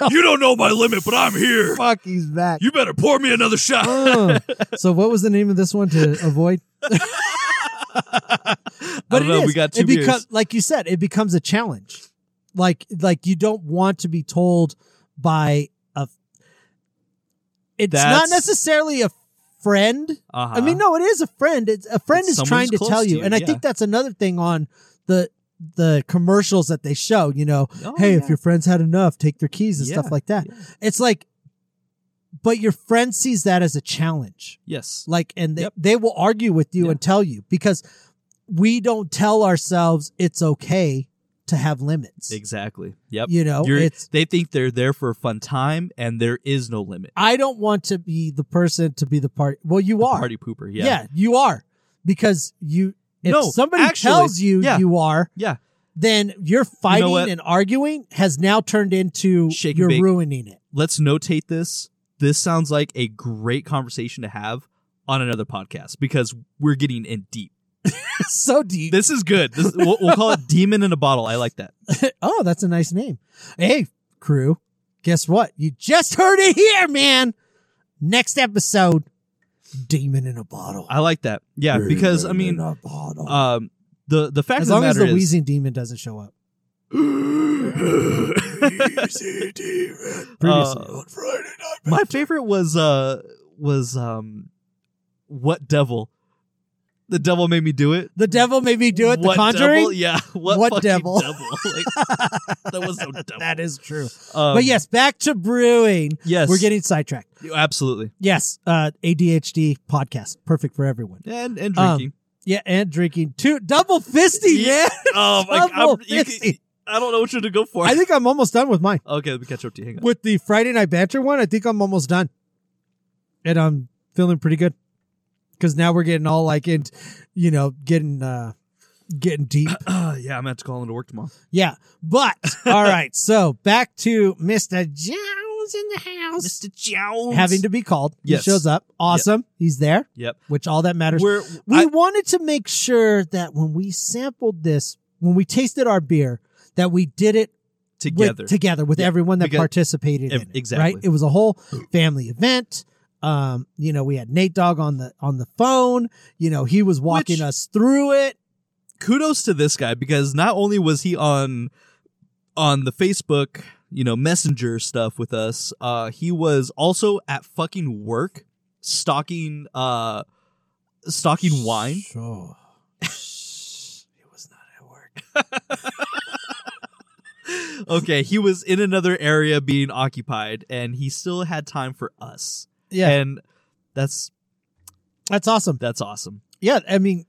[SPEAKER 5] you don't know my limit, but I'm here.
[SPEAKER 2] fuck, he's back. (laughs)
[SPEAKER 5] You better pour me another shot. (laughs)
[SPEAKER 2] Oh. so, what was the name of this one to avoid?
[SPEAKER 5] I
[SPEAKER 2] But
[SPEAKER 5] don't
[SPEAKER 2] it
[SPEAKER 5] know.
[SPEAKER 2] is.
[SPEAKER 5] We got two
[SPEAKER 2] it
[SPEAKER 5] beers.
[SPEAKER 2] becomes, like you said, it becomes a challenge. Like, like you don't want to be told by a. It's
[SPEAKER 5] That's-
[SPEAKER 2] not necessarily a friend.
[SPEAKER 5] Uh-huh.
[SPEAKER 2] I mean, no, it is a friend. It's, a friend
[SPEAKER 5] It's
[SPEAKER 2] is
[SPEAKER 5] someone
[SPEAKER 2] trying
[SPEAKER 5] who's
[SPEAKER 2] to
[SPEAKER 5] close
[SPEAKER 2] tell
[SPEAKER 5] to
[SPEAKER 2] you,
[SPEAKER 5] you,
[SPEAKER 2] and I
[SPEAKER 5] yeah.
[SPEAKER 2] think that's another thing on the the commercials that they show. You know,
[SPEAKER 5] Oh,
[SPEAKER 2] hey,
[SPEAKER 5] yeah.
[SPEAKER 2] if your friends had enough, take their keys and
[SPEAKER 5] Yeah,
[SPEAKER 2] stuff like that.
[SPEAKER 5] yeah.
[SPEAKER 2] It's like, but your friend sees that as a challenge.
[SPEAKER 5] Yes.
[SPEAKER 2] Like, and they,
[SPEAKER 5] Yep.
[SPEAKER 2] they will argue with you
[SPEAKER 5] Yeah.
[SPEAKER 2] and tell you because we don't tell ourselves it's okay to have limits.
[SPEAKER 5] Exactly. Yep.
[SPEAKER 2] You know,
[SPEAKER 5] You're-
[SPEAKER 2] it's
[SPEAKER 5] they think they're there for a fun time, and there is no limit.
[SPEAKER 2] I don't want to be the person to be the party. Well, you are.
[SPEAKER 5] Party pooper.
[SPEAKER 2] yeah.
[SPEAKER 5] Yeah.
[SPEAKER 2] you are because you. If
[SPEAKER 5] No,
[SPEAKER 2] somebody
[SPEAKER 5] actually,
[SPEAKER 2] tells you
[SPEAKER 5] yeah.
[SPEAKER 2] you are,
[SPEAKER 5] Yeah.
[SPEAKER 2] then your fighting
[SPEAKER 5] what?
[SPEAKER 2] and arguing has now turned into
[SPEAKER 5] Shake and
[SPEAKER 2] you're
[SPEAKER 5] bake.
[SPEAKER 2] ruining it. (laughs)
[SPEAKER 5] Let's notate this. This sounds like a great conversation to have on another podcast because we're getting in deep.
[SPEAKER 2] so deep.
[SPEAKER 5] This is good. This, we'll, we'll call it demon in a bottle. I like that.
[SPEAKER 2] (laughs) oh, that's a nice name. Hey, crew, guess what? You just heard it here, man. Next episode, Demon in a Bottle.
[SPEAKER 5] I like that. Uh, Yeah, because I mean, um, the the fact
[SPEAKER 2] as
[SPEAKER 5] of the
[SPEAKER 2] long as
[SPEAKER 5] matter
[SPEAKER 2] the
[SPEAKER 5] is,
[SPEAKER 2] wheezing demon doesn't show
[SPEAKER 5] (laughs)
[SPEAKER 2] up. (laughs) Previously
[SPEAKER 5] Uh,
[SPEAKER 2] on Friday night.
[SPEAKER 5] my favorite was uh was um, what devil? The devil made me do it.
[SPEAKER 2] The devil made me do it. The
[SPEAKER 5] What
[SPEAKER 2] Conjuring.
[SPEAKER 5] Devil? Yeah. (laughs) What,
[SPEAKER 2] What
[SPEAKER 5] fucking
[SPEAKER 2] devil?
[SPEAKER 5] Like, there was
[SPEAKER 2] (laughs)
[SPEAKER 5] no devil.
[SPEAKER 2] That is true.
[SPEAKER 5] Um,
[SPEAKER 2] but yes, back to brewing.
[SPEAKER 5] yes,
[SPEAKER 2] We're getting sidetracked.
[SPEAKER 5] absolutely
[SPEAKER 2] Yes, uh, ADHD podcast, perfect for everyone.
[SPEAKER 5] and and
[SPEAKER 2] Um,
[SPEAKER 5] drinking. (laughs)
[SPEAKER 2] Yeah, and drinking two double fisty. Yeah,
[SPEAKER 5] oh my!
[SPEAKER 2] double
[SPEAKER 5] I'm, you can-
[SPEAKER 2] fisty.
[SPEAKER 5] I don't know which one to go for.
[SPEAKER 2] I think I'm almost done with mine.
[SPEAKER 5] (laughs) okay, let me catch up to you. Hang on.
[SPEAKER 2] with the Friday night banter one, I think I'm almost done, and I'm feeling pretty good because now we're getting all like in, you know, getting uh getting
[SPEAKER 5] (clears throat)
[SPEAKER 2] deep.
[SPEAKER 5] Uh, yeah, I'm gonna have to call into work tomorrow.
[SPEAKER 2] yeah, but all right. So back to Mister Jones in the house,
[SPEAKER 5] Jones
[SPEAKER 2] having to be called.
[SPEAKER 5] Yes.
[SPEAKER 2] He shows up. Awesome. He's there.
[SPEAKER 5] Yep.
[SPEAKER 2] Which all that matters.
[SPEAKER 5] We're,
[SPEAKER 2] we
[SPEAKER 5] I-
[SPEAKER 2] wanted to make sure that when we sampled this, when we tasted our beer, that we did it
[SPEAKER 5] together.
[SPEAKER 2] with, together with
[SPEAKER 5] Yeah,
[SPEAKER 2] everyone that
[SPEAKER 5] because-
[SPEAKER 2] participated in
[SPEAKER 5] ev-
[SPEAKER 2] it,
[SPEAKER 5] exactly.
[SPEAKER 2] right it was a whole family event um you know we had Nate Dog on the on the phone you know he was walking
[SPEAKER 5] Which-
[SPEAKER 2] us through it
[SPEAKER 5] kudos to this guy because not only was he on on the Facebook, you know, messenger stuff with us, uh, he was also at fucking work stalking uh stalking wine.
[SPEAKER 2] (laughs) sure it was not at work
[SPEAKER 5] okay, he was in another area being occupied, and he still had time for us.
[SPEAKER 2] Yeah.
[SPEAKER 5] and that's
[SPEAKER 2] That's awesome.
[SPEAKER 5] that's awesome.
[SPEAKER 2] Yeah, I mean,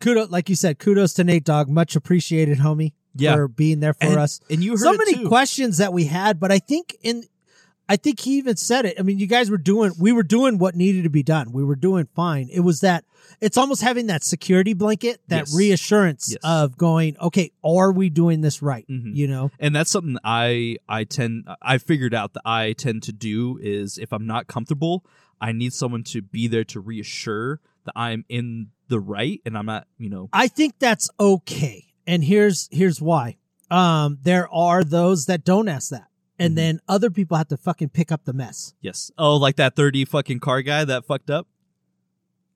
[SPEAKER 2] kudos, like you said, kudos to Nate Dog. Much appreciated, homie.
[SPEAKER 5] Yeah.
[SPEAKER 2] for being there for
[SPEAKER 5] and,
[SPEAKER 2] us.
[SPEAKER 5] and you heard
[SPEAKER 2] so
[SPEAKER 5] it
[SPEAKER 2] many
[SPEAKER 5] too.
[SPEAKER 2] questions that we had, but I think in, I think he even said it. I mean, you guys were doing, we were doing what needed to be done. We were doing fine. It was that it's almost having that security blanket, that
[SPEAKER 5] Yes.
[SPEAKER 2] reassurance
[SPEAKER 5] Yes.
[SPEAKER 2] of going, okay, are we doing this right?
[SPEAKER 5] Mhm.
[SPEAKER 2] You know,
[SPEAKER 5] and that's something I I tend I figured out that I tend to do is if I'm not comfortable, I need someone to be there to reassure that I'm in the right and I'm not, you know.
[SPEAKER 2] I think that's okay. And here's here's why. Um, there are those that don't ask that, and
[SPEAKER 5] Mhm.
[SPEAKER 2] then other people have to fucking pick up the mess.
[SPEAKER 5] Yes. Oh, like that 30 fucking car guy that fucked up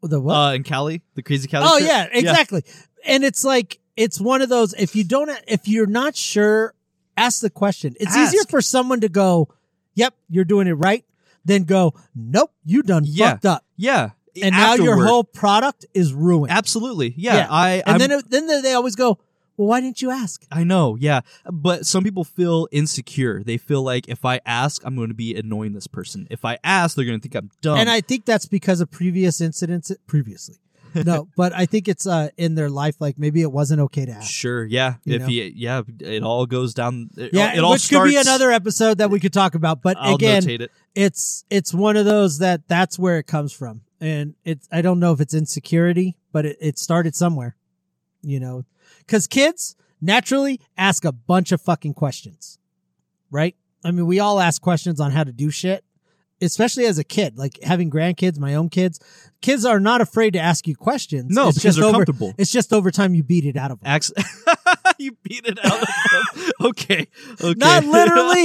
[SPEAKER 2] The what?
[SPEAKER 5] uh in Cali, the crazy Cali.
[SPEAKER 2] oh
[SPEAKER 5] trip?
[SPEAKER 2] yeah exactly and it's like it's one of those if you don't if you're not sure ask the question it's
[SPEAKER 5] Ask.
[SPEAKER 2] easier for someone to go yep you're doing it right than go nope you done
[SPEAKER 5] Yeah.
[SPEAKER 2] fucked up
[SPEAKER 5] Yeah.
[SPEAKER 2] and now your
[SPEAKER 5] Afterward.
[SPEAKER 2] whole product is ruined
[SPEAKER 5] Absolutely. Yeah.
[SPEAKER 2] Yeah.
[SPEAKER 5] I
[SPEAKER 2] and
[SPEAKER 5] I'm-
[SPEAKER 2] then it, then they always go well why didn't you ask
[SPEAKER 5] I know, yeah. But some people feel insecure. They feel like if I ask, I'm going to be annoying this person. If I ask, they're going to think I'm dumb.
[SPEAKER 2] and i think that's because of previous incidents previously
[SPEAKER 5] (laughs)
[SPEAKER 2] no but i think it's uh in their life like maybe it wasn't okay to ask
[SPEAKER 5] Sure. Yeah.
[SPEAKER 2] You
[SPEAKER 5] if
[SPEAKER 2] know?
[SPEAKER 5] you, yeah, it all goes down. It,
[SPEAKER 2] yeah
[SPEAKER 5] it all
[SPEAKER 2] which could be
[SPEAKER 5] starts-
[SPEAKER 2] another episode that we could talk about but
[SPEAKER 5] I'll
[SPEAKER 2] again
[SPEAKER 5] notate it.
[SPEAKER 2] it's it's one of those that that's where it comes from and it's i don't know if it's insecurity but it, it started somewhere you know because kids naturally ask a bunch of fucking questions right i mean we all ask questions on how to do shit especially as a kid like having grandkids my own kids kids are not afraid to ask you questions
[SPEAKER 5] No,
[SPEAKER 2] it's
[SPEAKER 5] because
[SPEAKER 2] just
[SPEAKER 5] they're
[SPEAKER 2] over
[SPEAKER 5] comfortable.
[SPEAKER 2] it's just over time you beat it out of them
[SPEAKER 5] Ax- (laughs) you beat it out of them. (laughs) Okay. Okay.
[SPEAKER 2] Not
[SPEAKER 5] (laughs)
[SPEAKER 2] literally,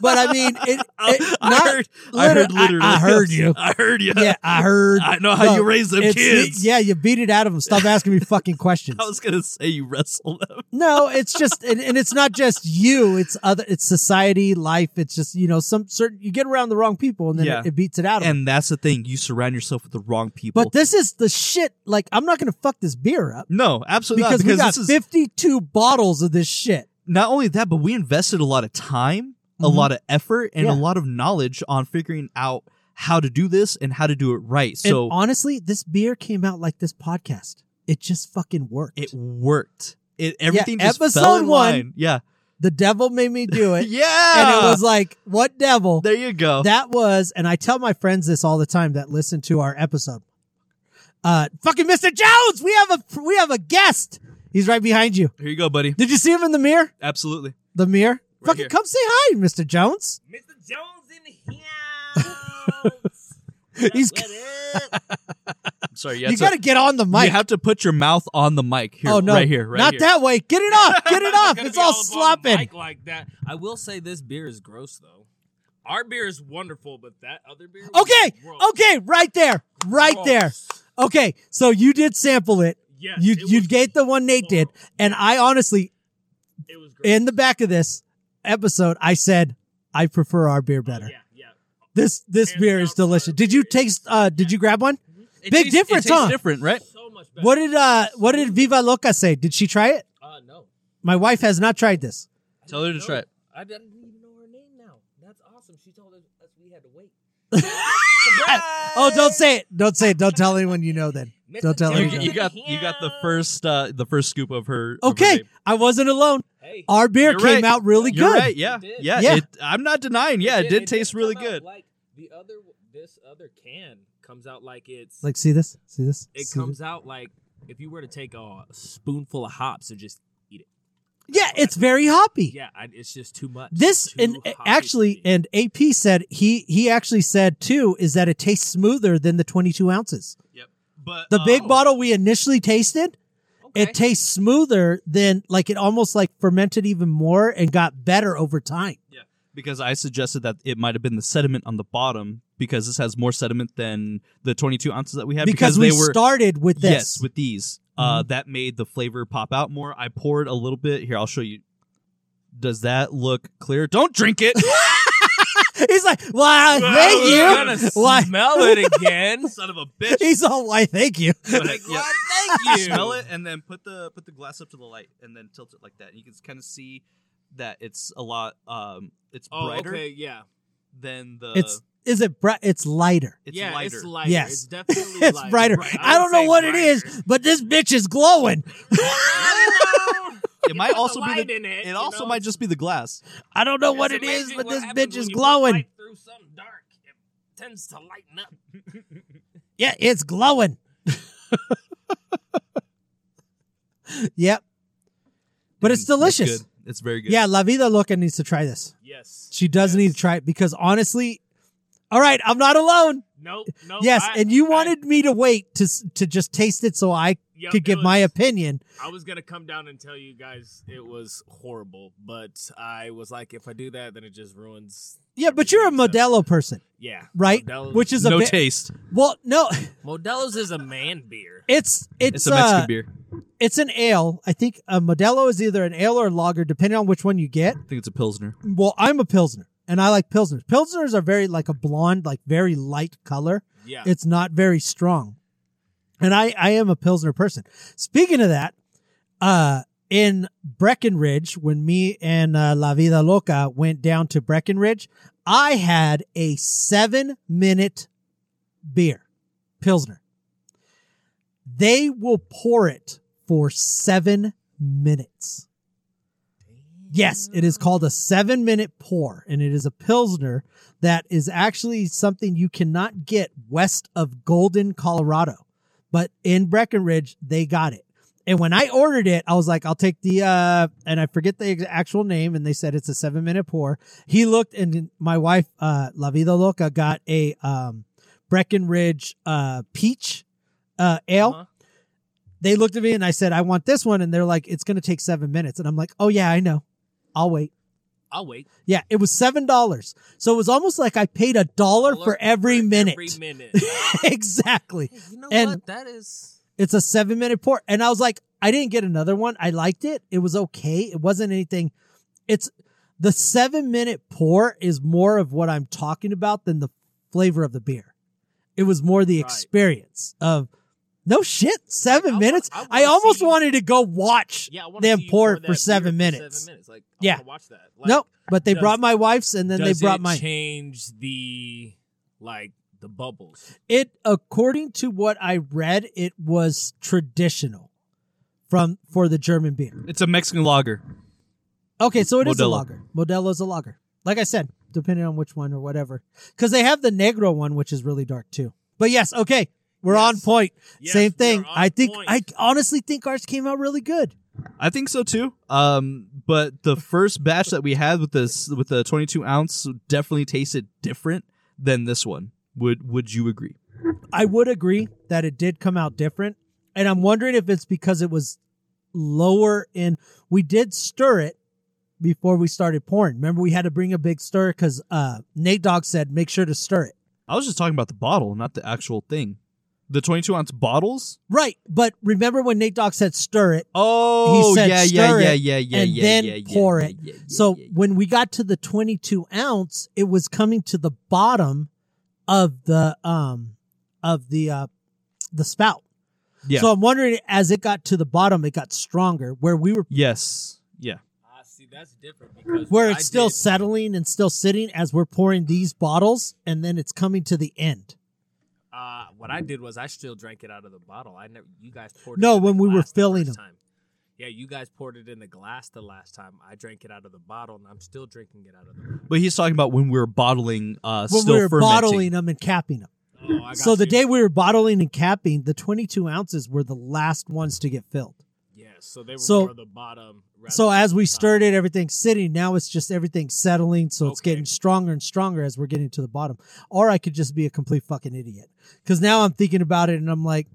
[SPEAKER 2] but i mean it, it
[SPEAKER 5] I
[SPEAKER 2] not
[SPEAKER 5] heard. I
[SPEAKER 2] liter-
[SPEAKER 5] heard
[SPEAKER 2] I-
[SPEAKER 5] literally.
[SPEAKER 2] I heard you.
[SPEAKER 5] (laughs) I heard you.
[SPEAKER 2] yeah i heard
[SPEAKER 5] I know how
[SPEAKER 2] No,
[SPEAKER 5] you raise them
[SPEAKER 2] It's-
[SPEAKER 5] kids.
[SPEAKER 2] Yeah, you beat it out of them. Stop asking
[SPEAKER 5] (laughs)
[SPEAKER 2] me fucking questions.
[SPEAKER 5] (laughs) I was gonna say you wrestle them.
[SPEAKER 2] No, it's just, and, and it's not just you. It's other, it's society, life. It's just you know some certain you get around the wrong people and then
[SPEAKER 5] Yeah.
[SPEAKER 2] it, it beats it out of them.
[SPEAKER 5] And that's the thing. You surround yourself with the wrong people.
[SPEAKER 2] But this is the shit. Like I'm not gonna fuck this beer up
[SPEAKER 5] no, absolutely
[SPEAKER 2] because,
[SPEAKER 5] not.
[SPEAKER 2] we
[SPEAKER 5] Because
[SPEAKER 2] got
[SPEAKER 5] this is
[SPEAKER 2] 52 bottles of this shit.
[SPEAKER 5] not only that, but we invested a lot of time, a
[SPEAKER 2] Mhm.
[SPEAKER 5] lot of effort, and
[SPEAKER 2] Yeah.
[SPEAKER 5] a lot of knowledge on figuring out how to do this and how to do it right.
[SPEAKER 2] And
[SPEAKER 5] So
[SPEAKER 2] honestly, this beer came out like this podcast. It just fucking worked.
[SPEAKER 5] it worked. It everything just
[SPEAKER 2] episode
[SPEAKER 5] fell in
[SPEAKER 2] one.
[SPEAKER 5] line. Yeah,
[SPEAKER 2] the devil made me do
[SPEAKER 5] (laughs)
[SPEAKER 2] it,
[SPEAKER 5] yeah.
[SPEAKER 2] and it was like, what devil?
[SPEAKER 5] there you go.
[SPEAKER 2] That was, and I tell my friends this all the time that listen to our episode. Uh, fucking Mr. Jones, we have a we have a guest. He's right behind you.
[SPEAKER 5] Here you go, buddy.
[SPEAKER 2] Did you see him in the mirror?
[SPEAKER 5] Absolutely.
[SPEAKER 2] The mirror. fucking
[SPEAKER 5] here.
[SPEAKER 2] come say hi, Mr. Jones.
[SPEAKER 3] Mr. Jones in here.
[SPEAKER 4] (laughs)
[SPEAKER 2] He's
[SPEAKER 5] I'm sorry. You,
[SPEAKER 2] you got to get on the
[SPEAKER 5] You
[SPEAKER 2] mic.
[SPEAKER 5] have to put your mouth on the mic. Here,
[SPEAKER 2] oh no,
[SPEAKER 5] right here, right
[SPEAKER 2] not
[SPEAKER 5] here.
[SPEAKER 2] that way. Get it off.
[SPEAKER 3] (laughs)
[SPEAKER 2] Get
[SPEAKER 5] (laughs)
[SPEAKER 2] it off.
[SPEAKER 3] gonna
[SPEAKER 2] it's
[SPEAKER 3] be
[SPEAKER 2] all
[SPEAKER 3] up on
[SPEAKER 2] slopping.
[SPEAKER 3] mic like that. I will say this beer is gross though. Our beer is wonderful, but that other beer. was
[SPEAKER 2] Okay,
[SPEAKER 3] gross.
[SPEAKER 2] okay, right there, right
[SPEAKER 3] Gross.
[SPEAKER 2] there. Okay, so you did sample it.
[SPEAKER 3] Yes,
[SPEAKER 2] You
[SPEAKER 3] it
[SPEAKER 2] you
[SPEAKER 3] was-
[SPEAKER 2] gave the one Nate did, and I honestly
[SPEAKER 3] It was gross.
[SPEAKER 2] in the back of this episode, I said I prefer our beer better.
[SPEAKER 3] Oh, yeah, yeah.
[SPEAKER 2] This this
[SPEAKER 3] Hands
[SPEAKER 2] beer
[SPEAKER 3] down,
[SPEAKER 2] is delicious.
[SPEAKER 3] our
[SPEAKER 2] Did you
[SPEAKER 3] beer
[SPEAKER 2] taste? Uh, did you grab one?
[SPEAKER 5] It
[SPEAKER 2] Big
[SPEAKER 5] tastes-
[SPEAKER 2] difference,
[SPEAKER 5] it tastes
[SPEAKER 2] huh?
[SPEAKER 5] Different, right?
[SPEAKER 3] So much better.
[SPEAKER 2] What did uh What did Viva Loca say? Did she try it?
[SPEAKER 3] Uh, no,
[SPEAKER 2] My wife has not tried this.
[SPEAKER 5] Tell her to
[SPEAKER 3] No.
[SPEAKER 5] try it.
[SPEAKER 3] I didn't even know her name now. That's awesome. She told us we had to wait. Surprise!
[SPEAKER 2] Oh, don't say it. Don't say it. Don't tell anyone you know. Then
[SPEAKER 3] Mr.
[SPEAKER 2] don't tell
[SPEAKER 3] Jones
[SPEAKER 5] You,
[SPEAKER 3] in
[SPEAKER 2] anyone.
[SPEAKER 5] you got you got the
[SPEAKER 3] here.
[SPEAKER 5] first uh the first scoop of her. of her
[SPEAKER 2] Okay,
[SPEAKER 5] vape.
[SPEAKER 2] I wasn't alone.
[SPEAKER 3] Hey,
[SPEAKER 2] Our beer
[SPEAKER 5] You're
[SPEAKER 2] came
[SPEAKER 5] right.
[SPEAKER 2] out really
[SPEAKER 5] You're
[SPEAKER 2] good.
[SPEAKER 5] right. Yeah,
[SPEAKER 3] It did.
[SPEAKER 5] yeah.
[SPEAKER 2] Yeah.
[SPEAKER 5] It, I'm not denying. Yeah, it did taste really
[SPEAKER 3] come out
[SPEAKER 5] good.
[SPEAKER 3] Like the other, this other can comes out like it's
[SPEAKER 2] Like, see this? See this?
[SPEAKER 3] it
[SPEAKER 2] See
[SPEAKER 3] comes out like if you were to take a spoonful of hops and just
[SPEAKER 2] this? Yeah, it's very hoppy.
[SPEAKER 3] yeah, I, it's just too much.
[SPEAKER 2] This
[SPEAKER 3] Too
[SPEAKER 2] and
[SPEAKER 3] hoppy for
[SPEAKER 2] actually,
[SPEAKER 3] me.
[SPEAKER 2] and AP said he he actually said too is that it tastes smoother than the twenty two ounces.
[SPEAKER 5] But
[SPEAKER 2] The
[SPEAKER 5] uh,
[SPEAKER 6] Oh.
[SPEAKER 2] big bottle we initially tasted, it tastes smoother than like it almost like fermented even more and got better over time.
[SPEAKER 5] because I suggested that it might have been the sediment on the bottom because this has more sediment than the 22 ounces that we had
[SPEAKER 2] because, we
[SPEAKER 5] they were
[SPEAKER 2] started with this.
[SPEAKER 5] yes with these uh that made the flavor pop out more. I poured a little bit here. I'll show you. Does that look clear? Don't drink it.
[SPEAKER 2] (laughs) He's like, "Why, thank you." (laughs) Why?
[SPEAKER 3] smell it
[SPEAKER 2] (laughs)
[SPEAKER 3] again.
[SPEAKER 5] Son of a bitch.
[SPEAKER 2] He's all, "Why, thank you."
[SPEAKER 5] Like, yeah.
[SPEAKER 3] Thank you.
[SPEAKER 5] Smell it and then put the put the glass up to the light and then tilt it like that. And you can kind of see that it's a lot. Um, it's
[SPEAKER 6] Oh,
[SPEAKER 5] brighter
[SPEAKER 6] okay, yeah,
[SPEAKER 5] than the.
[SPEAKER 2] It's is it bright? It's lighter.
[SPEAKER 5] it's
[SPEAKER 6] yeah,
[SPEAKER 5] lighter.
[SPEAKER 6] it's lighter.
[SPEAKER 2] Yes. (laughs)
[SPEAKER 6] it's definitely
[SPEAKER 2] It's
[SPEAKER 6] lighter.
[SPEAKER 2] brighter.
[SPEAKER 6] Right,
[SPEAKER 2] I
[SPEAKER 6] would
[SPEAKER 2] don't know
[SPEAKER 6] say
[SPEAKER 2] what it
[SPEAKER 6] brighter.
[SPEAKER 2] is, but this bitch is
[SPEAKER 6] (laughs)
[SPEAKER 2] glowing.
[SPEAKER 5] it might
[SPEAKER 6] Put the
[SPEAKER 5] also be
[SPEAKER 6] light
[SPEAKER 5] the.
[SPEAKER 6] in it.
[SPEAKER 5] It also might just be the glass.
[SPEAKER 2] I don't know what
[SPEAKER 6] It's
[SPEAKER 2] it is,
[SPEAKER 6] amazing
[SPEAKER 2] but
[SPEAKER 6] what
[SPEAKER 2] this
[SPEAKER 6] happens
[SPEAKER 2] bitch
[SPEAKER 6] when
[SPEAKER 2] is
[SPEAKER 6] you put light
[SPEAKER 2] glowing.
[SPEAKER 6] Through something dark, it tends to lighten up.
[SPEAKER 2] Yeah, it's glowing. yep. But it's
[SPEAKER 5] Mm,
[SPEAKER 2] delicious.
[SPEAKER 5] good. It's very good.
[SPEAKER 2] Yeah, La Vida Loca needs to try this.
[SPEAKER 6] Yes.
[SPEAKER 2] She does need to try it because honestly, all right, I'm not alone.
[SPEAKER 6] Nope. No.
[SPEAKER 2] yes,
[SPEAKER 6] Oh, I-
[SPEAKER 2] and you
[SPEAKER 6] I-
[SPEAKER 2] wanted me to wait to s- to just taste it so I
[SPEAKER 6] yep,
[SPEAKER 2] could
[SPEAKER 6] it
[SPEAKER 2] give my
[SPEAKER 6] was-
[SPEAKER 2] opinion.
[SPEAKER 6] I was gonna come down and tell you guys it was horrible, but I was like, if I do that, then it just ruins.
[SPEAKER 2] Yeah, but you're a
[SPEAKER 6] everything, so-
[SPEAKER 2] Modelo person,
[SPEAKER 6] Yeah.
[SPEAKER 2] right?
[SPEAKER 6] Modelo's,
[SPEAKER 2] Which is a
[SPEAKER 5] uh, no
[SPEAKER 2] bit,
[SPEAKER 5] taste.
[SPEAKER 2] well, no,
[SPEAKER 6] Modelo's is a man beer.
[SPEAKER 2] it's it's,
[SPEAKER 5] It's a Mexican
[SPEAKER 2] uh,
[SPEAKER 5] beer.
[SPEAKER 2] It's an ale. I think a Modelo is either an ale or a lager, depending on which one you get.
[SPEAKER 5] I think it's a pilsner.
[SPEAKER 2] Well, I'm a pilsner, and I like pilsners. Pilsners are very like a blonde, like very light color.
[SPEAKER 6] Yeah.
[SPEAKER 2] It's not very strong, and I I am a pilsner person. Speaking of that, uh, in Breckenridge, when me and uh, La Vida Loca went down to Breckenridge, I had a seven minute beer, pilsner. They will pour it for seven minutes. Yes, it is called a seven minute pour, and it is a Pilsner that is actually something you cannot get west of Golden, Colorado. But in Breckenridge, they got it. And when I ordered it, I was like, I'll take the, uh, and I forget the ex- actual name. And they said it's a seven minute pour. He looked, and my wife, uh, La Vida Loca, got a um, Breckenridge uh, peach uh, ale
[SPEAKER 6] Uh-huh.
[SPEAKER 2] they looked at me and I said, I want this one. And they're like, it's going to take seven minutes. And I'm like, oh, yeah, I know. I'll wait.
[SPEAKER 6] I'll wait.
[SPEAKER 2] Yeah, it was $7. So it was almost like I paid a dollar for every minute. (laughs)
[SPEAKER 6] Every minute.
[SPEAKER 2] exactly.
[SPEAKER 6] you know
[SPEAKER 2] And-
[SPEAKER 6] what? That is.
[SPEAKER 2] It's a seven minute pour. And I was like, I didn't get another one. I liked it. It was okay. It wasn't anything. It's the seven minute pour is more of what I'm talking about than the flavor of the beer. It was more the
[SPEAKER 6] Right.
[SPEAKER 2] experience of no shit, seven
[SPEAKER 6] I wa-
[SPEAKER 2] minutes.
[SPEAKER 6] I
[SPEAKER 2] I,
[SPEAKER 6] wanna
[SPEAKER 2] almost
[SPEAKER 6] see-
[SPEAKER 2] wanted to go watch
[SPEAKER 6] Yeah. I want
[SPEAKER 2] Then
[SPEAKER 6] see you
[SPEAKER 2] pour it
[SPEAKER 6] that
[SPEAKER 2] for
[SPEAKER 6] beer
[SPEAKER 2] seven minutes.
[SPEAKER 6] Seven minutes. Like. I
[SPEAKER 2] Yeah.
[SPEAKER 6] wanna Watch that. Like,
[SPEAKER 2] nope. But they
[SPEAKER 6] does-
[SPEAKER 2] brought my wife's, and then they
[SPEAKER 6] does
[SPEAKER 2] brought
[SPEAKER 6] it
[SPEAKER 2] mine.
[SPEAKER 6] Change the like the bubbles.
[SPEAKER 2] It, according to what I read, it was traditional from for the German beer.
[SPEAKER 5] It's a Mexican lager.
[SPEAKER 2] Okay, so it is a
[SPEAKER 5] Modelo.
[SPEAKER 2] lager. Modelo's a lager. Like I said, depending on which one or whatever, because they have the Negro one, which is really dark too. But yes, okay, we're on
[SPEAKER 6] Yes.
[SPEAKER 2] point.
[SPEAKER 6] Yes,
[SPEAKER 2] Same
[SPEAKER 6] we
[SPEAKER 2] thing.
[SPEAKER 6] are on
[SPEAKER 2] I think
[SPEAKER 6] point.
[SPEAKER 2] I honestly think ours came out really good.
[SPEAKER 5] I think so too. Um, but the first batch that we had with this with the 22 ounce definitely tasted different than this one. Would Would you agree?
[SPEAKER 2] I would agree that it did come out different. And I'm wondering if it's because it was lower in. We did stir it before we started pouring. Remember, we had to bring a big stir because uh, Nate Dogg said, make sure to stir it.
[SPEAKER 5] I was just talking about the bottle, not the actual thing. The 22 ounce bottles.
[SPEAKER 2] Right. But remember when Nate Dogg said, stir it?
[SPEAKER 5] Oh,
[SPEAKER 2] He said
[SPEAKER 5] yeah, yeah,
[SPEAKER 2] stir
[SPEAKER 5] yeah,
[SPEAKER 2] it
[SPEAKER 5] yeah, yeah,
[SPEAKER 2] and
[SPEAKER 5] yeah,
[SPEAKER 2] then
[SPEAKER 5] yeah, yeah,
[SPEAKER 2] pour
[SPEAKER 5] yeah,
[SPEAKER 2] it.
[SPEAKER 5] yeah, yeah,
[SPEAKER 2] So
[SPEAKER 5] yeah, yeah.
[SPEAKER 2] when we got to the 22 ounce, it was coming to the bottom of the, um, of the, uh, the spout.
[SPEAKER 5] Yeah.
[SPEAKER 2] So I'm wondering as it got to the bottom, it got stronger where we were
[SPEAKER 5] yes, yeah,
[SPEAKER 6] Ah, see, that's different because
[SPEAKER 2] where
[SPEAKER 6] what
[SPEAKER 2] it's
[SPEAKER 6] I
[SPEAKER 2] still
[SPEAKER 6] did-
[SPEAKER 2] settling and still sitting as we're pouring these bottles and then it's coming to the end
[SPEAKER 6] Uh, what I did was I still drank it out of the bottle. I never. You guys poured. it
[SPEAKER 2] No,
[SPEAKER 6] in the
[SPEAKER 2] when we were
[SPEAKER 6] glass the
[SPEAKER 2] filling
[SPEAKER 6] first
[SPEAKER 2] them.
[SPEAKER 6] Time. Yeah, you guys poured it in the glass the last time. I drank it out of the bottle, and I'm still drinking it out of the. bottle.
[SPEAKER 5] but he's talking about when we were bottling, uh,
[SPEAKER 2] when
[SPEAKER 5] still
[SPEAKER 2] we were
[SPEAKER 5] fermenting.
[SPEAKER 2] bottling them and capping them
[SPEAKER 6] Oh, I got
[SPEAKER 2] so the
[SPEAKER 6] you.
[SPEAKER 2] day we were bottling and capping the 22 ounces were the last ones to get filled
[SPEAKER 6] Yeah, so they were
[SPEAKER 2] So-
[SPEAKER 6] more the bottom. rather
[SPEAKER 2] so
[SPEAKER 6] than
[SPEAKER 2] as
[SPEAKER 6] the
[SPEAKER 2] we
[SPEAKER 6] top.
[SPEAKER 2] stirred it everything's sitting now it's just everything's settling so it's
[SPEAKER 6] Okay.
[SPEAKER 2] getting stronger and stronger as we're getting to the bottom or i could just be a complete fucking idiot because now i'm thinking about it and i'm like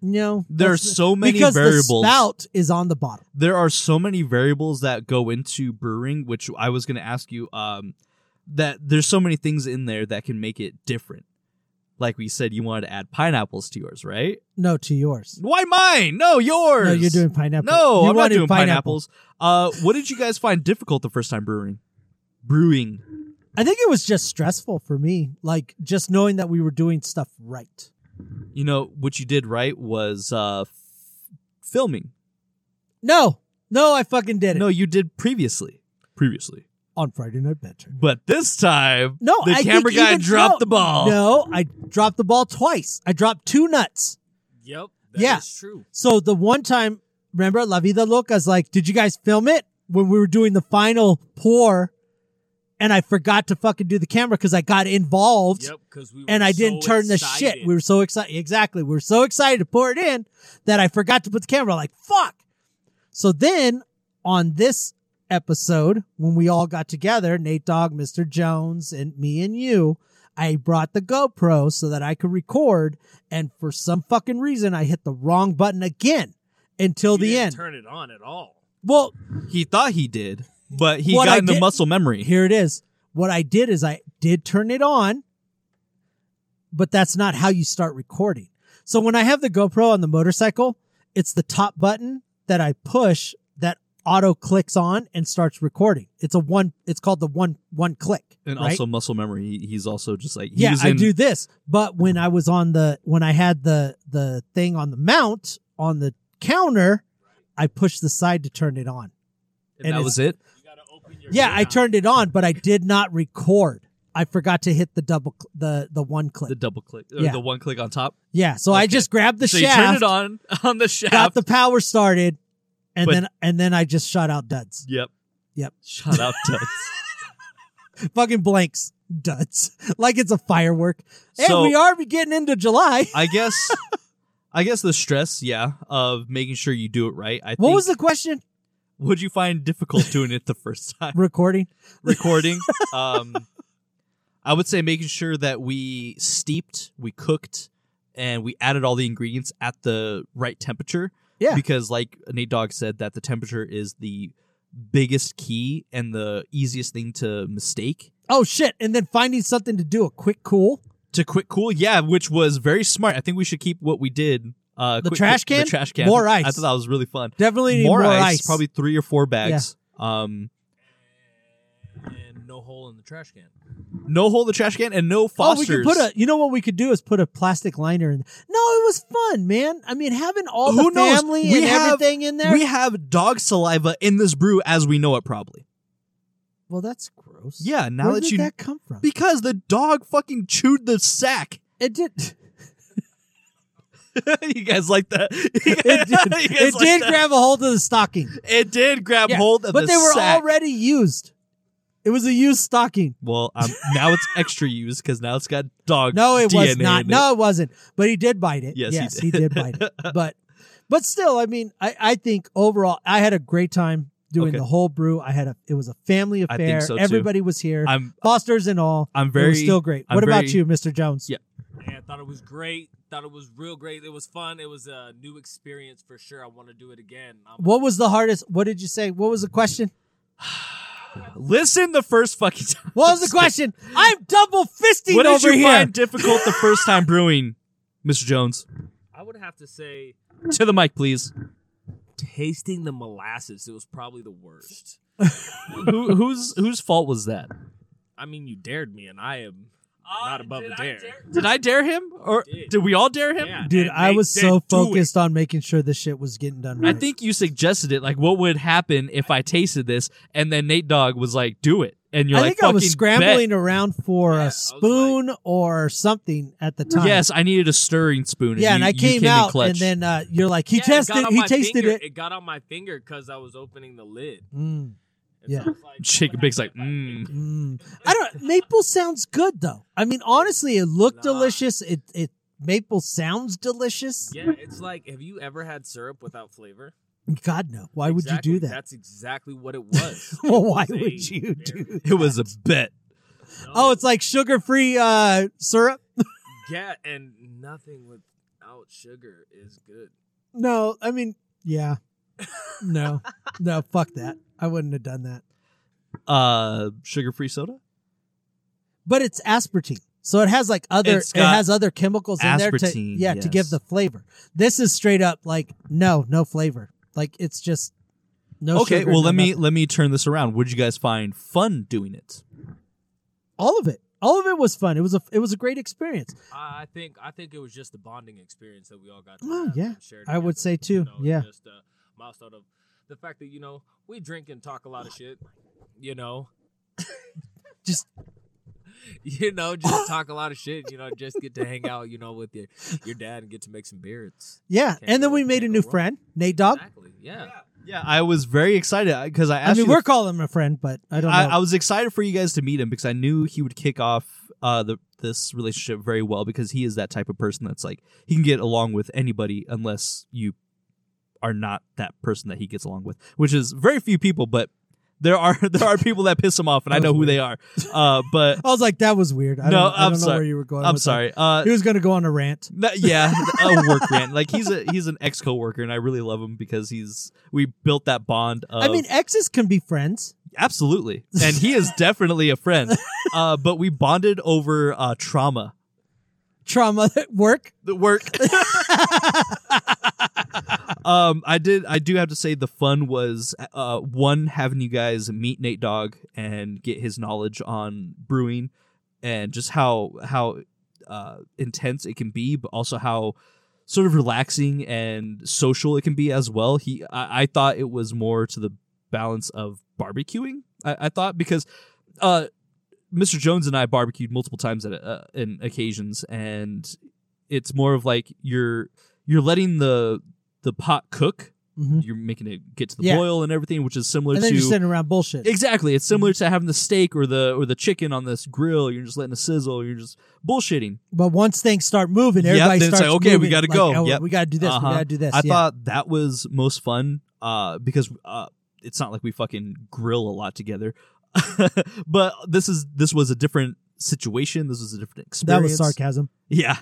[SPEAKER 2] no
[SPEAKER 5] There are
[SPEAKER 2] that's-
[SPEAKER 5] so many
[SPEAKER 2] because
[SPEAKER 5] variables.
[SPEAKER 2] the spout is on the bottom
[SPEAKER 5] there are so many variables that go into brewing, which I was going to ask you. Um, that there's so many things in there that can make it different. Like we said, you wanted to add pineapples to yours, right?
[SPEAKER 2] no to yours
[SPEAKER 5] Why mine? No, yours.
[SPEAKER 2] no you're doing pineapple
[SPEAKER 5] No,
[SPEAKER 2] you
[SPEAKER 5] I'm not
[SPEAKER 2] wanted
[SPEAKER 5] doing
[SPEAKER 2] pineapple.
[SPEAKER 5] pineapples. Uh, what did you guys find difficult the first time brewing? Brewing.
[SPEAKER 2] I think it was just stressful for me, like just knowing that we were doing stuff right.
[SPEAKER 5] You know what you did right was uh, f- filming.
[SPEAKER 2] No, no, I fucking did it.
[SPEAKER 5] No, you did previously. previously.
[SPEAKER 2] on Friday Night Banter.
[SPEAKER 5] But this time,
[SPEAKER 2] No,
[SPEAKER 5] the
[SPEAKER 2] I
[SPEAKER 5] camera
[SPEAKER 2] think
[SPEAKER 5] guy
[SPEAKER 2] even-
[SPEAKER 5] dropped
[SPEAKER 2] no,
[SPEAKER 5] the ball.
[SPEAKER 2] No, I dropped the ball twice. I dropped two nuts.
[SPEAKER 6] Yep. That's
[SPEAKER 2] Yeah.
[SPEAKER 6] true.
[SPEAKER 2] So the one time, remember, La Vida Loca's like, did you guys film it when we were doing the final pour? And I forgot to fucking do the camera because I got involved
[SPEAKER 6] Yep. Because we were
[SPEAKER 2] and I didn't
[SPEAKER 6] so
[SPEAKER 2] turn the shit.
[SPEAKER 6] excited.
[SPEAKER 2] We were so excited. Exactly. We were so excited to pour it in that I forgot to put the camera. on. Like, fuck. So then on this episode, when we all got together, Nate Dogg, Mr. Jones, and me and you, I brought the GoPro so that I could record. And for some fucking reason, I hit the wrong button again until
[SPEAKER 6] You
[SPEAKER 2] the
[SPEAKER 6] didn't
[SPEAKER 2] end.
[SPEAKER 6] Turn it on at all.
[SPEAKER 2] well,
[SPEAKER 5] He thought he did, but he
[SPEAKER 2] What
[SPEAKER 5] got
[SPEAKER 2] I
[SPEAKER 5] into
[SPEAKER 2] did-
[SPEAKER 5] muscle memory.
[SPEAKER 2] here it is. What I did is I did turn it on, but that's not how you start recording. So when I have the GoPro on the motorcycle, it's the top button that I push that auto clicks on and starts recording. It's a one. It's called the one one click.
[SPEAKER 5] And
[SPEAKER 2] right?
[SPEAKER 5] also muscle memory. He, he's also just like
[SPEAKER 2] yeah,
[SPEAKER 5] using
[SPEAKER 2] I do this. But when I was on the when I had the the thing on the mount on the counter, I pushed the side to turn it on.
[SPEAKER 5] And,
[SPEAKER 2] and
[SPEAKER 5] that
[SPEAKER 2] it's-
[SPEAKER 5] was it.
[SPEAKER 6] You gotta open your
[SPEAKER 2] Yeah, I
[SPEAKER 6] mouth.
[SPEAKER 2] turned it on, but I did not record. I forgot to hit the double, cl- the the one click.
[SPEAKER 5] The double click, or
[SPEAKER 2] Yeah.
[SPEAKER 5] the one click on top.
[SPEAKER 2] yeah, so I just grabbed the
[SPEAKER 5] so
[SPEAKER 2] shaft,
[SPEAKER 5] you turned it on (laughs) on the shaft.
[SPEAKER 2] got the power started, and
[SPEAKER 5] But-
[SPEAKER 2] then and then I just shot out duds,
[SPEAKER 5] yep.
[SPEAKER 2] Yep.
[SPEAKER 5] Shut up, Doug.
[SPEAKER 2] (laughs) fucking blanks, duds, (laughs) like it's a firework.
[SPEAKER 5] So-
[SPEAKER 2] and we are be getting into July. (laughs)
[SPEAKER 5] I guess. (laughs) I guess the stress, yeah, of making sure you do it right. I
[SPEAKER 2] What
[SPEAKER 5] think,
[SPEAKER 2] was the question?
[SPEAKER 5] Would you find difficult doing it the first time?
[SPEAKER 2] Recording. (laughs)
[SPEAKER 5] recording. um, I would say making sure that we steeped, we cooked, and we added all the ingredients at the right temperature.
[SPEAKER 2] Yeah.
[SPEAKER 5] Because, like Nate Dogg said, that the temperature is the biggest key and the easiest thing to mistake.
[SPEAKER 2] Oh shit! And then finding something to do a quick cool.
[SPEAKER 5] To quick cool, yeah, which was very smart. I think we should keep what we did. Uh,
[SPEAKER 2] The
[SPEAKER 5] quick-
[SPEAKER 2] trash can?
[SPEAKER 5] the trash can,
[SPEAKER 2] More ice.
[SPEAKER 5] I thought that was really fun.
[SPEAKER 2] Definitely need
[SPEAKER 5] More, ice,
[SPEAKER 2] ice.
[SPEAKER 5] probably three or four bags. Um,
[SPEAKER 6] And no hole in the trash can.
[SPEAKER 5] no hole in the trash can and no
[SPEAKER 2] Oh,
[SPEAKER 5] Fosters.
[SPEAKER 2] we could put a. You know what we could do is put a plastic liner in. No, it was fun, man. I mean, having all the
[SPEAKER 5] Who knows?
[SPEAKER 2] family
[SPEAKER 5] We
[SPEAKER 2] and
[SPEAKER 5] have-
[SPEAKER 2] everything in there.
[SPEAKER 5] We have dog saliva in this brew as we know it, probably.
[SPEAKER 2] well, that's gross.
[SPEAKER 5] Yeah, now
[SPEAKER 2] Where
[SPEAKER 5] that
[SPEAKER 2] did
[SPEAKER 5] you.
[SPEAKER 2] that come from?
[SPEAKER 5] because the dog fucking chewed the sack. (laughs)
[SPEAKER 2] it did.
[SPEAKER 5] you guys like
[SPEAKER 2] (laughs)
[SPEAKER 5] that? (laughs)
[SPEAKER 2] It did. it did grab a hold of the stocking.
[SPEAKER 5] It did grab
[SPEAKER 2] Yeah,
[SPEAKER 5] hold of
[SPEAKER 2] but
[SPEAKER 5] (laughs) the
[SPEAKER 2] they were
[SPEAKER 5] sack.
[SPEAKER 2] already used. It was a used stocking.
[SPEAKER 5] Well, um, now it's extra used because now it's got dog.
[SPEAKER 2] No, it
[SPEAKER 5] DNA
[SPEAKER 2] was not.
[SPEAKER 5] in it.
[SPEAKER 2] No, it wasn't. But he did bite it.
[SPEAKER 5] Yes,
[SPEAKER 2] Yes,
[SPEAKER 5] he
[SPEAKER 2] he, did.
[SPEAKER 5] did.
[SPEAKER 2] bite
[SPEAKER 5] (laughs)
[SPEAKER 2] it. But but still, I mean, I, I think overall I had a great time doing
[SPEAKER 5] Okay.
[SPEAKER 2] the whole brew. I had a it was a family
[SPEAKER 5] I
[SPEAKER 2] affair.
[SPEAKER 5] think so, too.
[SPEAKER 2] Everybody was here.
[SPEAKER 5] I'm
[SPEAKER 2] Fosters and all.
[SPEAKER 5] I'm
[SPEAKER 2] it
[SPEAKER 5] very
[SPEAKER 2] was still great.
[SPEAKER 5] I'm
[SPEAKER 2] what about
[SPEAKER 5] very-
[SPEAKER 2] you, Mr. Jones?
[SPEAKER 5] Yeah.
[SPEAKER 6] Yeah, I thought it was great. Thought it was real great. It was fun. It was a new experience for sure. I want to do it again. I'm
[SPEAKER 2] What was the hardest? What did you say? What was the question?
[SPEAKER 5] listen the first fucking (laughs) time.
[SPEAKER 2] What was the question? I'm double fisting
[SPEAKER 5] What did
[SPEAKER 2] over
[SPEAKER 5] you
[SPEAKER 2] here.
[SPEAKER 5] find difficult the first time brewing, Mr. Jones?
[SPEAKER 6] I would have to say
[SPEAKER 5] To the mic, please.
[SPEAKER 6] tasting the molasses. It was probably the worst.
[SPEAKER 5] Who, whose whose fault was that?
[SPEAKER 6] I mean, you dared me, and I am not above the dare.
[SPEAKER 5] Did I dare him, or
[SPEAKER 6] Did.
[SPEAKER 5] did we all dare him?
[SPEAKER 6] Yeah,
[SPEAKER 2] Dude,
[SPEAKER 6] and
[SPEAKER 2] I
[SPEAKER 6] they
[SPEAKER 2] was
[SPEAKER 6] said
[SPEAKER 2] so
[SPEAKER 6] do it.
[SPEAKER 2] focused on making sure this shit was getting done
[SPEAKER 5] I
[SPEAKER 2] right.
[SPEAKER 5] think you suggested it. Like, what would happen if I tasted this? And then Nate Dogg was like, "Do it," and you're
[SPEAKER 2] I
[SPEAKER 5] like,
[SPEAKER 2] think I was
[SPEAKER 5] "Fucking
[SPEAKER 2] scrambling around for
[SPEAKER 6] Yeah, I
[SPEAKER 2] a
[SPEAKER 6] was like-
[SPEAKER 2] spoon or something at the
[SPEAKER 5] bet."
[SPEAKER 2] time.
[SPEAKER 5] Yes, I needed a stirring spoon.
[SPEAKER 2] Yeah, and
[SPEAKER 5] you-
[SPEAKER 2] I
[SPEAKER 5] you
[SPEAKER 2] came
[SPEAKER 5] in
[SPEAKER 2] out,
[SPEAKER 5] clutch.
[SPEAKER 2] and then uh, you're like, he
[SPEAKER 6] Yeah, it got
[SPEAKER 2] tested,
[SPEAKER 6] on
[SPEAKER 2] he
[SPEAKER 6] my
[SPEAKER 2] tasted
[SPEAKER 6] finger.
[SPEAKER 2] it.
[SPEAKER 6] It got on my finger because I was opening the lid.
[SPEAKER 2] Mm,
[SPEAKER 6] And
[SPEAKER 2] Yeah.
[SPEAKER 6] so I was like,
[SPEAKER 5] Jacob Big's like,
[SPEAKER 6] "Oh, my God."
[SPEAKER 5] mm.
[SPEAKER 2] mm. I don't. Maple sounds good though. I mean, honestly, it looked
[SPEAKER 6] Nah.
[SPEAKER 2] delicious. It it maple sounds delicious.
[SPEAKER 6] Yeah, it's like, have you ever had syrup without flavor?
[SPEAKER 2] God no, why
[SPEAKER 6] Exactly,
[SPEAKER 2] would you do that?
[SPEAKER 6] That's exactly what it was.
[SPEAKER 2] (laughs) Well,
[SPEAKER 6] It was
[SPEAKER 2] why
[SPEAKER 6] a
[SPEAKER 2] would you
[SPEAKER 6] very-
[SPEAKER 2] do? That?
[SPEAKER 5] it was a bet.
[SPEAKER 6] No.
[SPEAKER 2] Oh, it's like sugar free uh, syrup.
[SPEAKER 6] yeah, and nothing without sugar is good.
[SPEAKER 2] No, I mean, yeah, no, no, fuck that. I wouldn't have done that.
[SPEAKER 5] Uh, sugar-free soda.
[SPEAKER 2] but it's aspartame. So it has like other
[SPEAKER 5] It's
[SPEAKER 2] it
[SPEAKER 5] got
[SPEAKER 2] has other chemicals in there to
[SPEAKER 5] aspartame,
[SPEAKER 2] yeah, to give
[SPEAKER 5] yes.
[SPEAKER 2] the flavor. This is straight up like no, no flavor. Like it's just no
[SPEAKER 5] okay,
[SPEAKER 2] sugar,
[SPEAKER 5] well
[SPEAKER 2] no
[SPEAKER 5] let me
[SPEAKER 2] nothing.
[SPEAKER 5] let me turn this around. Would you guys find fun doing it?
[SPEAKER 2] all of it. All of it was fun. It was a it was a great experience.
[SPEAKER 6] I I think I think it was just the bonding experience that we all got. To
[SPEAKER 2] Oh,
[SPEAKER 6] have
[SPEAKER 2] yeah.
[SPEAKER 6] and shared
[SPEAKER 2] I would
[SPEAKER 6] together.
[SPEAKER 2] say too,
[SPEAKER 6] You know,
[SPEAKER 2] yeah.
[SPEAKER 6] Just a milestone of the fact that you know we drink and talk a lot of shit. You know,
[SPEAKER 2] (laughs) Just
[SPEAKER 6] (laughs) you know, just talk a lot of shit. You know, just get to hang out. You know, with your your dad and get to make some beer. It's
[SPEAKER 2] yeah, and then we
[SPEAKER 6] go-
[SPEAKER 2] made a
[SPEAKER 6] can't
[SPEAKER 2] new
[SPEAKER 6] go wrong.
[SPEAKER 2] friend, Nate Dog.
[SPEAKER 6] exactly yeah.
[SPEAKER 5] Yeah, I was very excited because I
[SPEAKER 2] I
[SPEAKER 5] asked.
[SPEAKER 2] mean,
[SPEAKER 5] you
[SPEAKER 2] we're calling him a friend, but I don't know.
[SPEAKER 5] I, I was excited for you guys to meet him because I knew he would kick off uh, the this relationship very well because he is that type of person that's like he can get along with anybody unless you are not that person that he gets along with, which is very few people, but there are (laughs) there are people that piss him off, and I know who they are. Uh,
[SPEAKER 2] (laughs)
[SPEAKER 5] but
[SPEAKER 2] I was like, that was weird. I don't,
[SPEAKER 5] No,
[SPEAKER 2] know- I
[SPEAKER 5] I'm
[SPEAKER 2] don't know
[SPEAKER 5] sorry.
[SPEAKER 2] where you were going.
[SPEAKER 5] I'm
[SPEAKER 2] with that.
[SPEAKER 5] sorry.
[SPEAKER 2] (laughs)
[SPEAKER 5] Uh,
[SPEAKER 2] He was going to go on a rant.
[SPEAKER 5] No, yeah, a work man. Like he's a he's an ex coworker, and I really love him because he's we built that bond. Of,
[SPEAKER 2] I mean, exes can be friends.
[SPEAKER 5] absolutely, and he is definitely a friend. Uh, but we bonded over uh, trauma,
[SPEAKER 2] Trauma (laughs) at work.
[SPEAKER 5] the work. (laughs) um, I did. I do have to say the fun was uh, one having you guys meet Nate Dog and get his knowledge on brewing, and just how how uh, intense it can be, but also how sort of relaxing and social it can be as well. He, I, I thought it was more to the balance of barbecuing. I, I thought because uh, Mr. Jones and I barbecued multiple times at uh, in occasions, and it's more of like you're you're letting the the pot cook.
[SPEAKER 2] Mhm.
[SPEAKER 5] You're making it get to the
[SPEAKER 2] Yeah.
[SPEAKER 5] boil and everything, which is similar
[SPEAKER 2] And then
[SPEAKER 5] Mm-hmm. to
[SPEAKER 2] you're sitting around bullshit.
[SPEAKER 5] Exactly. It's similar
[SPEAKER 2] Mm-hmm.
[SPEAKER 5] to having the steak or the or the chicken on this grill. You're just letting it sizzle. You're just bullshitting.
[SPEAKER 2] But once things start moving,
[SPEAKER 5] Yep,
[SPEAKER 2] everybody
[SPEAKER 5] then it's
[SPEAKER 2] starts
[SPEAKER 5] like, okay, we
[SPEAKER 2] moving,
[SPEAKER 5] gotta
[SPEAKER 2] like,
[SPEAKER 5] go.
[SPEAKER 2] oh,
[SPEAKER 5] Yep.
[SPEAKER 2] We got to do this.
[SPEAKER 5] Uh-huh.
[SPEAKER 2] We got to do this.
[SPEAKER 5] I
[SPEAKER 2] yeah.
[SPEAKER 5] thought that was most fun uh, because uh, it's not like we fucking grill a lot together. (laughs) but this is this was a different situation. This was a different
[SPEAKER 2] that was
[SPEAKER 5] experience.
[SPEAKER 2] sarcasm.
[SPEAKER 5] Yeah.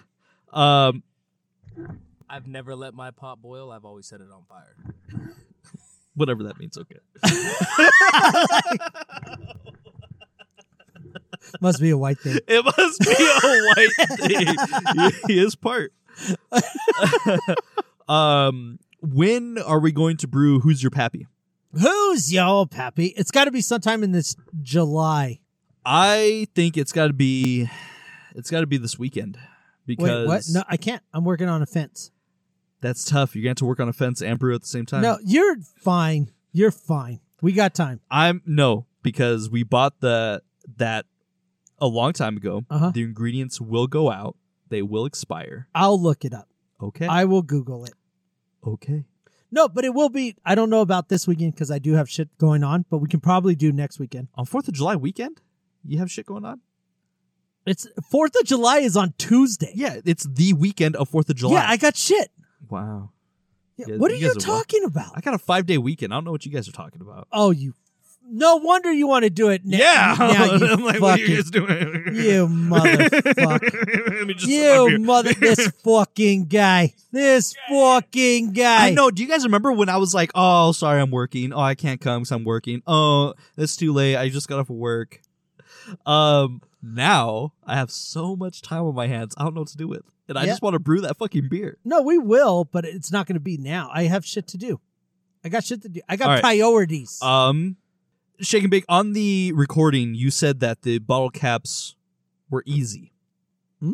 [SPEAKER 5] Um,
[SPEAKER 6] I've never let my pot boil. I've always set it on fire.
[SPEAKER 5] whatever that means. Okay.
[SPEAKER 2] Must be a white
[SPEAKER 5] (laughs)
[SPEAKER 2] thing.
[SPEAKER 5] It must be a
[SPEAKER 2] (laughs)
[SPEAKER 5] white thing. He is part. um, when are we going to brew? Who's your pappy?
[SPEAKER 2] Who's y'all, Pappy? It's got to be sometime in this July.
[SPEAKER 5] I think it's got to be, it's got to be this weekend
[SPEAKER 2] Wait,
[SPEAKER 5] because
[SPEAKER 2] what? No, I can't. I'm working on a fence.
[SPEAKER 5] that's tough. You're gonna have to work on a fence and brew at the same time.
[SPEAKER 2] No, you're fine. You're fine. We got time.
[SPEAKER 5] I'm no because we bought the that a long time ago.
[SPEAKER 2] Uh-huh.
[SPEAKER 5] The ingredients will go out. They will expire.
[SPEAKER 2] I'll look it up.
[SPEAKER 5] Okay.
[SPEAKER 2] I will Google it.
[SPEAKER 5] okay.
[SPEAKER 2] No, but it will be. I don't know about this weekend because I do have shit going on, but we can probably do next weekend.
[SPEAKER 5] On Fourth of July weekend, you have shit going on.
[SPEAKER 2] It's Fourth of July is on Tuesday.
[SPEAKER 5] Yeah, it's the weekend of Fourth of July.
[SPEAKER 2] yeah, I got shit.
[SPEAKER 5] wow.
[SPEAKER 2] Yeah,
[SPEAKER 5] Yeah,
[SPEAKER 2] what are
[SPEAKER 5] you
[SPEAKER 2] you
[SPEAKER 5] guys are wel-
[SPEAKER 2] talking about?
[SPEAKER 5] I got a five day weekend. I don't know what you guys are talking about.
[SPEAKER 2] Oh, you. No wonder you want to do it. Now, now you
[SPEAKER 5] (laughs) I'm like,
[SPEAKER 2] fucking,
[SPEAKER 5] what are you guys doing? (laughs)
[SPEAKER 2] you motherfucker.
[SPEAKER 5] Let me just stop
[SPEAKER 2] you
[SPEAKER 5] here.
[SPEAKER 2] mother.
[SPEAKER 5] (laughs)
[SPEAKER 2] This fucking guy. This fucking guy.
[SPEAKER 5] I know. Do you guys remember when I was like, "Oh, sorry, I'm working. Oh, I can't come because I'm working. Oh, it's too late. I just got off of work." Um, now I have so much time on my hands. I don't know what to do with, and I
[SPEAKER 2] Yeah.
[SPEAKER 5] just want to brew that fucking beer.
[SPEAKER 2] No, we will, but it's not going to be now. I have shit to do. I got shit to do. I got
[SPEAKER 5] All right.
[SPEAKER 2] priorities.
[SPEAKER 5] Um, shake and bake. On the recording, you said that the bottle caps were easy.
[SPEAKER 2] Hmm?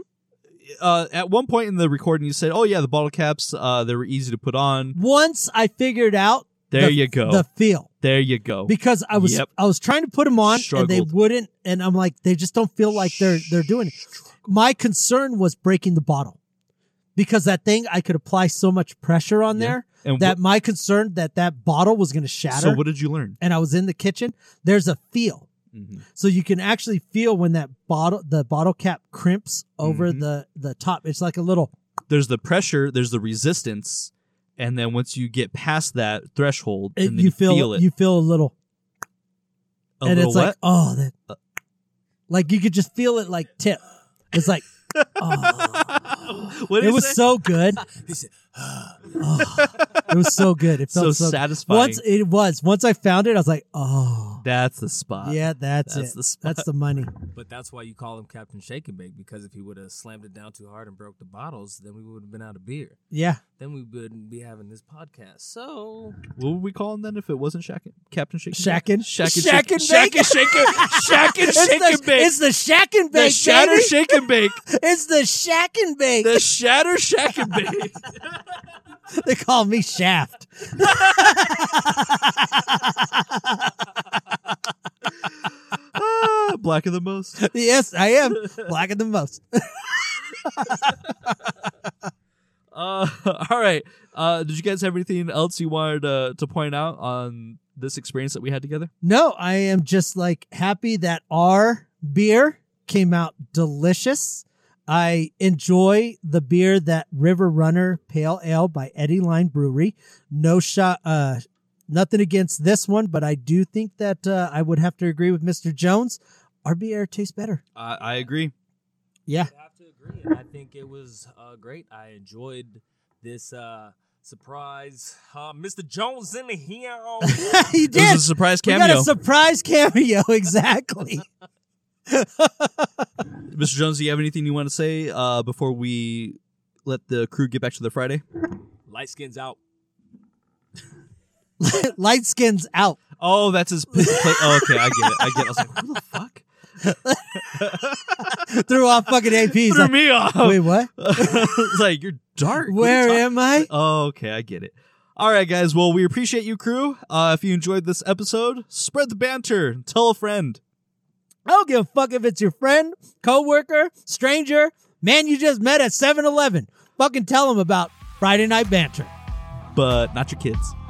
[SPEAKER 5] Uh, at one point in the recording, you said, "Oh yeah, the bottle caps. Uh, they were easy to put on."
[SPEAKER 2] Once I figured out
[SPEAKER 5] There
[SPEAKER 2] the-
[SPEAKER 5] you go.
[SPEAKER 2] the feel.
[SPEAKER 5] there you go.
[SPEAKER 2] because I was
[SPEAKER 5] Yep.
[SPEAKER 2] I was trying to put them on and
[SPEAKER 5] Struggled.
[SPEAKER 2] they wouldn't, and I'm like, they just don't feel like they're they're doing it. My concern was breaking the bottle because that thing I could apply so much pressure on
[SPEAKER 5] Yeah.
[SPEAKER 2] there
[SPEAKER 5] and
[SPEAKER 2] that my concern that that bottle was going to
[SPEAKER 5] what,
[SPEAKER 2] shatter.
[SPEAKER 5] so, what did you learn?
[SPEAKER 2] and I was in the kitchen. There's a feel,
[SPEAKER 5] Mhm.
[SPEAKER 2] so you can actually feel when that bottle the bottle cap crimps over
[SPEAKER 5] Mhm.
[SPEAKER 2] the the top. It's like a little
[SPEAKER 5] There's the pressure. There's the resistance. And then once you get past that threshold,
[SPEAKER 2] it,
[SPEAKER 5] and then
[SPEAKER 2] you feel,
[SPEAKER 5] it.
[SPEAKER 2] you feel a little,
[SPEAKER 5] a
[SPEAKER 2] and
[SPEAKER 5] little
[SPEAKER 2] it's like
[SPEAKER 5] what? Uh.
[SPEAKER 2] oh that, like you could just feel it like tip. It's
[SPEAKER 5] (laughs)
[SPEAKER 2] like oh.
[SPEAKER 5] what (laughs) did
[SPEAKER 2] it
[SPEAKER 5] you
[SPEAKER 2] was
[SPEAKER 5] say?
[SPEAKER 2] so
[SPEAKER 5] (laughs)
[SPEAKER 2] good. Oh, it was so
[SPEAKER 5] (laughs)
[SPEAKER 2] good. It
[SPEAKER 5] so,
[SPEAKER 2] felt so, good.
[SPEAKER 5] satisfying.
[SPEAKER 2] Once it was, once I found it, I was like, oh,
[SPEAKER 5] that's the spot.
[SPEAKER 2] yeah, that's,
[SPEAKER 5] Uh, that's
[SPEAKER 2] it.
[SPEAKER 5] the spot.
[SPEAKER 2] that's the money.
[SPEAKER 6] But that's why you call him Captain Shake and Bake because if he would have slammed it down too hard and broke the bottles, then we would have been out of beer.
[SPEAKER 2] Yeah,
[SPEAKER 6] Then we wouldn't be having this podcast. So
[SPEAKER 5] What would we call him then if it wasn't Shaq Captain Shaq?
[SPEAKER 2] Shack and
[SPEAKER 5] Shack and
[SPEAKER 2] Shack and
[SPEAKER 5] Shake-
[SPEAKER 2] Bake.
[SPEAKER 5] Shack and Shake (laughs) and Shack and
[SPEAKER 2] It's
[SPEAKER 5] Shake and
[SPEAKER 2] the,
[SPEAKER 5] Bake.
[SPEAKER 2] it's the Shack and
[SPEAKER 5] The
[SPEAKER 2] Bake.
[SPEAKER 5] Shatter
[SPEAKER 2] baby.
[SPEAKER 5] Shake and (laughs) Bake.
[SPEAKER 2] It's the Shack and Bake.
[SPEAKER 5] The Shatter Shack and Bake.
[SPEAKER 2] they call me Shaft.
[SPEAKER 5] (laughs) Ah, blacker than most.
[SPEAKER 2] yes, I am blacker than most.
[SPEAKER 5] Uh, (laughs) all right. Uh, did you guys have anything else you wanted uh, to point out on this experience that we had together?
[SPEAKER 2] No, I am just like happy that our beer came out delicious. I enjoy the beer that River Runner Pale Ale by Eddie Line Brewery. No shot, uh, nothing against this one, but I do think that uh, I would have to agree with Mr. Jones. Our beer tastes better. (laughs)
[SPEAKER 5] I, I agree.
[SPEAKER 2] Yeah.
[SPEAKER 6] I have to agree. and I think it was uh, great. I enjoyed this uh, surprise. Uh, Mr. Jones in the here.
[SPEAKER 2] he
[SPEAKER 5] It was
[SPEAKER 2] did.
[SPEAKER 5] a surprise
[SPEAKER 2] We
[SPEAKER 5] cameo.
[SPEAKER 2] got a surprise cameo. (laughs) Exactly.
[SPEAKER 5] Mr. Jones, do you have anything you want to say uh, before we let the crew get back to their Friday?
[SPEAKER 6] Light skins out.
[SPEAKER 2] Light skins out.
[SPEAKER 5] Oh, that's his. his pla- oh, okay, I get it. I get. It. I was like, who the fuck
[SPEAKER 2] Threw off fucking APs.
[SPEAKER 5] threw
[SPEAKER 2] Like,
[SPEAKER 5] me off?
[SPEAKER 2] Wait, what?
[SPEAKER 5] It's (laughs) like you're dark. What are you
[SPEAKER 2] Where
[SPEAKER 5] talking-
[SPEAKER 2] am I?
[SPEAKER 5] Oh, okay, I get it. All right, guys. Well, we appreciate you, crew. Uh, if you enjoyed this episode, spread the banter. Tell a friend.
[SPEAKER 2] I don't give a fuck if it's your friend, coworker, stranger, man you just met at 7-Eleven. Fucking tell them about Friday Night Banter.
[SPEAKER 5] but not your kids. (laughs)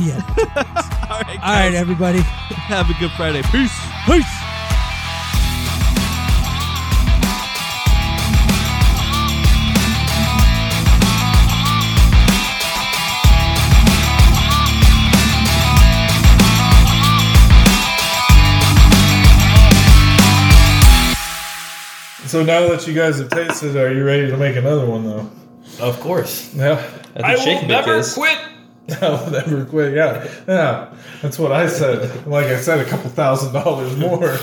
[SPEAKER 2] Yeah.
[SPEAKER 5] All right,
[SPEAKER 2] All right, everybody.
[SPEAKER 5] have a good Friday. Peace.
[SPEAKER 2] Peace.
[SPEAKER 4] So now that you guys have tasted, it, are you ready to make another one though?
[SPEAKER 1] (laughs) Of course.
[SPEAKER 4] Yeah,
[SPEAKER 3] I will
[SPEAKER 1] Shake Bake
[SPEAKER 3] never
[SPEAKER 1] is.
[SPEAKER 3] quit.
[SPEAKER 4] I'll (laughs) never quit. Yeah, yeah, that's what I said. Like I said, a couple thousand dollars more.